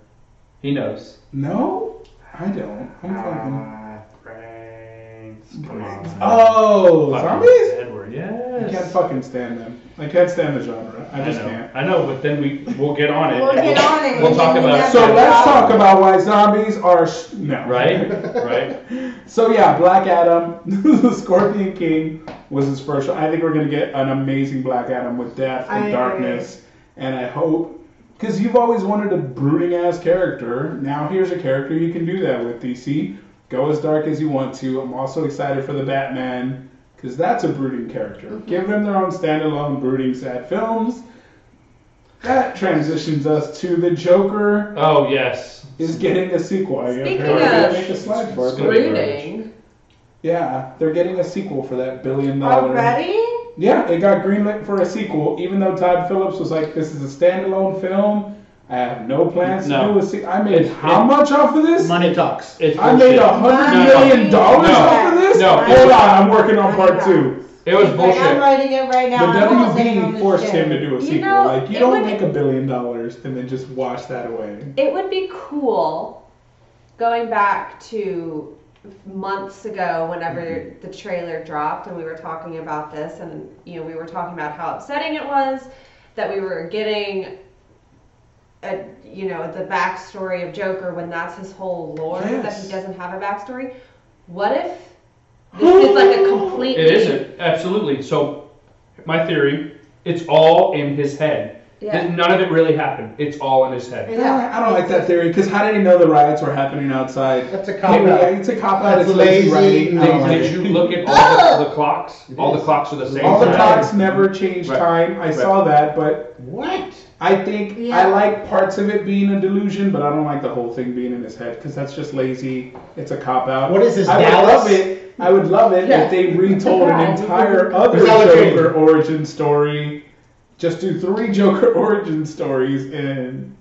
[SPEAKER 8] He knows.
[SPEAKER 6] No, I don't. I'm fucking.
[SPEAKER 8] Pranks. Come on.
[SPEAKER 6] Oh,
[SPEAKER 8] Fucking
[SPEAKER 6] zombies?
[SPEAKER 8] Z word.
[SPEAKER 6] I
[SPEAKER 8] Yes.
[SPEAKER 6] can't fucking stand them. I can't stand the genre. I
[SPEAKER 8] I
[SPEAKER 6] just
[SPEAKER 8] know.
[SPEAKER 6] can't.
[SPEAKER 8] I know, but then we we'll get on it.
[SPEAKER 10] We'll
[SPEAKER 8] and
[SPEAKER 10] get on it.
[SPEAKER 8] We'll talk about it.
[SPEAKER 6] So let's talk about why zombies are sh- no *laughs*
[SPEAKER 8] Right, right.
[SPEAKER 6] So yeah, Black Adam, *laughs* the Scorpion King was his first. Show. I think we're gonna get an amazing Black Adam with death and
[SPEAKER 10] I agree.
[SPEAKER 6] darkness, and I hope because you've always wanted a brooding ass character. Now here's a character you can do that with. DC, go as dark as you want to. I'm also excited for the Batman because that's a brooding character.
[SPEAKER 10] Mm-hmm.
[SPEAKER 6] Give them their own standalone brooding sad films. That transitions us to the Joker
[SPEAKER 8] Oh yes.
[SPEAKER 6] is getting a sequel. I
[SPEAKER 7] Speaking
[SPEAKER 6] apparently
[SPEAKER 7] of-
[SPEAKER 6] make a slide for it.
[SPEAKER 8] It's gonna be
[SPEAKER 7] Brooding.
[SPEAKER 6] Yeah, they're getting a sequel for that billion dollar.
[SPEAKER 10] Already?
[SPEAKER 6] Yeah, it got greenlit for a sequel, even though Todd Phillips was like, "This is a standalone film. I have no plans
[SPEAKER 8] No.
[SPEAKER 6] to do a sequel." I made
[SPEAKER 8] It's-
[SPEAKER 6] how
[SPEAKER 8] it-
[SPEAKER 6] much off of this?
[SPEAKER 9] Money talks.
[SPEAKER 8] It's
[SPEAKER 6] I made
[SPEAKER 8] bullshit.
[SPEAKER 6] a hundred
[SPEAKER 8] No.
[SPEAKER 6] million dollars
[SPEAKER 8] No.
[SPEAKER 6] off of this.
[SPEAKER 8] No.
[SPEAKER 6] Hold on, I'm working on part two.
[SPEAKER 8] It was
[SPEAKER 10] Like, I'm
[SPEAKER 8] bullshit.
[SPEAKER 10] writing it right
[SPEAKER 6] The
[SPEAKER 10] now. I'm not sitting on
[SPEAKER 6] WB
[SPEAKER 10] this
[SPEAKER 6] forced
[SPEAKER 10] chair.
[SPEAKER 6] him to do a
[SPEAKER 7] You
[SPEAKER 6] sequel.
[SPEAKER 7] know,
[SPEAKER 6] like you
[SPEAKER 7] it
[SPEAKER 6] don't
[SPEAKER 7] would-
[SPEAKER 6] make a billion dollars and then just wash that away.
[SPEAKER 7] It would be cool going back to months ago whenever the trailer dropped and we were talking about this and you know we were talking about how upsetting it was that we were getting a, you know the backstory of Joker when that's his whole lore that
[SPEAKER 9] Yes.
[SPEAKER 7] he doesn't have a backstory. What if this is like a completely
[SPEAKER 8] It isn't absolutely. So, my theory, it's all in his head.
[SPEAKER 7] Yeah.
[SPEAKER 8] None of it really happened. It's all in his head.
[SPEAKER 7] Yeah.
[SPEAKER 6] I don't like that theory because how did he know the riots were happening outside?
[SPEAKER 9] That's a cop
[SPEAKER 6] Anyway,
[SPEAKER 9] out.
[SPEAKER 6] It's a cop out.
[SPEAKER 9] That's
[SPEAKER 6] It's lazy
[SPEAKER 9] lazy.
[SPEAKER 6] writing. I don't
[SPEAKER 8] Did,
[SPEAKER 9] Oh,
[SPEAKER 6] like
[SPEAKER 8] did
[SPEAKER 6] it.
[SPEAKER 8] you look at all the, the clocks? All the clocks are the same.
[SPEAKER 6] All the
[SPEAKER 8] time.
[SPEAKER 6] clocks never change
[SPEAKER 8] Right.
[SPEAKER 6] time. I
[SPEAKER 8] Right.
[SPEAKER 6] saw that, but
[SPEAKER 9] What?
[SPEAKER 6] I think I
[SPEAKER 10] Yeah.
[SPEAKER 6] like parts of it being a delusion, but I don't like the whole thing being in his head because that's just lazy. It's a cop out.
[SPEAKER 9] What is this,
[SPEAKER 6] I would
[SPEAKER 9] Dallas?
[SPEAKER 6] love it. I would love it
[SPEAKER 9] Yeah.
[SPEAKER 6] if they
[SPEAKER 10] *laughs*
[SPEAKER 6] retold an
[SPEAKER 7] Right.
[SPEAKER 6] entire other
[SPEAKER 9] It's all a dream.
[SPEAKER 6] Joker origin story. Just do three *laughs* Joker origin stories and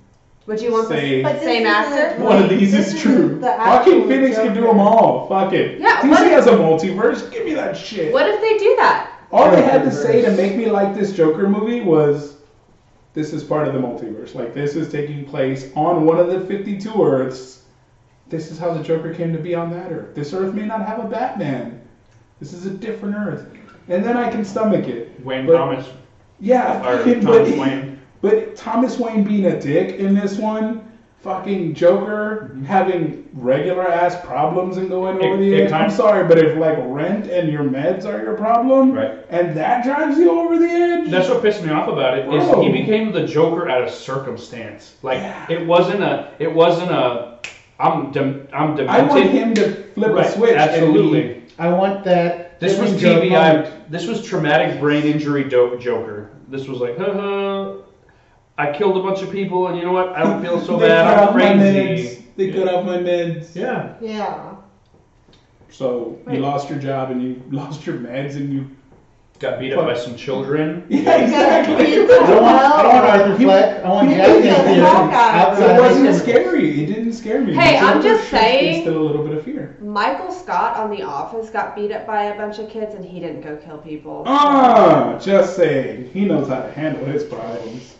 [SPEAKER 7] Would you want
[SPEAKER 6] Say-
[SPEAKER 7] the
[SPEAKER 10] But this
[SPEAKER 7] same
[SPEAKER 10] isn't-
[SPEAKER 7] actor?
[SPEAKER 6] one of these
[SPEAKER 10] This
[SPEAKER 6] is
[SPEAKER 10] is
[SPEAKER 6] true.
[SPEAKER 10] the
[SPEAKER 6] Joaquin
[SPEAKER 10] actual
[SPEAKER 6] Phoenix can do
[SPEAKER 10] Joker.
[SPEAKER 6] them all. Fuck it.
[SPEAKER 7] Yeah,
[SPEAKER 6] DC
[SPEAKER 7] what-
[SPEAKER 6] has a multiverse. Give me that shit.
[SPEAKER 7] What if they do that?
[SPEAKER 6] All they had to say to make me like this Joker movie was this is part of the multiverse. Like, this is taking place on one of the 52 Earths. This is how the Joker came to be on that Earth. This Earth may not have a Batman. This is a different Earth. And then I can stomach it.
[SPEAKER 8] Wayne
[SPEAKER 6] But-
[SPEAKER 8] Thomas
[SPEAKER 6] Yeah,
[SPEAKER 8] or
[SPEAKER 6] fucking-
[SPEAKER 8] Thomas
[SPEAKER 6] but-
[SPEAKER 8] Wayne.
[SPEAKER 6] but Thomas Wayne being a dick in this one, fucking Joker
[SPEAKER 8] Mm-hmm.
[SPEAKER 6] having regular ass problems and going over
[SPEAKER 8] It-
[SPEAKER 6] the
[SPEAKER 8] it
[SPEAKER 6] edge. I'm
[SPEAKER 8] kind-
[SPEAKER 6] sorry, but if like rent and your meds are your problem,
[SPEAKER 8] Right.
[SPEAKER 6] and that drives you over the edge,
[SPEAKER 8] That's what pissed me off about it is
[SPEAKER 6] Bro.
[SPEAKER 8] he became the Joker out of circumstance. Like
[SPEAKER 6] Oh. Yeah.
[SPEAKER 8] it wasn't a it wasn't a I'm dem- I'm demented.
[SPEAKER 6] I want him to flip
[SPEAKER 8] Right,
[SPEAKER 6] a switch. and
[SPEAKER 8] Absolutely.
[SPEAKER 6] be-
[SPEAKER 9] I want that.
[SPEAKER 8] This was
[SPEAKER 9] Joker moment.
[SPEAKER 8] TBI. This was traumatic brain injury do- Joker. This was like, huh, I killed a bunch of people, and you know what? I don't feel so
[SPEAKER 6] they
[SPEAKER 8] bad.
[SPEAKER 6] cut
[SPEAKER 8] I'm
[SPEAKER 6] off my meds.
[SPEAKER 8] crazy.
[SPEAKER 6] They cut off my meds.
[SPEAKER 8] Yeah.
[SPEAKER 10] Yeah.
[SPEAKER 6] So you
[SPEAKER 7] Right.
[SPEAKER 6] lost your job and you *laughs* lost your meds and you.
[SPEAKER 8] Got beat up by some children.
[SPEAKER 6] *laughs* Yeah, exactly.
[SPEAKER 9] I
[SPEAKER 6] *laughs*
[SPEAKER 9] don't want, I don't want Arthur
[SPEAKER 6] He-
[SPEAKER 9] Fleck. I want
[SPEAKER 6] he
[SPEAKER 9] Jack
[SPEAKER 6] is
[SPEAKER 9] Nicholson
[SPEAKER 10] the Hawkeye.
[SPEAKER 6] So
[SPEAKER 9] outside
[SPEAKER 6] it
[SPEAKER 9] of
[SPEAKER 6] wasn't
[SPEAKER 9] his-
[SPEAKER 6] scary. It didn't scare me.
[SPEAKER 7] Hey, I'm
[SPEAKER 6] Joker
[SPEAKER 7] just
[SPEAKER 6] should
[SPEAKER 7] saying-
[SPEAKER 6] instill a little bit of fear.
[SPEAKER 7] Michael Scott on The Office got beat up by a bunch of kids and he didn't go kill people.
[SPEAKER 6] Ah, just saying. He knows how to handle his problems.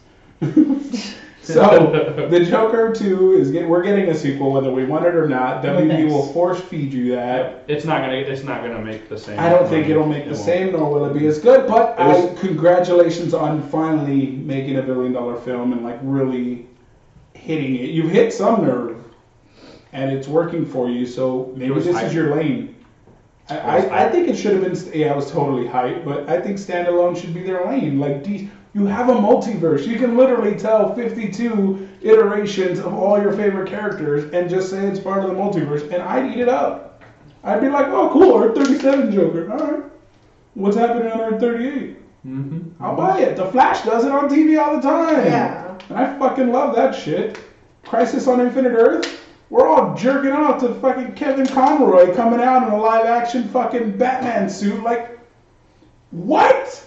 [SPEAKER 6] *laughs* so the Joker 2 is get, we're getting a sequel whether we want it or not.
[SPEAKER 9] No,
[SPEAKER 6] WB
[SPEAKER 9] thanks.
[SPEAKER 6] will force feed you that.
[SPEAKER 8] It's not gonna. It's not gonna make the same.
[SPEAKER 6] I don't think
[SPEAKER 8] money.
[SPEAKER 6] it'll make
[SPEAKER 8] It
[SPEAKER 6] the
[SPEAKER 8] won't.
[SPEAKER 6] same, nor will it be as good. But
[SPEAKER 8] It was-
[SPEAKER 6] I, congratulations on finally making a billion dollar film and like really hitting it. You've hit some nerve, and it's working for you. So maybe
[SPEAKER 8] was
[SPEAKER 6] this
[SPEAKER 8] hype.
[SPEAKER 6] is your lane. I,
[SPEAKER 8] It was
[SPEAKER 6] I, I
[SPEAKER 8] hype.
[SPEAKER 6] think it should have been. Yeah, I was totally hyped, but I think standalone should be their lane. Like D, you have a multiverse. You can literally tell 52 iterations of all your favorite characters and just say it's part of the multiverse, and I'd eat it up. I'd be like, oh, cool, Earth 37 Joker. All right. What's happening on Earth 38?
[SPEAKER 8] Mhm.
[SPEAKER 6] I'll buy it. The Flash does it on TV all the time.
[SPEAKER 10] Yeah.
[SPEAKER 6] And I fucking love that shit. Crisis on Infinite Earth? We're all jerking off to fucking Kevin Conroy coming out in a live action fucking Batman suit. Like, what?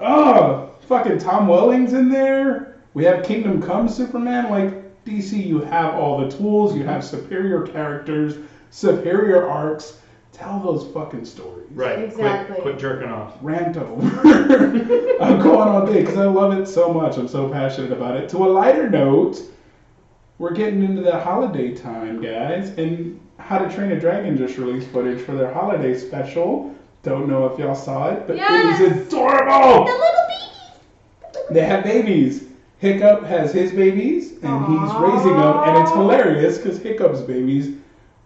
[SPEAKER 6] Ugh. Fucking Tom Welling's in there. We have Kingdom Come Superman. Like, DC, you have all the tools, you have superior characters, superior arcs. Tell those fucking stories
[SPEAKER 8] Right.
[SPEAKER 10] Exactly.
[SPEAKER 8] Quit, quit jerking off.
[SPEAKER 6] rant over. *laughs* I'm going all day because I love it so much. I'm so passionate about it. To a lighter note, we're getting into the holiday time, guys, and How to Train a Dragon just released footage for their holiday special. Don't know if y'all saw it, but
[SPEAKER 10] Yes!
[SPEAKER 6] it is adorable.
[SPEAKER 10] The little baby.
[SPEAKER 6] They have babies. Hiccup has his babies, and he's
[SPEAKER 10] Aww.
[SPEAKER 6] raising them, and it's hilarious because Hiccup's babies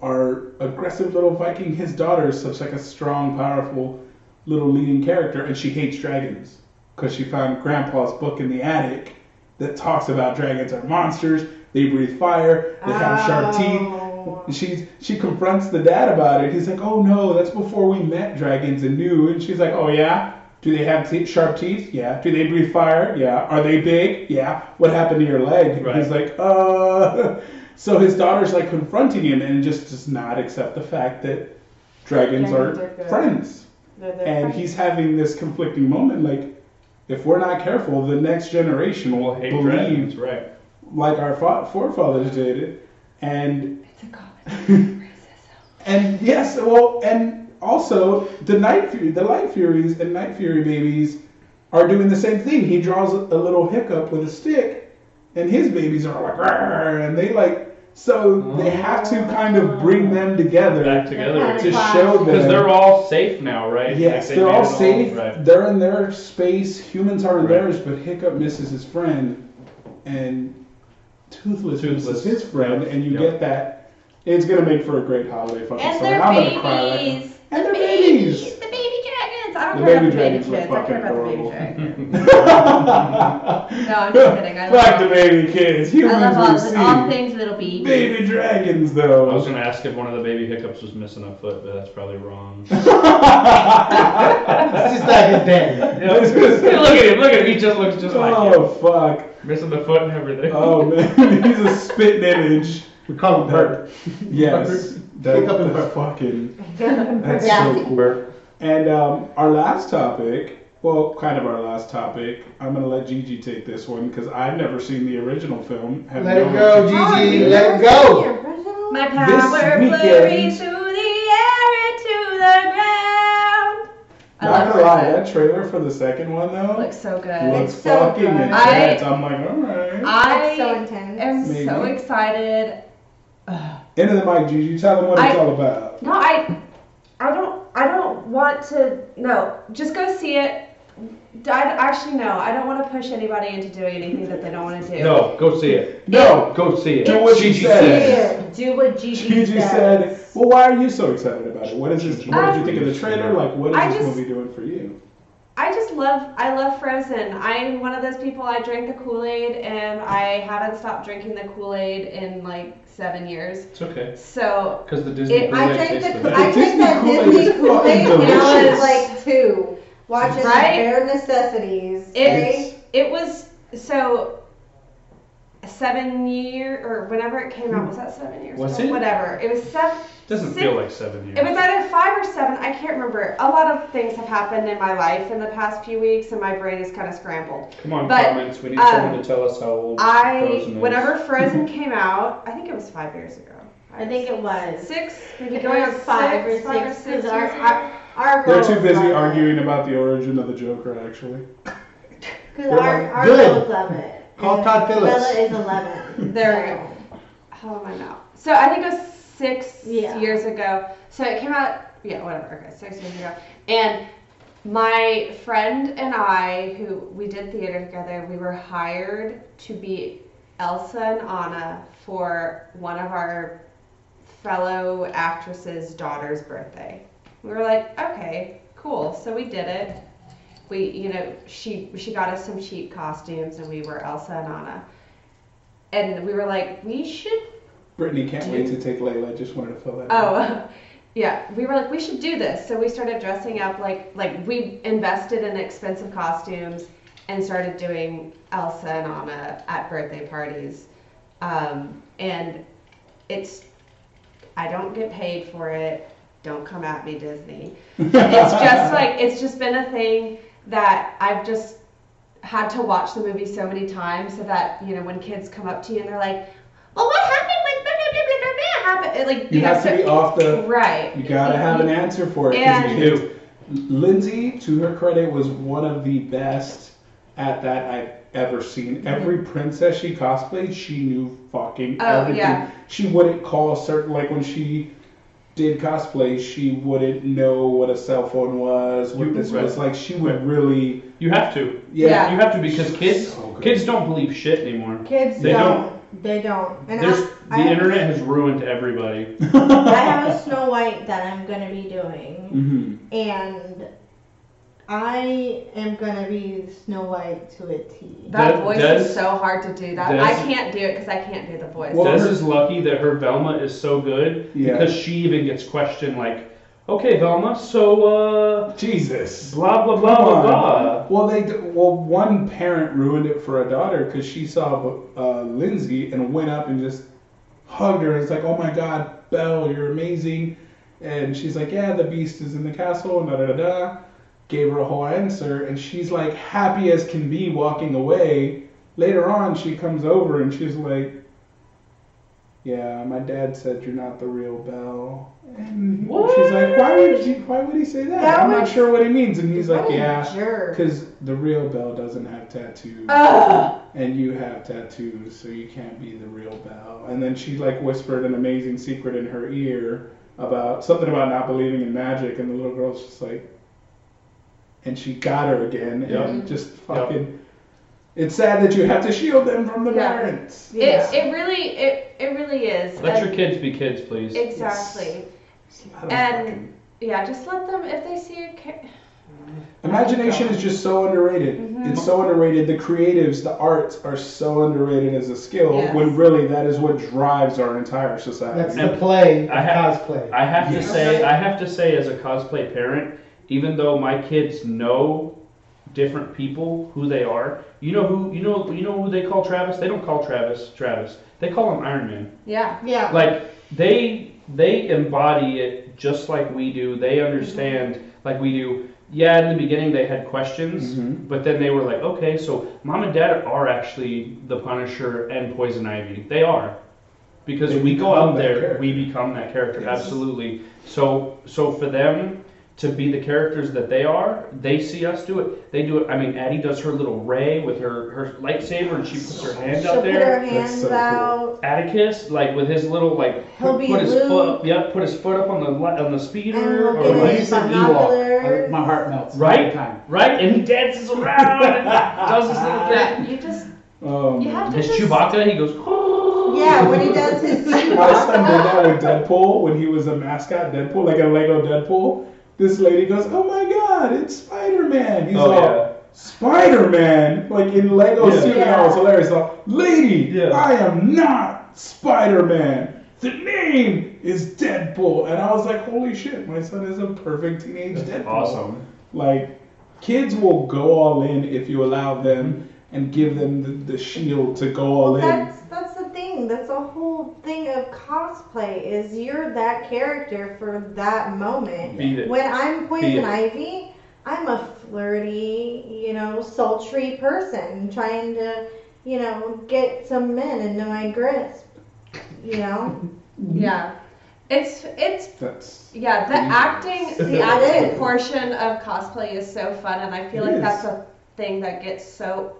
[SPEAKER 6] are aggressive little Viking. His daughter is such like a strong, powerful little leading character, and she hates dragons because she found Grandpa's book in the attic that talks about dragons are monsters. They breathe fire. They have sharp teeth.
[SPEAKER 10] Oh.
[SPEAKER 6] And she's she confronts the dad about it. He's like, "Oh no, that's before we met dragons and knew." And she's like, "Oh yeah." Do they have te- sharp teeth? Yeah. Do they breathe fire? Yeah. Are they big? Yeah. What happened to your leg?
[SPEAKER 8] Right.
[SPEAKER 6] He's like, uh. *laughs* So his daughter's like confronting him and just does not accept the fact that dragons,
[SPEAKER 10] Dragons
[SPEAKER 6] are,
[SPEAKER 10] are good.
[SPEAKER 6] friends.
[SPEAKER 10] They're the
[SPEAKER 6] And
[SPEAKER 10] friends.
[SPEAKER 6] he's having this conflicting moment. Like, if we're not careful, the next generation will
[SPEAKER 8] Hate
[SPEAKER 6] believe
[SPEAKER 8] dragons. Right.
[SPEAKER 6] like our fa- forefathers did, and
[SPEAKER 7] It's a common racism.
[SPEAKER 6] and yes, well, and also the night fury, the light furies and night fury babies are doing the same thing. He draws a little hiccup with a stick, and his babies are like, "Rrr," and they like, so they have to kind of bring them together
[SPEAKER 8] Back together.
[SPEAKER 10] Okay.
[SPEAKER 6] to show them
[SPEAKER 8] Because they're all safe now, right?
[SPEAKER 6] Yes,
[SPEAKER 8] Like, they
[SPEAKER 6] they're
[SPEAKER 8] made
[SPEAKER 6] all
[SPEAKER 8] it
[SPEAKER 6] safe.
[SPEAKER 8] right.
[SPEAKER 6] They're in their space. Humans are in
[SPEAKER 8] Right.
[SPEAKER 6] theirs, but Hiccup misses his friend, and Toothless,
[SPEAKER 8] Toothless.
[SPEAKER 6] is his friend, and you
[SPEAKER 8] Yep.
[SPEAKER 6] get that. It's gonna make for a great holiday fucking
[SPEAKER 7] And
[SPEAKER 6] story.
[SPEAKER 7] they're
[SPEAKER 6] I'm gonna cry. Like,
[SPEAKER 7] babies.
[SPEAKER 6] and they're babies.
[SPEAKER 7] *laughs* The baby dragons. I
[SPEAKER 6] The
[SPEAKER 7] don't care about
[SPEAKER 6] baby
[SPEAKER 7] the baby
[SPEAKER 6] dragons
[SPEAKER 7] kids.
[SPEAKER 6] were
[SPEAKER 7] I care
[SPEAKER 6] fucking
[SPEAKER 7] about the baby
[SPEAKER 6] adorable.
[SPEAKER 7] dragon.
[SPEAKER 6] *laughs* no,
[SPEAKER 7] I'm
[SPEAKER 6] *laughs*
[SPEAKER 7] just kidding. I love-
[SPEAKER 6] like the baby kids.
[SPEAKER 7] I
[SPEAKER 6] Humans
[SPEAKER 7] love
[SPEAKER 6] we
[SPEAKER 7] all, all
[SPEAKER 6] see.
[SPEAKER 7] things little baby.
[SPEAKER 6] Baby dragons,
[SPEAKER 8] I was
[SPEAKER 6] though.
[SPEAKER 8] gonna ask if one of the baby hiccups was missing a foot, but that's probably
[SPEAKER 6] *laughs*
[SPEAKER 8] wrong. *laughs*
[SPEAKER 9] *laughs* This is like his dad.
[SPEAKER 8] Hey, look at him! Look at him! He just looks just like
[SPEAKER 6] *laughs* oh fuck.
[SPEAKER 8] him. Missing the foot and everything.
[SPEAKER 6] Oh man, *laughs* he's a spitting image.
[SPEAKER 9] We call him Bert.
[SPEAKER 6] Yes. That,
[SPEAKER 9] Pick up and
[SPEAKER 6] that's
[SPEAKER 9] burp.
[SPEAKER 6] fucking. That's
[SPEAKER 10] Yeah.
[SPEAKER 6] so cool. And um, our last topic, well, kind of our last topic. I'm gonna let Gigi take this one because I've never seen the original film. Have
[SPEAKER 9] Let
[SPEAKER 6] no
[SPEAKER 9] it go,
[SPEAKER 6] idea.
[SPEAKER 10] Oh,
[SPEAKER 9] Gigi.
[SPEAKER 10] you
[SPEAKER 9] Let
[SPEAKER 10] never
[SPEAKER 9] it go.
[SPEAKER 10] seen the original?
[SPEAKER 7] My
[SPEAKER 6] This
[SPEAKER 7] power
[SPEAKER 6] weekend-
[SPEAKER 7] flurries through the air to the ground. I
[SPEAKER 6] Not
[SPEAKER 7] love
[SPEAKER 6] gonna lie,
[SPEAKER 7] that.
[SPEAKER 6] that trailer for the second one though
[SPEAKER 7] Looks so good.
[SPEAKER 6] looks
[SPEAKER 10] It's so
[SPEAKER 6] fucking
[SPEAKER 10] good.
[SPEAKER 6] intense. I'm like, all right.
[SPEAKER 7] I
[SPEAKER 10] It's so intense.
[SPEAKER 7] am so
[SPEAKER 6] Maybe.
[SPEAKER 7] excited. Ugh.
[SPEAKER 6] Into the mic, Gigi. Tell them what it's
[SPEAKER 7] I-
[SPEAKER 6] all about.
[SPEAKER 7] No, I, I don't, I don't want to. No, just go see it. I actually no, I don't want to push anybody into doing anything that they don't want to do.
[SPEAKER 8] *laughs* No, go see it.
[SPEAKER 6] No,
[SPEAKER 8] Go see it.
[SPEAKER 6] do what you
[SPEAKER 8] Gigi
[SPEAKER 6] said.
[SPEAKER 10] Here, do what Gigi,
[SPEAKER 6] Gigi said,
[SPEAKER 10] says.
[SPEAKER 6] "Well, why are you so excited about it? What is this? What did
[SPEAKER 7] Um,
[SPEAKER 6] you think of the trailer? Like, what is
[SPEAKER 7] I
[SPEAKER 6] this
[SPEAKER 7] just-
[SPEAKER 6] movie doing for you?"
[SPEAKER 7] I just love I love Frozen. I'm one of those people I drank the Kool-Aid and I haven't stopped drinking the Kool-Aid in like seven years.
[SPEAKER 8] It's okay,
[SPEAKER 7] So
[SPEAKER 8] because the Disney
[SPEAKER 7] It-
[SPEAKER 8] Kool-Aid
[SPEAKER 10] I drank
[SPEAKER 8] tastes
[SPEAKER 10] the
[SPEAKER 8] like
[SPEAKER 10] I
[SPEAKER 6] It
[SPEAKER 10] drank
[SPEAKER 6] tastes
[SPEAKER 10] that
[SPEAKER 6] cool, it's
[SPEAKER 10] Disney
[SPEAKER 6] fucking
[SPEAKER 10] Kool-Aid when I
[SPEAKER 6] delicious.
[SPEAKER 10] was like two, watching
[SPEAKER 7] Right?
[SPEAKER 10] Bare Necessities.
[SPEAKER 7] it it was so seven year or whenever it came out was that seven years
[SPEAKER 8] Was
[SPEAKER 7] ago?
[SPEAKER 8] it?
[SPEAKER 7] whatever it was seven
[SPEAKER 8] Doesn't feel like seven years.
[SPEAKER 7] It was either five or seven. I can't remember. A lot of things have happened in my life in the past few weeks, and my brain is kind of scrambled.
[SPEAKER 8] Come on,
[SPEAKER 7] but,
[SPEAKER 8] comments. We need
[SPEAKER 7] um,
[SPEAKER 8] someone to tell us how old
[SPEAKER 7] I,
[SPEAKER 8] Frozen is.
[SPEAKER 7] whenever Frozen came out, I think it was five years ago.
[SPEAKER 1] I think it was.
[SPEAKER 7] six, maybe
[SPEAKER 1] It
[SPEAKER 7] going on
[SPEAKER 1] was five or
[SPEAKER 7] six, five
[SPEAKER 1] six,
[SPEAKER 7] six
[SPEAKER 1] because our,
[SPEAKER 7] years ago.
[SPEAKER 1] our, our
[SPEAKER 6] They're
[SPEAKER 1] girls
[SPEAKER 7] Oh,
[SPEAKER 6] too busy
[SPEAKER 1] love
[SPEAKER 6] arguing about the origin of the Joker, actually.
[SPEAKER 1] it. Because our,
[SPEAKER 6] Good.
[SPEAKER 1] our girls love it.
[SPEAKER 9] Call
[SPEAKER 1] And
[SPEAKER 9] Todd Phillips.
[SPEAKER 1] Bella is 11.
[SPEAKER 7] There
[SPEAKER 1] so.
[SPEAKER 7] How am I now? So I think it was six
[SPEAKER 1] Yeah.
[SPEAKER 7] years ago. So it came out, yeah, whatever. Okay, six years ago. And my friend and I, who we did theater together, we were hired to be Elsa and Anna for one of our fellow actresses' daughter's birthday. We were like, okay, cool. So we did it. We, you know, she she got us some cheap costumes, and we were Elsa and Anna. And we were like, we should
[SPEAKER 6] Brittany can't wait to take Layla. Just wanted to fill that. out.
[SPEAKER 7] Oh, *laughs* yeah. We were like, we should do this. So we started dressing up like like we invested in expensive costumes and started doing Elsa and Anna at birthday parties. Um, and it's I don't get paid for it. Don't come at
[SPEAKER 6] *laughs*
[SPEAKER 7] me, Disney. It's just like it's just been a thing that I've just had to watch the movie so many times so that you know when kids come up to you and they're like, well, what happened with blah blah blah blah blah happened? Like
[SPEAKER 6] you have
[SPEAKER 7] so-
[SPEAKER 6] to be off the.
[SPEAKER 7] Right.
[SPEAKER 6] You gotta have an answer for it. 'cause
[SPEAKER 7] And-
[SPEAKER 6] you do. Lindsay, to her credit, was one of the best at that I've ever
[SPEAKER 7] Mm-hmm.
[SPEAKER 6] seen. Every princess she cosplayed, she knew fucking
[SPEAKER 7] Oh,
[SPEAKER 6] everything.
[SPEAKER 7] yeah.
[SPEAKER 6] She wouldn't call certain like when she did cosplay, she wouldn't know what a cell phone was, what
[SPEAKER 8] You-
[SPEAKER 6] this was.
[SPEAKER 8] right.
[SPEAKER 6] Like she would really
[SPEAKER 8] you have to.
[SPEAKER 7] Yeah.
[SPEAKER 8] You have to because kids
[SPEAKER 6] So good.
[SPEAKER 8] kids don't believe shit anymore.
[SPEAKER 10] Kids
[SPEAKER 8] They
[SPEAKER 10] don't. They don't. And
[SPEAKER 8] There's the
[SPEAKER 10] I, I,
[SPEAKER 8] internet has ruined everybody.
[SPEAKER 1] I have a Snow White that I'm going to be doing.
[SPEAKER 6] hmm
[SPEAKER 1] And I am going to be Snow White to a T.
[SPEAKER 7] That
[SPEAKER 8] Does-
[SPEAKER 7] voice
[SPEAKER 8] does-
[SPEAKER 7] is so hard to do. That
[SPEAKER 8] does-
[SPEAKER 7] I can't do it because I can't do the voice.
[SPEAKER 6] Well,
[SPEAKER 8] Des
[SPEAKER 6] her-
[SPEAKER 8] is lucky that her Velma is so good
[SPEAKER 6] Yeah.
[SPEAKER 8] because she even gets questioned like, okay, Velma, so uh,
[SPEAKER 6] Jesus.
[SPEAKER 8] blah blah blah
[SPEAKER 6] Come
[SPEAKER 8] blah
[SPEAKER 6] on.
[SPEAKER 8] blah.
[SPEAKER 6] Well, they d- well one parent ruined it for a daughter because she saw uh, Lindsay and went up and just hugged her. It's like, oh my God, Belle, you're amazing. And she's like, yeah, the beast is in the castle. And da da da da. Gave her a whole answer, and she's like happy as can be, walking away. Later on, she comes over and she's like, yeah, my dad said you're not the real Belle. And she's like, why would you, why would he say that?
[SPEAKER 10] That
[SPEAKER 6] I'm not
[SPEAKER 10] was-
[SPEAKER 6] sure what he means. And he's like,
[SPEAKER 10] what a
[SPEAKER 6] yeah.
[SPEAKER 10] jerk.
[SPEAKER 6] Because the real Belle doesn't have tattoos,
[SPEAKER 7] Ugh.
[SPEAKER 6] and you have tattoos, so you can't be the real Belle. And then she like whispered an amazing secret in her ear about something about not believing in magic, and the little girl's just like, and she got her again,
[SPEAKER 8] Yep.
[SPEAKER 6] and just fucking. It's sad that you have to shield them from the
[SPEAKER 10] Yeah.
[SPEAKER 6] parents.
[SPEAKER 7] It, it really it, it really is.
[SPEAKER 8] Let your
[SPEAKER 7] And-
[SPEAKER 8] kids be kids, please.
[SPEAKER 7] Exactly.
[SPEAKER 6] I don't
[SPEAKER 7] And-
[SPEAKER 6] fucking-
[SPEAKER 7] Yeah, just let them if they see a kid.
[SPEAKER 6] imagination is just so underrated.
[SPEAKER 7] Mm-hmm.
[SPEAKER 6] It's so underrated. The creatives, the arts are so underrated as a skill
[SPEAKER 7] Yes.
[SPEAKER 6] when really that is what drives our entire society.
[SPEAKER 9] That's the play,
[SPEAKER 8] I have-
[SPEAKER 9] cosplay.
[SPEAKER 8] I have to
[SPEAKER 6] Yes.
[SPEAKER 8] say, I have to say, as a cosplay parent, even though my kids know different people who they are, you know who you know you know who they call Travis. They don't call Travis Travis. They call him Iron Man.
[SPEAKER 7] Yeah.
[SPEAKER 1] Yeah.
[SPEAKER 8] Like they they embody it just like we do. They
[SPEAKER 10] Mm-hmm.
[SPEAKER 8] understand like we do. Yeah, in the beginning they had questions,
[SPEAKER 6] Mhm.
[SPEAKER 8] but then they were like, okay, so mom and dad are actually the Punisher and Poison Ivy. They are. Because
[SPEAKER 6] They
[SPEAKER 8] we go
[SPEAKER 6] become
[SPEAKER 8] out
[SPEAKER 6] that
[SPEAKER 8] there,
[SPEAKER 6] character.
[SPEAKER 8] we become that character,
[SPEAKER 6] Yes.
[SPEAKER 8] absolutely. So so for them to be the characters that they are, they see us do it. They do it. I mean, Addie does her little ray with her, her lightsaber, and she puts her hand
[SPEAKER 10] She'll
[SPEAKER 8] up
[SPEAKER 10] put
[SPEAKER 8] there.
[SPEAKER 10] her hands
[SPEAKER 6] so cool.
[SPEAKER 10] out.
[SPEAKER 8] Atticus, like with his little like
[SPEAKER 10] He'll
[SPEAKER 8] put,
[SPEAKER 10] be
[SPEAKER 8] put his
[SPEAKER 10] Luke.
[SPEAKER 8] foot up, yep, put his foot up on the li- on the speeder
[SPEAKER 10] And
[SPEAKER 8] or
[SPEAKER 10] he'll
[SPEAKER 9] When
[SPEAKER 10] get
[SPEAKER 8] like,
[SPEAKER 9] he's an Ewok, I-
[SPEAKER 10] binoculars.
[SPEAKER 9] my heart melts every
[SPEAKER 8] right,
[SPEAKER 9] time.
[SPEAKER 8] right, and he dances around and does his little thing.
[SPEAKER 7] Yeah. You just
[SPEAKER 6] Um,
[SPEAKER 7] you have to
[SPEAKER 8] His
[SPEAKER 7] just
[SPEAKER 8] Chewbacca, he goes. *laughs*
[SPEAKER 10] Yeah, when he
[SPEAKER 6] *laughs*
[SPEAKER 10] does his
[SPEAKER 6] I stumbled down with Deadpool when he was a mascot Deadpool, like a Lego Deadpool. This lady goes, "Oh my God, it's Spider Man!" He's
[SPEAKER 8] Oh,
[SPEAKER 6] all,
[SPEAKER 8] yeah.
[SPEAKER 6] "Spider Man!" Like in Lego
[SPEAKER 8] Yeah.
[SPEAKER 6] suit, and I was hilarious. Like, lady,
[SPEAKER 8] Yeah.
[SPEAKER 6] I am not Spider Man. The name is Deadpool, and I was like, "Holy shit, my son is a perfect teenage Deadpool."
[SPEAKER 8] Awesome.
[SPEAKER 6] Like, kids will go all in if you allow them and give them the, the shield to go all in.
[SPEAKER 10] That's that's the thing. That's the whole thing of cosplay is you're that character for that moment.
[SPEAKER 8] Beat it.
[SPEAKER 10] When I'm Poison
[SPEAKER 8] it.
[SPEAKER 10] Ivy, I'm a flirty, you know, sultry person trying to, you know, get some men into my grasp. You know,
[SPEAKER 7] Yeah. It's it's
[SPEAKER 6] That's
[SPEAKER 7] yeah, the acting the
[SPEAKER 6] *laughs*
[SPEAKER 10] Yeah, it
[SPEAKER 7] acting
[SPEAKER 10] is.
[SPEAKER 7] portion of cosplay is so fun and I feel
[SPEAKER 6] It
[SPEAKER 7] like
[SPEAKER 6] is.
[SPEAKER 7] that's a thing that gets so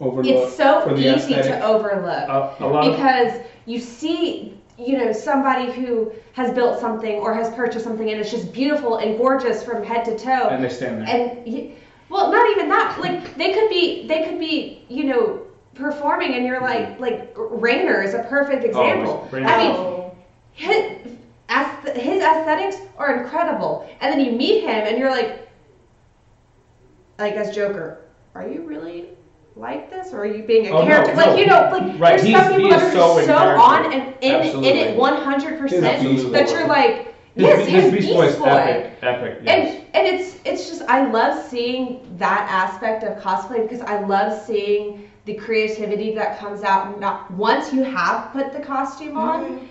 [SPEAKER 6] overlooked
[SPEAKER 7] it's so
[SPEAKER 6] for the
[SPEAKER 7] easy
[SPEAKER 6] aesthetic. Uh-huh.
[SPEAKER 7] to overlook.
[SPEAKER 8] Uh, a lot of
[SPEAKER 7] because you see you know somebody who has built something or has purchased something and it's just beautiful and gorgeous from head to toe
[SPEAKER 8] and they stand there.
[SPEAKER 7] and y- well not even that like they could be they could be you know performing and you're like like Rainer is a perfect
[SPEAKER 6] Oh,
[SPEAKER 7] example
[SPEAKER 8] Rainer.
[SPEAKER 7] I mean his, ath- his aesthetics are incredible and then you meet him and you're like like as Joker are you really like this or are you being a
[SPEAKER 8] Oh, no,
[SPEAKER 7] character
[SPEAKER 8] no.
[SPEAKER 7] like you know like
[SPEAKER 8] Right,
[SPEAKER 7] there's
[SPEAKER 8] he's-
[SPEAKER 7] some people
[SPEAKER 8] he
[SPEAKER 7] that are
[SPEAKER 8] is so
[SPEAKER 7] just so
[SPEAKER 8] in
[SPEAKER 7] on
[SPEAKER 8] character.
[SPEAKER 7] and in, in
[SPEAKER 8] Absolutely.
[SPEAKER 7] it 100%
[SPEAKER 6] His
[SPEAKER 7] that
[SPEAKER 6] Beast
[SPEAKER 7] you're
[SPEAKER 6] Boy.
[SPEAKER 7] like
[SPEAKER 8] His-
[SPEAKER 7] yes
[SPEAKER 8] his
[SPEAKER 7] his,
[SPEAKER 8] Beast
[SPEAKER 7] Beast
[SPEAKER 8] Boy's
[SPEAKER 7] Boy
[SPEAKER 8] epic, epic. Yes.
[SPEAKER 7] and and it's it's just I love seeing that aspect of cosplay because I love seeing the creativity that comes out not once you have put the costume on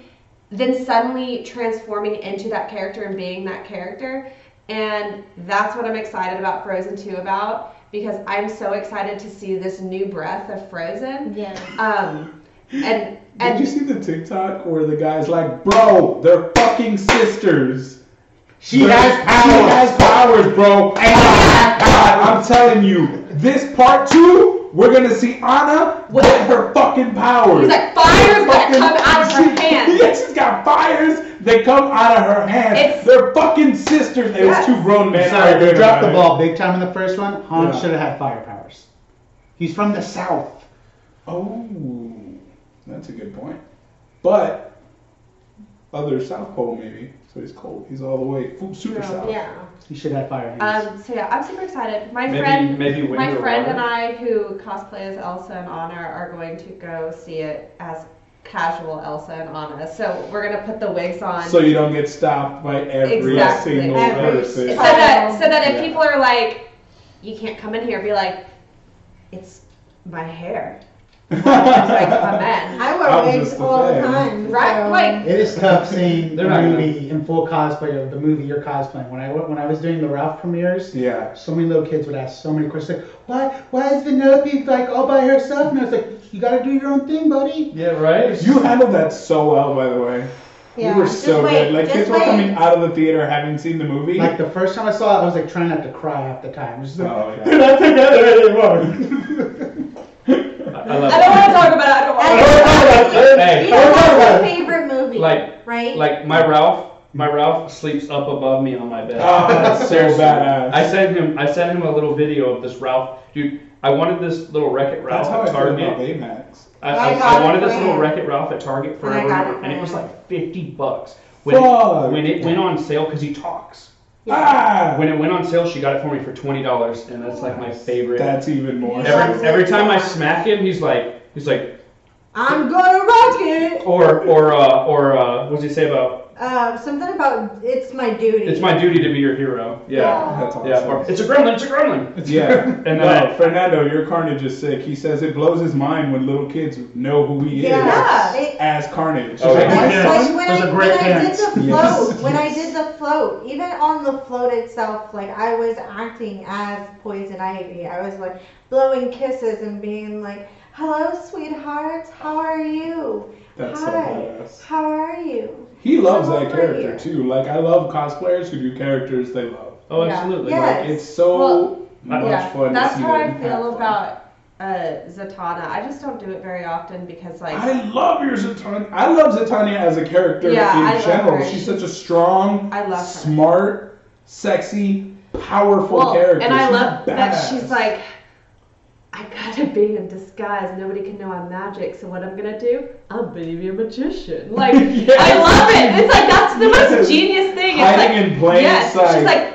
[SPEAKER 7] then suddenly transforming into that character and being that character and that's what I'm excited about Frozen 2 about because I'm so excited to see this new breath of Frozen
[SPEAKER 1] yeah.
[SPEAKER 7] um and
[SPEAKER 6] Did you
[SPEAKER 7] and
[SPEAKER 6] see the TikTok where the guy's like, bro, they're fucking sisters.
[SPEAKER 9] She has
[SPEAKER 6] She
[SPEAKER 9] power.
[SPEAKER 6] has powers, bro. God, I'm telling you, this part two, we're gonna see Anna with her fucking powers.
[SPEAKER 7] He's like, fire's gonna
[SPEAKER 6] Fucking-
[SPEAKER 7] come out of her
[SPEAKER 6] she- *laughs*
[SPEAKER 7] hands.
[SPEAKER 6] Yeah, she's got fires that come out of her hands.
[SPEAKER 7] It's-
[SPEAKER 6] they're fucking sisters. It was
[SPEAKER 7] Yes.
[SPEAKER 6] two grown men.
[SPEAKER 9] Sorry, they
[SPEAKER 6] arguing
[SPEAKER 9] dropped
[SPEAKER 6] about
[SPEAKER 9] the
[SPEAKER 6] it.
[SPEAKER 9] ball big time in the first one. Han
[SPEAKER 6] Yeah.
[SPEAKER 9] should have had fire powers. He's from the south.
[SPEAKER 6] Oh, that's a good point. But other South Pole maybe, so he's cold. He's all the way fu- super south.
[SPEAKER 10] yeah.
[SPEAKER 9] He should have fire hands.
[SPEAKER 7] um so yeah I'm super excited my
[SPEAKER 8] maybe
[SPEAKER 7] friend
[SPEAKER 8] maybe wind
[SPEAKER 7] My
[SPEAKER 8] or
[SPEAKER 7] friend and
[SPEAKER 8] water.
[SPEAKER 7] I, who cosplay as Elsa and Anna, are going to go see it as casual Elsa and Anna. So we're gonna put the wigs on,
[SPEAKER 6] So you don't get stopped by every
[SPEAKER 7] Exactly.
[SPEAKER 6] single
[SPEAKER 10] Every
[SPEAKER 6] person. *laughs*
[SPEAKER 7] so
[SPEAKER 10] single-
[SPEAKER 7] that so that if
[SPEAKER 6] Yeah.
[SPEAKER 7] people are like, "You can't come in here," be like, "It's my hair." It's like come
[SPEAKER 10] *laughs*
[SPEAKER 7] in,
[SPEAKER 10] I
[SPEAKER 6] That was
[SPEAKER 10] wear wigs
[SPEAKER 6] just the
[SPEAKER 10] all the
[SPEAKER 6] thing.
[SPEAKER 10] time.
[SPEAKER 7] right?
[SPEAKER 10] so-
[SPEAKER 7] Like,
[SPEAKER 9] it is tough seeing the
[SPEAKER 8] They're not gonna-
[SPEAKER 9] movie in full cosplay of the movie you're cosplaying. When I went- when I was doing the Ralph premieres,
[SPEAKER 6] Yeah.
[SPEAKER 9] so many little kids would ask so many questions. Like, why why is Vanellope like all by herself? And I was like, you gotta do your own thing, buddy.
[SPEAKER 8] yeah, right.
[SPEAKER 6] You handled that so well, by the way.
[SPEAKER 10] Yeah,
[SPEAKER 6] you were
[SPEAKER 10] just
[SPEAKER 6] so
[SPEAKER 10] wait,
[SPEAKER 6] good. Like
[SPEAKER 10] just
[SPEAKER 6] kids were
[SPEAKER 10] wait.
[SPEAKER 6] coming out of the theater having seen the movie.
[SPEAKER 9] Like the first time I saw it, I was like trying not to cry half the time. It was just like,
[SPEAKER 6] Oh, yeah.
[SPEAKER 9] *laughs* They're not together anymore.
[SPEAKER 8] I, I love
[SPEAKER 7] I don't
[SPEAKER 8] it.
[SPEAKER 7] want to talk about it. I don't want
[SPEAKER 10] That's
[SPEAKER 7] to.
[SPEAKER 10] probably-
[SPEAKER 8] Hey.
[SPEAKER 10] yeah, that's my favorite movie.
[SPEAKER 8] Like-
[SPEAKER 10] right?
[SPEAKER 8] Like my Ralph, My Ralph sleeps up above me on my bed.
[SPEAKER 6] Oh, that's so
[SPEAKER 8] *laughs* Seriously.
[SPEAKER 6] badass.
[SPEAKER 8] I sent him. I sent him a little video of this Ralph, dude. I wanted this little Wreck It Ralph
[SPEAKER 6] *laughs* That's how I
[SPEAKER 8] at
[SPEAKER 6] feel
[SPEAKER 8] Target.
[SPEAKER 6] about Baymax.
[SPEAKER 8] I, I,
[SPEAKER 10] I got
[SPEAKER 8] I wanted
[SPEAKER 10] it
[SPEAKER 8] this little
[SPEAKER 10] planned.
[SPEAKER 8] Wreck It Ralph at Target
[SPEAKER 10] And I
[SPEAKER 8] forever,
[SPEAKER 10] got
[SPEAKER 8] and,
[SPEAKER 10] it
[SPEAKER 8] it was
[SPEAKER 10] planned.
[SPEAKER 8] like fifty bucks when it,
[SPEAKER 6] Fuck.
[SPEAKER 8] when it went on sale because he talks.
[SPEAKER 6] Ah,
[SPEAKER 8] When it went on sale, she got it for me for twenty dollars, and that's like my favorite.
[SPEAKER 6] that's even more.
[SPEAKER 8] every every time I smack him, he's like he's like
[SPEAKER 10] I'm gonna rock it.
[SPEAKER 8] or or uh, or uh, what does he say about
[SPEAKER 10] Um, something about it's my duty.
[SPEAKER 8] it's my duty to be your hero? Yeah,
[SPEAKER 6] That's
[SPEAKER 8] yeah.
[SPEAKER 6] awesome.
[SPEAKER 8] or, it's a gremlin. It's a
[SPEAKER 6] *laughs*
[SPEAKER 8] gremlin.
[SPEAKER 6] Yeah.
[SPEAKER 8] And
[SPEAKER 6] no,
[SPEAKER 8] then I-
[SPEAKER 6] Fernando, your carnage is sick. He says it blows his mind when little kids know who he is
[SPEAKER 10] Yeah. It-
[SPEAKER 6] as Carnage.
[SPEAKER 8] Oh,
[SPEAKER 6] Like,
[SPEAKER 8] yeah.
[SPEAKER 6] "What?"
[SPEAKER 10] It's
[SPEAKER 9] Yes.
[SPEAKER 10] like when,
[SPEAKER 9] Those
[SPEAKER 10] I,
[SPEAKER 9] are great
[SPEAKER 10] when I did
[SPEAKER 9] parents.
[SPEAKER 10] the float,
[SPEAKER 6] Yes.
[SPEAKER 10] when I did the float, even on the float itself, like I was acting as Poison Ivy. I was like blowing kisses and being like, "Hello, sweethearts. How are you?
[SPEAKER 6] That's so
[SPEAKER 10] Hi.
[SPEAKER 6] badass.
[SPEAKER 10] How are you?"
[SPEAKER 6] He loves
[SPEAKER 10] Come
[SPEAKER 6] that
[SPEAKER 10] over
[SPEAKER 6] character
[SPEAKER 10] here.
[SPEAKER 6] too. Like I love cosplayers who do characters they love.
[SPEAKER 8] Oh,
[SPEAKER 7] Yeah.
[SPEAKER 8] absolutely.
[SPEAKER 10] Yeah.
[SPEAKER 6] Like it's so
[SPEAKER 7] Well,
[SPEAKER 6] much
[SPEAKER 7] yeah,
[SPEAKER 6] fun.
[SPEAKER 7] that's
[SPEAKER 6] to see
[SPEAKER 7] how I
[SPEAKER 6] them have
[SPEAKER 7] feel
[SPEAKER 6] fun.
[SPEAKER 7] about uh, Zatanna. I just don't do it very often because like
[SPEAKER 6] I love your Zatanna. I love Zatanna as a character
[SPEAKER 7] Yeah,
[SPEAKER 6] in
[SPEAKER 7] I love
[SPEAKER 6] general.
[SPEAKER 7] her.
[SPEAKER 6] She's such a strong,
[SPEAKER 7] I love her.
[SPEAKER 6] smart, sexy, powerful
[SPEAKER 7] Well,
[SPEAKER 6] character.
[SPEAKER 7] And I
[SPEAKER 6] She's
[SPEAKER 7] love that
[SPEAKER 6] badass.
[SPEAKER 7] she's like, I gotta be in disguise. Nobody can know I'm magic. So what I'm gonna do? I'm gonna be a magician. Like
[SPEAKER 6] Yes.
[SPEAKER 7] I love it. It's like that's the most genius thing. It's
[SPEAKER 6] Hiding
[SPEAKER 7] like
[SPEAKER 6] in plain
[SPEAKER 7] yes.
[SPEAKER 6] sight.
[SPEAKER 7] She's like,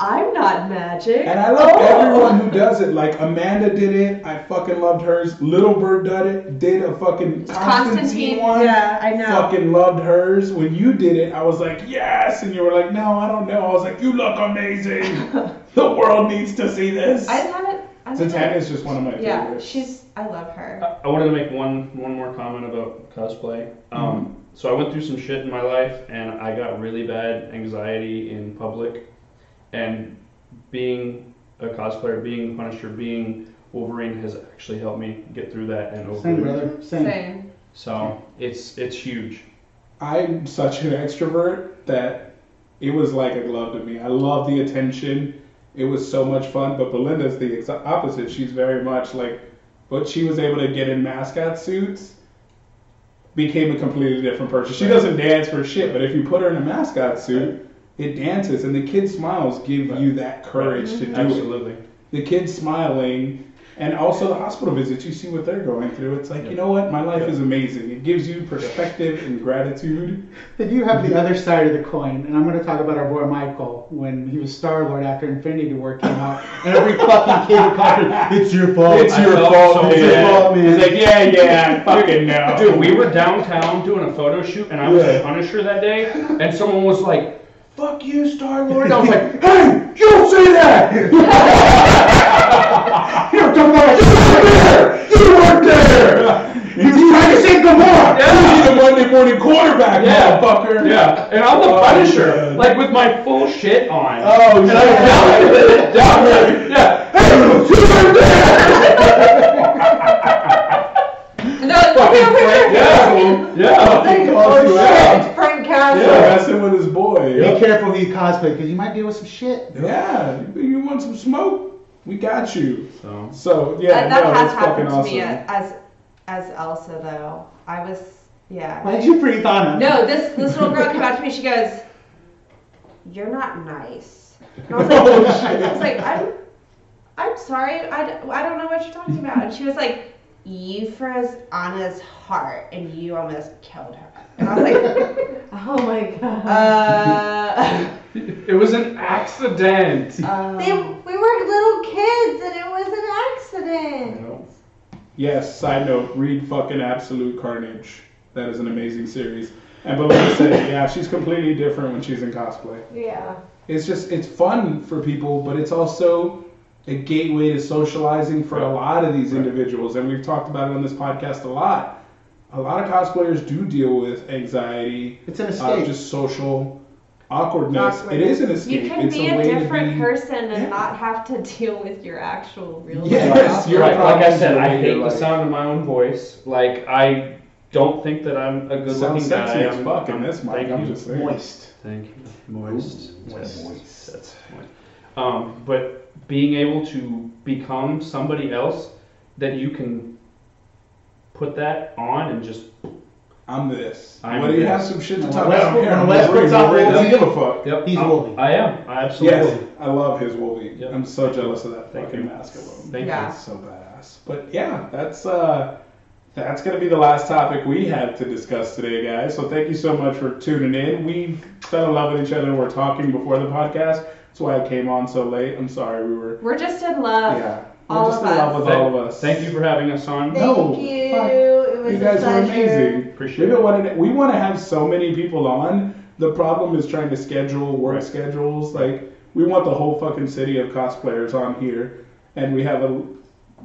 [SPEAKER 7] I'm not magic.
[SPEAKER 6] And I love
[SPEAKER 7] Oh.
[SPEAKER 6] everyone who does it. Like Amanda did it. I fucking loved hers. Little Bird did it. Did a fucking Constantine,
[SPEAKER 7] Constantine.
[SPEAKER 6] one.
[SPEAKER 7] Yeah, I know.
[SPEAKER 6] Fucking loved hers. When you did it, I was like, yes. And you were like, no, I don't know. I was like, you look amazing.
[SPEAKER 7] *laughs*
[SPEAKER 6] the world needs to see this.
[SPEAKER 7] I haven't. I haven't-
[SPEAKER 6] Zatanna is just one of my
[SPEAKER 7] Yeah,
[SPEAKER 6] favorites.
[SPEAKER 7] she's. I love her.
[SPEAKER 8] I I wanted to make one one more comment about cosplay. Um, So I went through some shit in my life, and I got really bad anxiety in public, and being a cosplayer, being Punisher, being Wolverine has actually helped me get through that and over
[SPEAKER 9] Same,
[SPEAKER 8] it.
[SPEAKER 9] brother. Same.
[SPEAKER 7] Same.
[SPEAKER 8] So it's it's huge.
[SPEAKER 6] I'm such an extrovert that it was like a glove to me. I love the attention. It was so much fun. But Belinda's the ex- opposite. She's very much like, but she was able to get in mascot suits, became a completely different person. She doesn't dance for shit, but if you put her in a mascot suit, it dances, and the kid smiles give you that courage to do it
[SPEAKER 8] Absolutely.
[SPEAKER 6] the kids smiling, and also the hospital visits. You see what they're going through. It's like, you know what? My life is amazing. It gives you perspective and gratitude.
[SPEAKER 9] Then you have the other side of the coin, and I'm going to talk about our boy Michael when he was Star Lord after Infinity War came out, and every fucking kid
[SPEAKER 8] *laughs*
[SPEAKER 9] would call him, "It's your fault."
[SPEAKER 6] It's
[SPEAKER 8] I
[SPEAKER 6] your
[SPEAKER 8] felt
[SPEAKER 6] fault,
[SPEAKER 8] so
[SPEAKER 6] man.
[SPEAKER 8] bad.
[SPEAKER 9] fault, man.
[SPEAKER 6] It's like, yeah, yeah, I fucking know.
[SPEAKER 8] Dude, we were downtown doing a photo shoot, and I was
[SPEAKER 6] Yeah.
[SPEAKER 8] a Punisher that day, and someone was like, "Fuck you, Star Lord."
[SPEAKER 6] *laughs*
[SPEAKER 8] I was like, "Hey, you don't say that." *laughs*
[SPEAKER 9] you don't know.
[SPEAKER 6] you weren't there. He's trying to say Gamora. Yeah. You need a Monday morning quarterback,
[SPEAKER 8] Yeah.
[SPEAKER 6] motherfucker.
[SPEAKER 8] Yeah, and I'm the
[SPEAKER 6] Oh,
[SPEAKER 8] Punisher,
[SPEAKER 6] man.
[SPEAKER 8] like with my full shit on.
[SPEAKER 6] Oh,
[SPEAKER 8] and I'm down here, down here, yeah. Hey, you were
[SPEAKER 7] No, it's-
[SPEAKER 8] Yeah, yeah.
[SPEAKER 6] Calls you out.
[SPEAKER 10] Frank Castle.
[SPEAKER 6] Yeah, messing with his boy.
[SPEAKER 9] Be careful who you cosplay because you might deal with some shit.
[SPEAKER 6] Yeah, you, you want some smoke? We got you.
[SPEAKER 8] So,
[SPEAKER 6] So yeah,
[SPEAKER 7] that that
[SPEAKER 6] no,
[SPEAKER 7] has
[SPEAKER 6] that's fucking
[SPEAKER 7] happened to
[SPEAKER 6] awesome.
[SPEAKER 7] me as as Elsa though. I was. Yeah.
[SPEAKER 9] Why'd you breathe on him?
[SPEAKER 7] No, this this little girl came up to me. She goes, "You're not nice." And I was
[SPEAKER 6] *laughs*
[SPEAKER 7] like, *laughs*
[SPEAKER 6] Oh,
[SPEAKER 7] I was like, "I'm, I'm sorry. I, d- I don't know what you're talking about." And she was like, "You froze Anna's heart, and you almost killed her." And I was like, *laughs*
[SPEAKER 10] Oh my god.
[SPEAKER 7] "Uh."
[SPEAKER 6] *laughs*
[SPEAKER 8] it was an accident.
[SPEAKER 10] They,
[SPEAKER 7] um,
[SPEAKER 10] we were little kids and it was an accident.
[SPEAKER 6] Yes, side note, read fucking Absolute Carnage. That is an amazing series. And Belinda
[SPEAKER 7] *laughs*
[SPEAKER 6] said, yeah, she's completely different when she's in cosplay.
[SPEAKER 10] Yeah.
[SPEAKER 6] It's just, it's fun for people, but it's also a gateway to socializing for a lot of these individuals. And we've talked about it on this podcast a lot. A lot of cosplayers do deal with anxiety,
[SPEAKER 9] It's an
[SPEAKER 6] uh,
[SPEAKER 9] escape.
[SPEAKER 6] just social awkwardness. It is an escape.
[SPEAKER 7] you can
[SPEAKER 6] it's
[SPEAKER 7] be a
[SPEAKER 6] way to
[SPEAKER 7] different
[SPEAKER 6] be-
[SPEAKER 7] person and
[SPEAKER 6] Yeah.
[SPEAKER 7] not have to deal with your actual real
[SPEAKER 6] Yes,
[SPEAKER 7] life.
[SPEAKER 6] you're
[SPEAKER 8] right. Like I
[SPEAKER 6] problems
[SPEAKER 8] said,
[SPEAKER 6] will
[SPEAKER 8] I
[SPEAKER 6] make
[SPEAKER 8] hate
[SPEAKER 6] your
[SPEAKER 8] the
[SPEAKER 6] life.
[SPEAKER 8] sound of my own voice. Like I don't think that I'm a good
[SPEAKER 6] Sounds
[SPEAKER 8] looking guy.
[SPEAKER 6] sexy as
[SPEAKER 8] I'm-
[SPEAKER 6] fuck in
[SPEAKER 8] I'm-
[SPEAKER 6] this, Mike.
[SPEAKER 8] Thank
[SPEAKER 6] I'm
[SPEAKER 8] you.
[SPEAKER 6] just saying.
[SPEAKER 9] Moist.
[SPEAKER 8] Thank you. Moist. That's-
[SPEAKER 6] Moist.
[SPEAKER 8] that's moist. Um, but being able to become somebody else that you can put that on and just
[SPEAKER 6] I'm this.
[SPEAKER 8] I'm
[SPEAKER 6] Whether you
[SPEAKER 8] this.
[SPEAKER 6] have some shit to
[SPEAKER 9] When
[SPEAKER 6] talk
[SPEAKER 9] Wes-
[SPEAKER 6] about, I don't care.
[SPEAKER 9] when
[SPEAKER 6] I'm
[SPEAKER 9] Wes
[SPEAKER 6] worried,
[SPEAKER 9] puts out
[SPEAKER 6] worried, I don't
[SPEAKER 9] Wolverine-
[SPEAKER 6] give a fuck.
[SPEAKER 8] Yep.
[SPEAKER 9] He's
[SPEAKER 8] I'm-
[SPEAKER 9] Wolverine.
[SPEAKER 8] I am. I absolutely.
[SPEAKER 6] Yes, I love his Wolverine.
[SPEAKER 8] Yep.
[SPEAKER 6] I'm so jealous of that
[SPEAKER 8] Thank
[SPEAKER 6] fucking
[SPEAKER 8] you.
[SPEAKER 6] mask alone.
[SPEAKER 8] Thank
[SPEAKER 7] Yeah.
[SPEAKER 8] you.
[SPEAKER 6] It's so badass. But yeah, that's uh, that's gonna be the last topic we had to discuss today, guys. So thank you so much for tuning in. We fell in love with each other. We're talking before the podcast. That's why I came on so late. I'm sorry we were.
[SPEAKER 7] We're just in love.
[SPEAKER 6] Yeah,
[SPEAKER 7] all
[SPEAKER 6] we're just
[SPEAKER 7] of
[SPEAKER 6] in love
[SPEAKER 7] us.
[SPEAKER 6] with
[SPEAKER 8] Thank-
[SPEAKER 6] all of us.
[SPEAKER 8] Thank you for having us on.
[SPEAKER 10] Thank
[SPEAKER 6] No,
[SPEAKER 10] you.
[SPEAKER 6] fuck.
[SPEAKER 10] It was
[SPEAKER 6] You
[SPEAKER 10] a
[SPEAKER 6] guys are
[SPEAKER 10] pleasure.
[SPEAKER 6] amazing.
[SPEAKER 8] Appreciate
[SPEAKER 6] We've
[SPEAKER 8] it.
[SPEAKER 6] been wanting to, we want to have so many people on. The problem is trying to schedule work
[SPEAKER 8] Right.
[SPEAKER 6] schedules. Like we want the whole fucking city of cosplayers on here, and we have a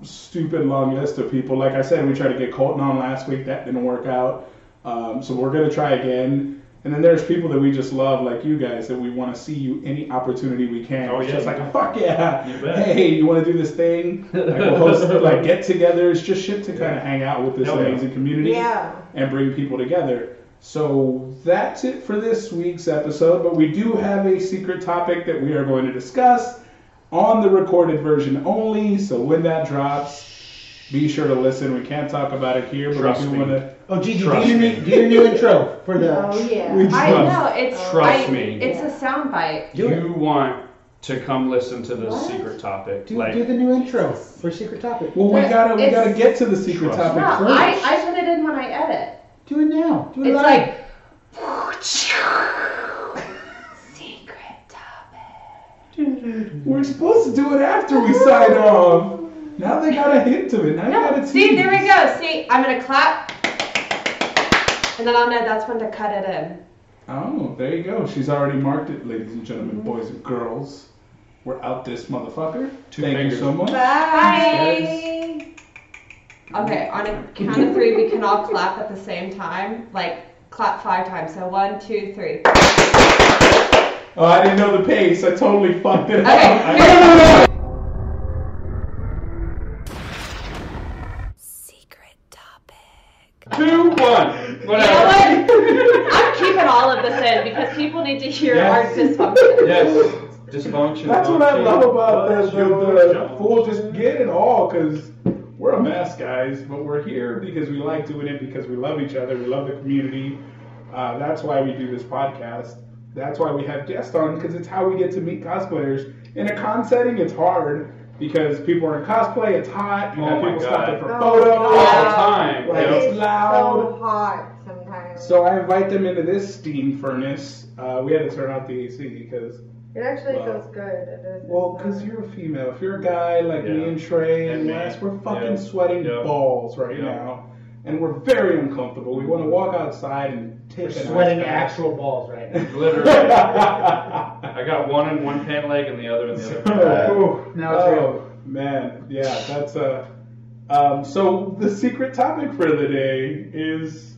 [SPEAKER 6] stupid long list of people. Like I said, we tried to get Colton on last week. That didn't work out. Um, so we're gonna try again. And then there's people that we just love, like you guys, that we want to see you any opportunity we can.
[SPEAKER 8] Oh,
[SPEAKER 6] It's
[SPEAKER 8] yeah.
[SPEAKER 6] just like fuck yeah.
[SPEAKER 8] You bet.
[SPEAKER 6] Hey, you want to do this thing? Like we'll host like
[SPEAKER 8] *laughs*
[SPEAKER 6] get-togethers, just shit to kind of hang out with this
[SPEAKER 8] Hell yeah.
[SPEAKER 6] amazing community
[SPEAKER 10] Yeah.
[SPEAKER 6] and bring people together. So that's it for this week's episode, but we do have a secret topic that we are going to discuss on the recorded version only. So when that drops, be sure to listen. We can't talk about it here, but
[SPEAKER 8] Trust
[SPEAKER 6] we do
[SPEAKER 8] me.
[SPEAKER 6] want to.
[SPEAKER 9] Oh, Gigi, do
[SPEAKER 8] Trust
[SPEAKER 9] your,
[SPEAKER 8] me.
[SPEAKER 9] new, do your new intro for the.
[SPEAKER 10] Oh yeah.
[SPEAKER 6] We
[SPEAKER 7] I
[SPEAKER 6] Trust-
[SPEAKER 7] know it's
[SPEAKER 8] trust
[SPEAKER 7] I-
[SPEAKER 8] me.
[SPEAKER 7] It's a soundbite.
[SPEAKER 9] Do it.
[SPEAKER 8] you want to come listen to this
[SPEAKER 7] What?
[SPEAKER 8] secret topic?
[SPEAKER 9] Do,
[SPEAKER 8] like
[SPEAKER 9] do the new intro for Secret Topic.
[SPEAKER 6] Well, we
[SPEAKER 7] But
[SPEAKER 6] gotta we
[SPEAKER 7] it's-
[SPEAKER 6] gotta get to the secret
[SPEAKER 8] Trust
[SPEAKER 7] No,
[SPEAKER 6] topic first.
[SPEAKER 7] I, I put it in when I edit.
[SPEAKER 9] Do it now. Do it
[SPEAKER 7] It's
[SPEAKER 9] live.
[SPEAKER 7] like secret topic.
[SPEAKER 6] We're supposed to do it after we sign off. Now they got a hint of it. Now you
[SPEAKER 7] No,
[SPEAKER 6] got a
[SPEAKER 7] see, there we
[SPEAKER 6] tease.
[SPEAKER 7] go. See, I'm gonna clap, and then I'll know that's when to cut it in.
[SPEAKER 6] Oh, there you go. She's already marked it, ladies and gentlemen,
[SPEAKER 7] Mm-hmm.
[SPEAKER 6] boys and girls. We're out this motherfucker.
[SPEAKER 8] Two
[SPEAKER 6] Thank
[SPEAKER 8] fingers.
[SPEAKER 6] you so much.
[SPEAKER 7] Bye. Okay, on a count of three, we can all clap at the same time. Like clap five times. So one, two, three.
[SPEAKER 6] Oh, I didn't know the pace. I totally fucked it up.
[SPEAKER 7] *laughs* Okay.
[SPEAKER 6] I-
[SPEAKER 7] here-
[SPEAKER 3] Secret topic.
[SPEAKER 8] two, one, whatever.
[SPEAKER 7] You know *laughs* what? I'm keeping all of this in because people need to hear
[SPEAKER 8] Yes.
[SPEAKER 7] our
[SPEAKER 6] *laughs*
[SPEAKER 7] dysfunction.
[SPEAKER 8] Yes. Dysfunction.
[SPEAKER 6] That's what I love about the,
[SPEAKER 8] function,
[SPEAKER 6] the, the
[SPEAKER 8] function.
[SPEAKER 6] we'll just get it all because we're a mess, guys. But we're here because we like doing it because we love each other. We love the community. Uh, that's why we do this podcast. That's why we have guests on because it's how we get to meet cosplayers. In a con setting, it's hard because people are in cosplay. It's hot. You
[SPEAKER 8] Oh
[SPEAKER 6] have
[SPEAKER 8] my
[SPEAKER 6] people
[SPEAKER 8] God.
[SPEAKER 6] stopping for
[SPEAKER 10] Oh,
[SPEAKER 6] photos.
[SPEAKER 8] all the
[SPEAKER 10] Wow.
[SPEAKER 8] time.
[SPEAKER 6] Like,
[SPEAKER 8] Yep.
[SPEAKER 6] it's loud.
[SPEAKER 10] So hot sometimes.
[SPEAKER 6] So I invite them into this steam furnace. Uh, we had to turn off the AC because,
[SPEAKER 10] it actually
[SPEAKER 6] Wow.
[SPEAKER 10] feels good. It is-
[SPEAKER 6] uh, well, because you're a female. If you're a guy like me
[SPEAKER 8] Yeah.
[SPEAKER 6] and Trey and
[SPEAKER 8] And me.
[SPEAKER 6] Les, we're fucking
[SPEAKER 8] Yeah.
[SPEAKER 6] sweating
[SPEAKER 8] Yeah.
[SPEAKER 6] balls right
[SPEAKER 8] Yeah.
[SPEAKER 6] now, and we're very uncomfortable. We want to walk outside and take
[SPEAKER 9] We're
[SPEAKER 6] a nice
[SPEAKER 9] sweating
[SPEAKER 6] bath.
[SPEAKER 9] actual balls right now. *laughs*
[SPEAKER 8] Literally.
[SPEAKER 6] *laughs*
[SPEAKER 8] I got one in one pant leg and the other in the
[SPEAKER 9] *laughs*
[SPEAKER 8] other.
[SPEAKER 6] Oh,
[SPEAKER 9] now it's real.
[SPEAKER 6] man, yeah, that's a. Um, so the secret topic for the day is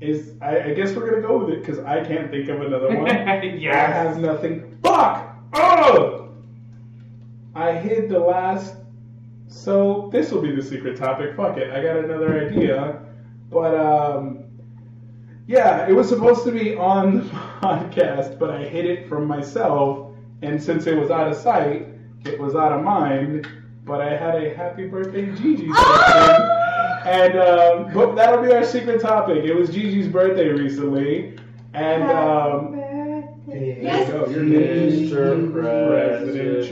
[SPEAKER 6] is I, I guess we're gonna go with it because I can't think of another
[SPEAKER 9] *laughs*
[SPEAKER 6] one. I
[SPEAKER 8] yes.
[SPEAKER 6] have nothing. Fuck! Oh! I hid the last. So this will be the secret topic. Fuck it. I got another idea. But, um. Yeah, it was supposed to be on the *laughs* podcast, but I hid it from myself. And since it was out of sight, it was out of mind. But I had a happy birthday, Gigi. section. And um, but that'll be our secret topic. It was Gigi's birthday recently, and um, there you go. You're Mr. President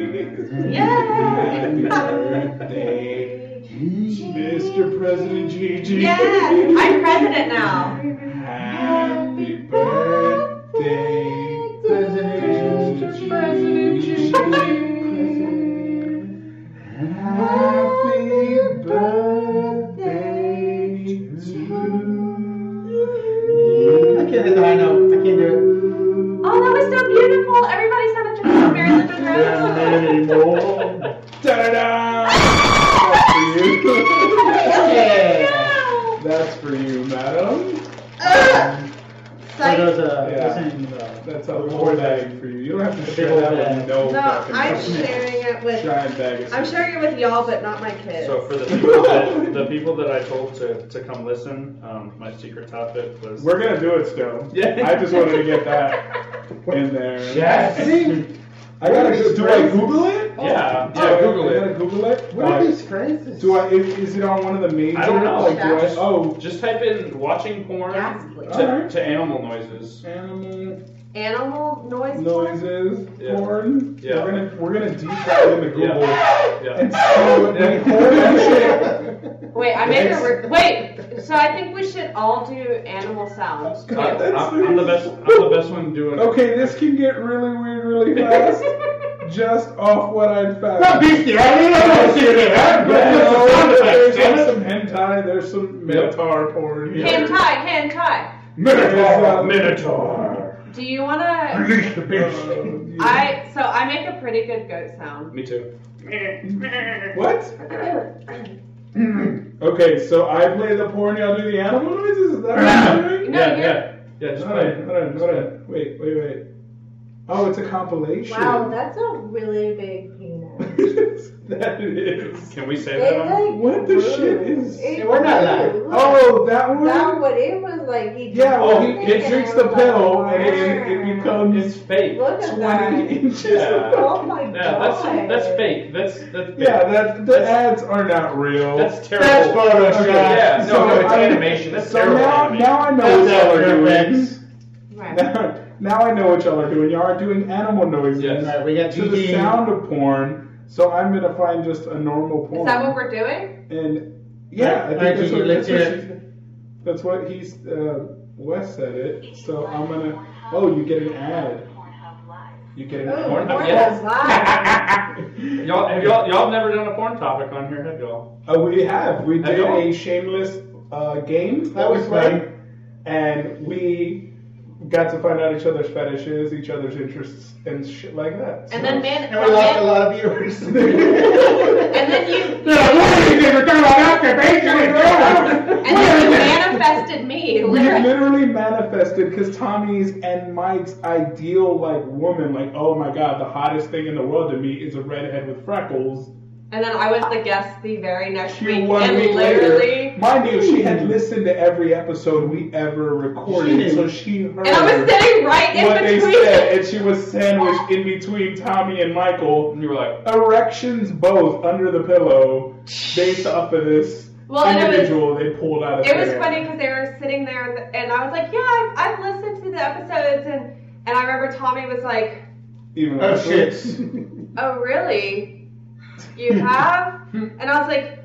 [SPEAKER 6] Gigi. Happy birthday, Mr. President Gigi.
[SPEAKER 7] Yes, I'm president now.
[SPEAKER 6] Happy birthday, Mr. President Gigi. Happy birthday to
[SPEAKER 9] I can't hit the high note. I can't do
[SPEAKER 7] Oh, that was so beautiful. Everybody sounded just like Mary Lynn Monroe.
[SPEAKER 6] Da-da-da! That's for you.
[SPEAKER 9] it. Yeah.
[SPEAKER 6] That's for you, madam.
[SPEAKER 9] For those uh,
[SPEAKER 6] Yeah.
[SPEAKER 9] listening, uh,
[SPEAKER 6] That's a whole bag for you. You don't have to share that with no
[SPEAKER 10] No,
[SPEAKER 6] fucking
[SPEAKER 10] I'm
[SPEAKER 6] person.
[SPEAKER 10] sharing it with.
[SPEAKER 6] giant bag. Of
[SPEAKER 10] I'm sharing it with y'all, but not my kids.
[SPEAKER 8] So for the
[SPEAKER 6] *laughs*
[SPEAKER 8] people that the people that I told to, to come listen, um, my secret topic was
[SPEAKER 6] We're gonna do it still.
[SPEAKER 8] *laughs* Yeah.
[SPEAKER 6] I just wanted to get that in there.
[SPEAKER 9] Yes.
[SPEAKER 6] I gotta do. Do I Google it? it?
[SPEAKER 8] Yeah,
[SPEAKER 6] Oh,
[SPEAKER 8] yeah,
[SPEAKER 6] oh,
[SPEAKER 8] Google
[SPEAKER 6] you
[SPEAKER 8] it.
[SPEAKER 6] gotta Google it.
[SPEAKER 9] What are
[SPEAKER 6] Like,
[SPEAKER 9] these crazies?
[SPEAKER 6] Do I? Is, is it on one of the major?
[SPEAKER 8] I don't know.
[SPEAKER 6] Like, do I?
[SPEAKER 8] Just-
[SPEAKER 6] Oh,
[SPEAKER 8] Just type in watching porn to,
[SPEAKER 7] Ghastly.
[SPEAKER 6] Alright.
[SPEAKER 8] to animal noises.
[SPEAKER 6] animal
[SPEAKER 7] Animal noise.
[SPEAKER 6] noises,
[SPEAKER 8] Yeah.
[SPEAKER 6] porn.
[SPEAKER 8] Yeah.
[SPEAKER 6] We're gonna we're gonna deep dive into Google
[SPEAKER 8] *laughs* Yeah.
[SPEAKER 6] and *laughs* see what we holy shit.
[SPEAKER 8] *laughs*
[SPEAKER 7] Wait, I made a re- wait. So I think we should all do animal sounds.
[SPEAKER 8] I,
[SPEAKER 6] God, that's-
[SPEAKER 8] am I'm the best. I'm the best one doing.
[SPEAKER 6] Okay, this can get really weird really fast.
[SPEAKER 8] *laughs*
[SPEAKER 6] just off what I found.
[SPEAKER 9] Not bestiality. I don't see it. I'm
[SPEAKER 6] No, there's
[SPEAKER 9] glad
[SPEAKER 6] there's some hentai, there's some minotaur porn. here.
[SPEAKER 7] Hand tie, hand tie.
[SPEAKER 6] Minotaur,
[SPEAKER 8] Minotaur.
[SPEAKER 7] Do you wanna?
[SPEAKER 9] Release the
[SPEAKER 6] Uh, yeah.
[SPEAKER 9] beast.
[SPEAKER 7] I so I make a pretty good goat sound.
[SPEAKER 8] Me too.
[SPEAKER 6] What? okay, so I play the porn, y'all do the animal noises? Is that what you're doing?
[SPEAKER 7] No,
[SPEAKER 8] yeah,
[SPEAKER 7] you're-
[SPEAKER 8] yeah, yeah. Just play.
[SPEAKER 6] Alright, alright, alright. Wait, wait, wait. Oh, it's a compilation.
[SPEAKER 10] *clears throat* Wow, that's a really big penis.
[SPEAKER 6] that is.
[SPEAKER 8] Can we say
[SPEAKER 10] They
[SPEAKER 8] that? on-
[SPEAKER 10] like
[SPEAKER 6] What the shit is.
[SPEAKER 10] It
[SPEAKER 9] we're not
[SPEAKER 10] really
[SPEAKER 9] live.
[SPEAKER 10] looked-
[SPEAKER 6] Oh, that one?
[SPEAKER 10] That what it was like. He
[SPEAKER 6] yeah,
[SPEAKER 10] drank
[SPEAKER 6] well,
[SPEAKER 10] the
[SPEAKER 6] he,
[SPEAKER 10] thing
[SPEAKER 6] it
[SPEAKER 10] and
[SPEAKER 6] drinks
[SPEAKER 10] I
[SPEAKER 6] the
[SPEAKER 10] was like,
[SPEAKER 6] pill and it, it, it
[SPEAKER 10] "Wow."
[SPEAKER 6] becomes
[SPEAKER 8] It's fake.
[SPEAKER 10] Look at
[SPEAKER 6] 20
[SPEAKER 10] that.
[SPEAKER 6] inches.
[SPEAKER 8] Yeah.
[SPEAKER 10] Oh my god.
[SPEAKER 8] Yeah, that's that's fake. That's that's fake.
[SPEAKER 6] Yeah, that, the ads are not real.
[SPEAKER 8] That's terrible.
[SPEAKER 9] That's Photoshop.
[SPEAKER 6] Okay,
[SPEAKER 8] Yeah, no,
[SPEAKER 6] so
[SPEAKER 8] no, it's
[SPEAKER 6] I-
[SPEAKER 8] animation. That's
[SPEAKER 6] So
[SPEAKER 8] terrible.
[SPEAKER 6] now,
[SPEAKER 8] animation.
[SPEAKER 6] now I know
[SPEAKER 9] Those
[SPEAKER 6] what y'all are
[SPEAKER 9] are
[SPEAKER 6] doing.
[SPEAKER 9] perfect.
[SPEAKER 7] Right.
[SPEAKER 6] *laughs* Now, now I know what y'all are doing. Y'all are doing animal noises
[SPEAKER 8] Yes.
[SPEAKER 9] Alright, we got
[SPEAKER 6] to the
[SPEAKER 9] GG.
[SPEAKER 6] sound of porn. So I'm gonna find just a normal porn.
[SPEAKER 7] Is that what we're doing?
[SPEAKER 6] And yeah, I think
[SPEAKER 9] Alright,
[SPEAKER 6] that's,
[SPEAKER 9] GG,
[SPEAKER 6] what,
[SPEAKER 9] let's
[SPEAKER 6] that's, what
[SPEAKER 9] hear it.
[SPEAKER 6] she's- that's what he's uh, Wes said it. So I'm gonna. Oh, you get an ad. You get an
[SPEAKER 10] Oh,
[SPEAKER 6] porn.
[SPEAKER 10] porn
[SPEAKER 8] Yes.
[SPEAKER 10] was live.
[SPEAKER 8] Y'all, have y'all, y'all have never done a porn topic on here, have y'all?
[SPEAKER 6] Uh, we have. We did
[SPEAKER 8] Okay.
[SPEAKER 6] a shameless uh, game
[SPEAKER 9] That
[SPEAKER 6] that we
[SPEAKER 9] was
[SPEAKER 6] played,
[SPEAKER 9] fun.
[SPEAKER 6] and we got to find out each other's fetishes, each other's interests, and shit like that.
[SPEAKER 7] And then
[SPEAKER 6] *laughs*
[SPEAKER 7] man,
[SPEAKER 9] And we lost a
[SPEAKER 7] and
[SPEAKER 9] lot of *laughs* viewers.
[SPEAKER 7] then
[SPEAKER 6] *laughs*
[SPEAKER 7] you
[SPEAKER 9] *laughs*
[SPEAKER 6] we
[SPEAKER 7] and then you manifested me. *laughs* Literally.
[SPEAKER 6] literally manifested because Tommy's and Mike's ideal like woman, like oh my god, the hottest thing in the world to me is a redhead with freckles.
[SPEAKER 7] And then I was the guest the very next
[SPEAKER 6] She
[SPEAKER 7] week,
[SPEAKER 6] one
[SPEAKER 7] and
[SPEAKER 6] week
[SPEAKER 7] literally.
[SPEAKER 6] later, mind you, she had listened to every episode we ever
[SPEAKER 9] She
[SPEAKER 6] recorded,
[SPEAKER 9] did.
[SPEAKER 6] so she heard.
[SPEAKER 7] And I was sitting right in
[SPEAKER 6] what they
[SPEAKER 7] between.
[SPEAKER 6] said, and she was sandwiched in between Tommy and Michael.
[SPEAKER 8] And you were like,
[SPEAKER 6] Erections both under the pillow, based off of this
[SPEAKER 7] Well, and it was-
[SPEAKER 6] individual they pulled out of
[SPEAKER 7] *laughs* It was
[SPEAKER 6] thin air.
[SPEAKER 7] funny because they were sitting there, and- and I was like, "Yeah, I've, I've listened to the episodes," and and I remember Tommy was like,
[SPEAKER 6] Even
[SPEAKER 9] Oh,
[SPEAKER 6] though-
[SPEAKER 9] shit.
[SPEAKER 7] "Oh, really? You have?" and I was like,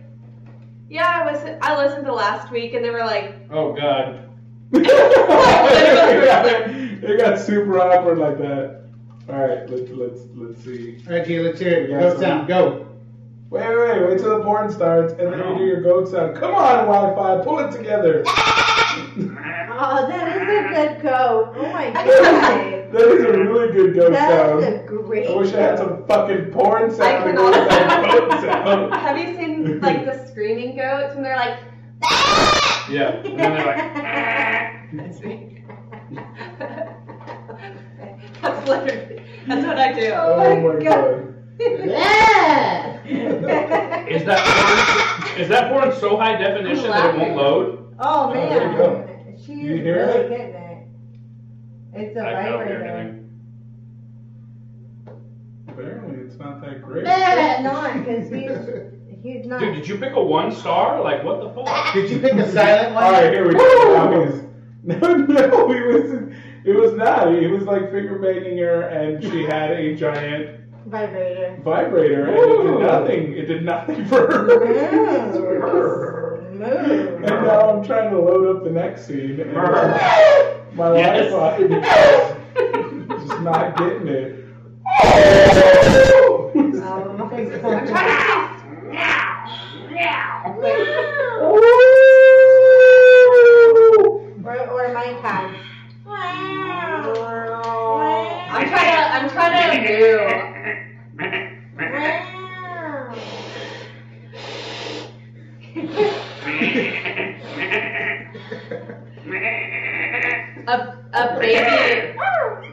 [SPEAKER 7] "Yeah, I was. I listened to last week," and they were like,
[SPEAKER 8] oh god.
[SPEAKER 6] *laughs* it got super awkward like that. All right, let's let's let's see.
[SPEAKER 9] Alright, G, let's hear it.
[SPEAKER 6] Yeah,
[SPEAKER 9] Go
[SPEAKER 6] so-
[SPEAKER 9] sound. Go.
[SPEAKER 6] Wait, wait, wait, wait till the porn starts, and then you do your goat sound. Come on, Wi-Fi, pull it
[SPEAKER 10] *laughs*
[SPEAKER 6] together.
[SPEAKER 10] Oh, that is a good coat. Oh
[SPEAKER 6] *laughs*
[SPEAKER 10] my god.
[SPEAKER 6] *laughs* That is a really good goat
[SPEAKER 10] That
[SPEAKER 6] sound.
[SPEAKER 10] is a great.
[SPEAKER 6] I wish I had
[SPEAKER 10] *laughs*
[SPEAKER 6] some fucking porn sound to go
[SPEAKER 7] cannot-
[SPEAKER 6] with
[SPEAKER 7] *laughs*
[SPEAKER 6] that
[SPEAKER 7] "Have you seen like the screaming goats?" And they're like,
[SPEAKER 8] Yeah. And then they're like,
[SPEAKER 7] "That's me." *laughs* that's literally. That's what I do.
[SPEAKER 6] Oh my god.
[SPEAKER 8] is that porn, is that porn so high definition that it won't load?
[SPEAKER 10] Oh
[SPEAKER 6] there you go.
[SPEAKER 10] man, she
[SPEAKER 6] You
[SPEAKER 10] is
[SPEAKER 6] hear
[SPEAKER 10] really
[SPEAKER 6] it?
[SPEAKER 10] getting it. It's a
[SPEAKER 8] I, I don't hear
[SPEAKER 10] vibrator.
[SPEAKER 8] anything.
[SPEAKER 6] Apparently, it's not that great.
[SPEAKER 10] It's not because
[SPEAKER 6] *laughs*
[SPEAKER 10] he's he's not.
[SPEAKER 8] Dude, did you pick a one star? Like, what the fuck?
[SPEAKER 9] Did you pick a silent one?
[SPEAKER 6] All right, here we go. Tommy's- *laughs* No, no, it was it was not. It was like finger banging her, and she had a giant
[SPEAKER 10] Vibrator.
[SPEAKER 6] vibrator and it did nothing. It did nothing *laughs* for her. and
[SPEAKER 10] Move.
[SPEAKER 6] now I'm trying to load up the next
[SPEAKER 9] *laughs*
[SPEAKER 6] scene. And my
[SPEAKER 8] Yes.
[SPEAKER 6] Wi-Fi is just not getting it.
[SPEAKER 10] Oh my
[SPEAKER 7] I'm
[SPEAKER 10] god.
[SPEAKER 7] trying to say
[SPEAKER 10] Or, or my cat.
[SPEAKER 7] I'm trying to. I'm trying to do. A, a baby.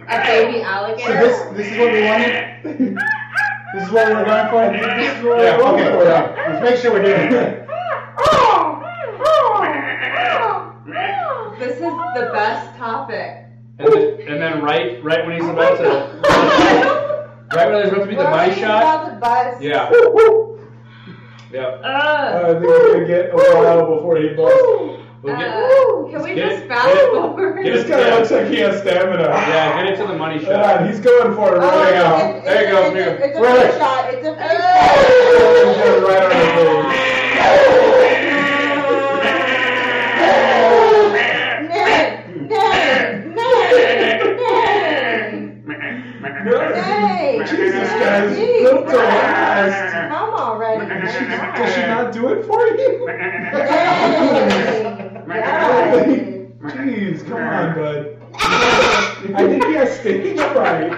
[SPEAKER 7] A baby
[SPEAKER 9] So
[SPEAKER 7] alligator.
[SPEAKER 9] this, this is what we wanted?
[SPEAKER 6] *laughs*
[SPEAKER 9] This is what we were going for? This is what
[SPEAKER 6] Yeah,
[SPEAKER 9] we were going
[SPEAKER 6] okay.
[SPEAKER 9] for. Yeah. Let's make sure we're
[SPEAKER 6] *laughs*
[SPEAKER 9] doing it right.
[SPEAKER 7] This is the best topic.
[SPEAKER 8] And then, and then right right when he's about to Right when I was about to be the
[SPEAKER 10] We're
[SPEAKER 8] my
[SPEAKER 10] thinking
[SPEAKER 8] shot.
[SPEAKER 10] about the bus.
[SPEAKER 8] Yeah. yeah.
[SPEAKER 7] Uh,
[SPEAKER 6] I think we're gonna get a while before he busts.
[SPEAKER 8] We'll get,
[SPEAKER 7] uh, can we
[SPEAKER 8] Get
[SPEAKER 7] just
[SPEAKER 8] it,
[SPEAKER 7] fast
[SPEAKER 8] get it,
[SPEAKER 7] forward?
[SPEAKER 8] get
[SPEAKER 6] This
[SPEAKER 8] it.
[SPEAKER 6] guy
[SPEAKER 8] Yeah.
[SPEAKER 6] looks like he has stamina.
[SPEAKER 8] yeah, get it to the money shot.
[SPEAKER 6] God, he's going for it
[SPEAKER 10] Oh,
[SPEAKER 6] right now.
[SPEAKER 10] it's-
[SPEAKER 8] There you
[SPEAKER 10] it's-
[SPEAKER 8] go,
[SPEAKER 10] it's-
[SPEAKER 8] there you go.
[SPEAKER 10] It's a free
[SPEAKER 6] Right.
[SPEAKER 10] shot. It's a free
[SPEAKER 6] He's
[SPEAKER 10] shot.
[SPEAKER 6] going right on the face.
[SPEAKER 10] Nay, nay, nay, nay. Nay.
[SPEAKER 6] Jesus, guys,
[SPEAKER 10] Jeez.
[SPEAKER 6] built to last.
[SPEAKER 10] Come already.
[SPEAKER 6] Does she not do it for you?
[SPEAKER 10] Nay.
[SPEAKER 6] Jeez, come on, bud. I think he has stage fright.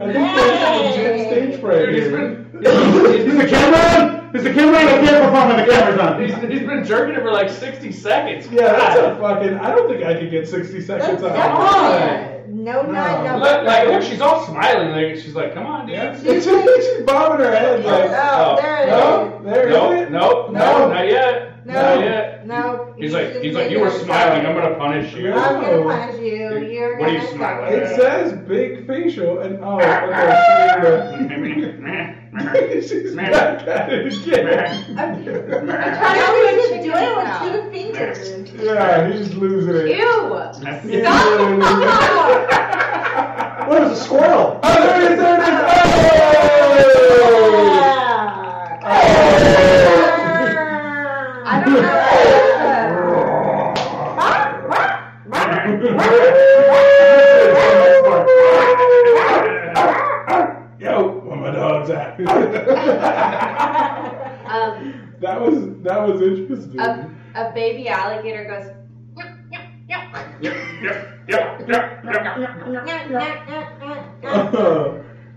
[SPEAKER 6] I think there's legit stage fright
[SPEAKER 8] Dude, he's
[SPEAKER 6] here.
[SPEAKER 8] been, he's,
[SPEAKER 9] Is the camera on? Is the camera on? I can't perform when the camera's on.
[SPEAKER 8] he's, he's been jerking it for like 60 seconds.
[SPEAKER 6] Yeah, that's a
[SPEAKER 8] God.
[SPEAKER 6] fucking. I don't think I could get 60 seconds out
[SPEAKER 10] Come
[SPEAKER 6] of it.
[SPEAKER 10] on. No, not
[SPEAKER 6] No.
[SPEAKER 8] Look,
[SPEAKER 10] no.
[SPEAKER 8] like, look, she's all smiling. Like, she's like, come on, dude.
[SPEAKER 6] Yeah. She's, she's bobbing her head like,
[SPEAKER 10] Oh,
[SPEAKER 8] Oh,
[SPEAKER 10] there it
[SPEAKER 6] no,
[SPEAKER 10] is.
[SPEAKER 6] there
[SPEAKER 8] Nope,
[SPEAKER 6] is it.
[SPEAKER 8] nope,
[SPEAKER 10] No.
[SPEAKER 8] no, not yet.
[SPEAKER 10] No.
[SPEAKER 8] Not yet.
[SPEAKER 10] No.
[SPEAKER 8] He's
[SPEAKER 10] you
[SPEAKER 8] like,
[SPEAKER 10] shouldn't
[SPEAKER 8] he's like,
[SPEAKER 10] be
[SPEAKER 8] you were
[SPEAKER 10] doing that.
[SPEAKER 8] smiling. I'm gonna punish you.
[SPEAKER 10] I'm gonna
[SPEAKER 6] No.
[SPEAKER 10] punish you. You're
[SPEAKER 8] What are you
[SPEAKER 10] gonna
[SPEAKER 8] smiling
[SPEAKER 10] suffer.
[SPEAKER 8] at?
[SPEAKER 6] It says big facial and oh,
[SPEAKER 8] *laughs*
[SPEAKER 10] *laughs*
[SPEAKER 6] okay. She's back at it again.
[SPEAKER 7] I'm
[SPEAKER 10] I
[SPEAKER 7] trying to
[SPEAKER 10] know we
[SPEAKER 7] do
[SPEAKER 10] should do it with two fingers.
[SPEAKER 6] Yeah, he's losing it. *laughs*
[SPEAKER 7] Ew.
[SPEAKER 6] He's losing it. *laughs*
[SPEAKER 9] What is a squirrel?
[SPEAKER 6] Oh, there it is, there it is.
[SPEAKER 10] Ah.
[SPEAKER 6] Oh!
[SPEAKER 10] I don't know.
[SPEAKER 6] Yo, where my dog's at? *laughs* that
[SPEAKER 7] Um,
[SPEAKER 6] was that was interesting.
[SPEAKER 7] a, a baby alligator goes.
[SPEAKER 6] *laughs*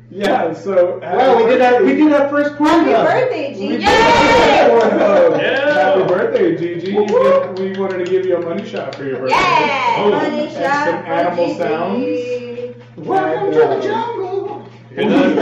[SPEAKER 6] yeah, so
[SPEAKER 9] Wow, we did that. We did that first porn
[SPEAKER 10] Happy
[SPEAKER 9] dub.
[SPEAKER 10] birthday, Gigi.
[SPEAKER 8] Yeah.
[SPEAKER 6] Happy birthday, Gigi. You get- We wanted to give you a money shot for your birthday.
[SPEAKER 10] Yeah.
[SPEAKER 6] Oh,
[SPEAKER 10] Money
[SPEAKER 6] and
[SPEAKER 10] shot
[SPEAKER 6] some
[SPEAKER 10] for
[SPEAKER 6] animal
[SPEAKER 10] Gigi.
[SPEAKER 6] sounds.
[SPEAKER 9] Welcome to the jungle.
[SPEAKER 8] Hear that?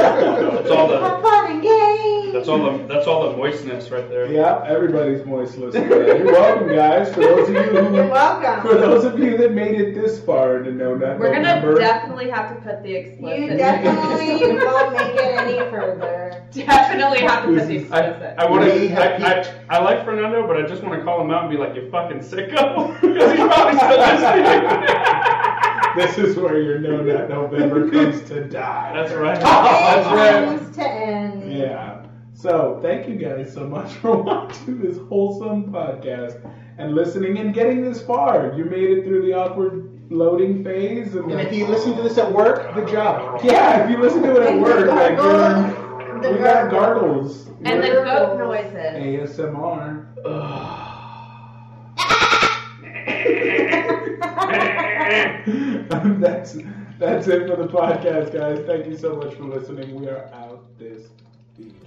[SPEAKER 8] That's all
[SPEAKER 10] For
[SPEAKER 8] the.
[SPEAKER 10] fun and games.
[SPEAKER 8] That's all the. That's all the moistness right there.
[SPEAKER 6] Yeah, everybody's moist listening. You're welcome, guys. For those of you
[SPEAKER 10] You're
[SPEAKER 6] who, for
[SPEAKER 10] welcome.
[SPEAKER 6] those of you that made it this far into No Nut
[SPEAKER 7] We're gonna
[SPEAKER 6] November,
[SPEAKER 7] definitely have to put the
[SPEAKER 10] You
[SPEAKER 7] explicit.
[SPEAKER 10] definitely won't make it any further.
[SPEAKER 7] *laughs* definitely have to put the
[SPEAKER 8] I,
[SPEAKER 7] explicit.
[SPEAKER 8] I want
[SPEAKER 9] We
[SPEAKER 8] to.
[SPEAKER 9] have
[SPEAKER 8] I, I, I like Fernando, but I just want to call him out and be like, "You fucking sicko," *laughs* because he's probably still listening.
[SPEAKER 6] *laughs* this is where your No Nut November comes to die.
[SPEAKER 8] *laughs* That's
[SPEAKER 9] *laughs*
[SPEAKER 8] right.
[SPEAKER 10] It
[SPEAKER 8] That's right.
[SPEAKER 10] comes to end.
[SPEAKER 6] Yeah. So thank you guys so much for *laughs* watching this wholesome podcast and listening and getting this far. You made it through the awkward loading phase and
[SPEAKER 9] And if you listen to this at work, good job.
[SPEAKER 6] yeah, if you listen to it at
[SPEAKER 10] And the
[SPEAKER 6] work, like
[SPEAKER 10] gargle-
[SPEAKER 6] we're,
[SPEAKER 10] the
[SPEAKER 6] we got
[SPEAKER 10] gargle.
[SPEAKER 6] gargles.
[SPEAKER 7] and the
[SPEAKER 6] We're
[SPEAKER 7] goat noises.
[SPEAKER 6] ASMR. *laughs* that's that's it for the podcast, guys. Thank you so much for listening. We are out this. Deep.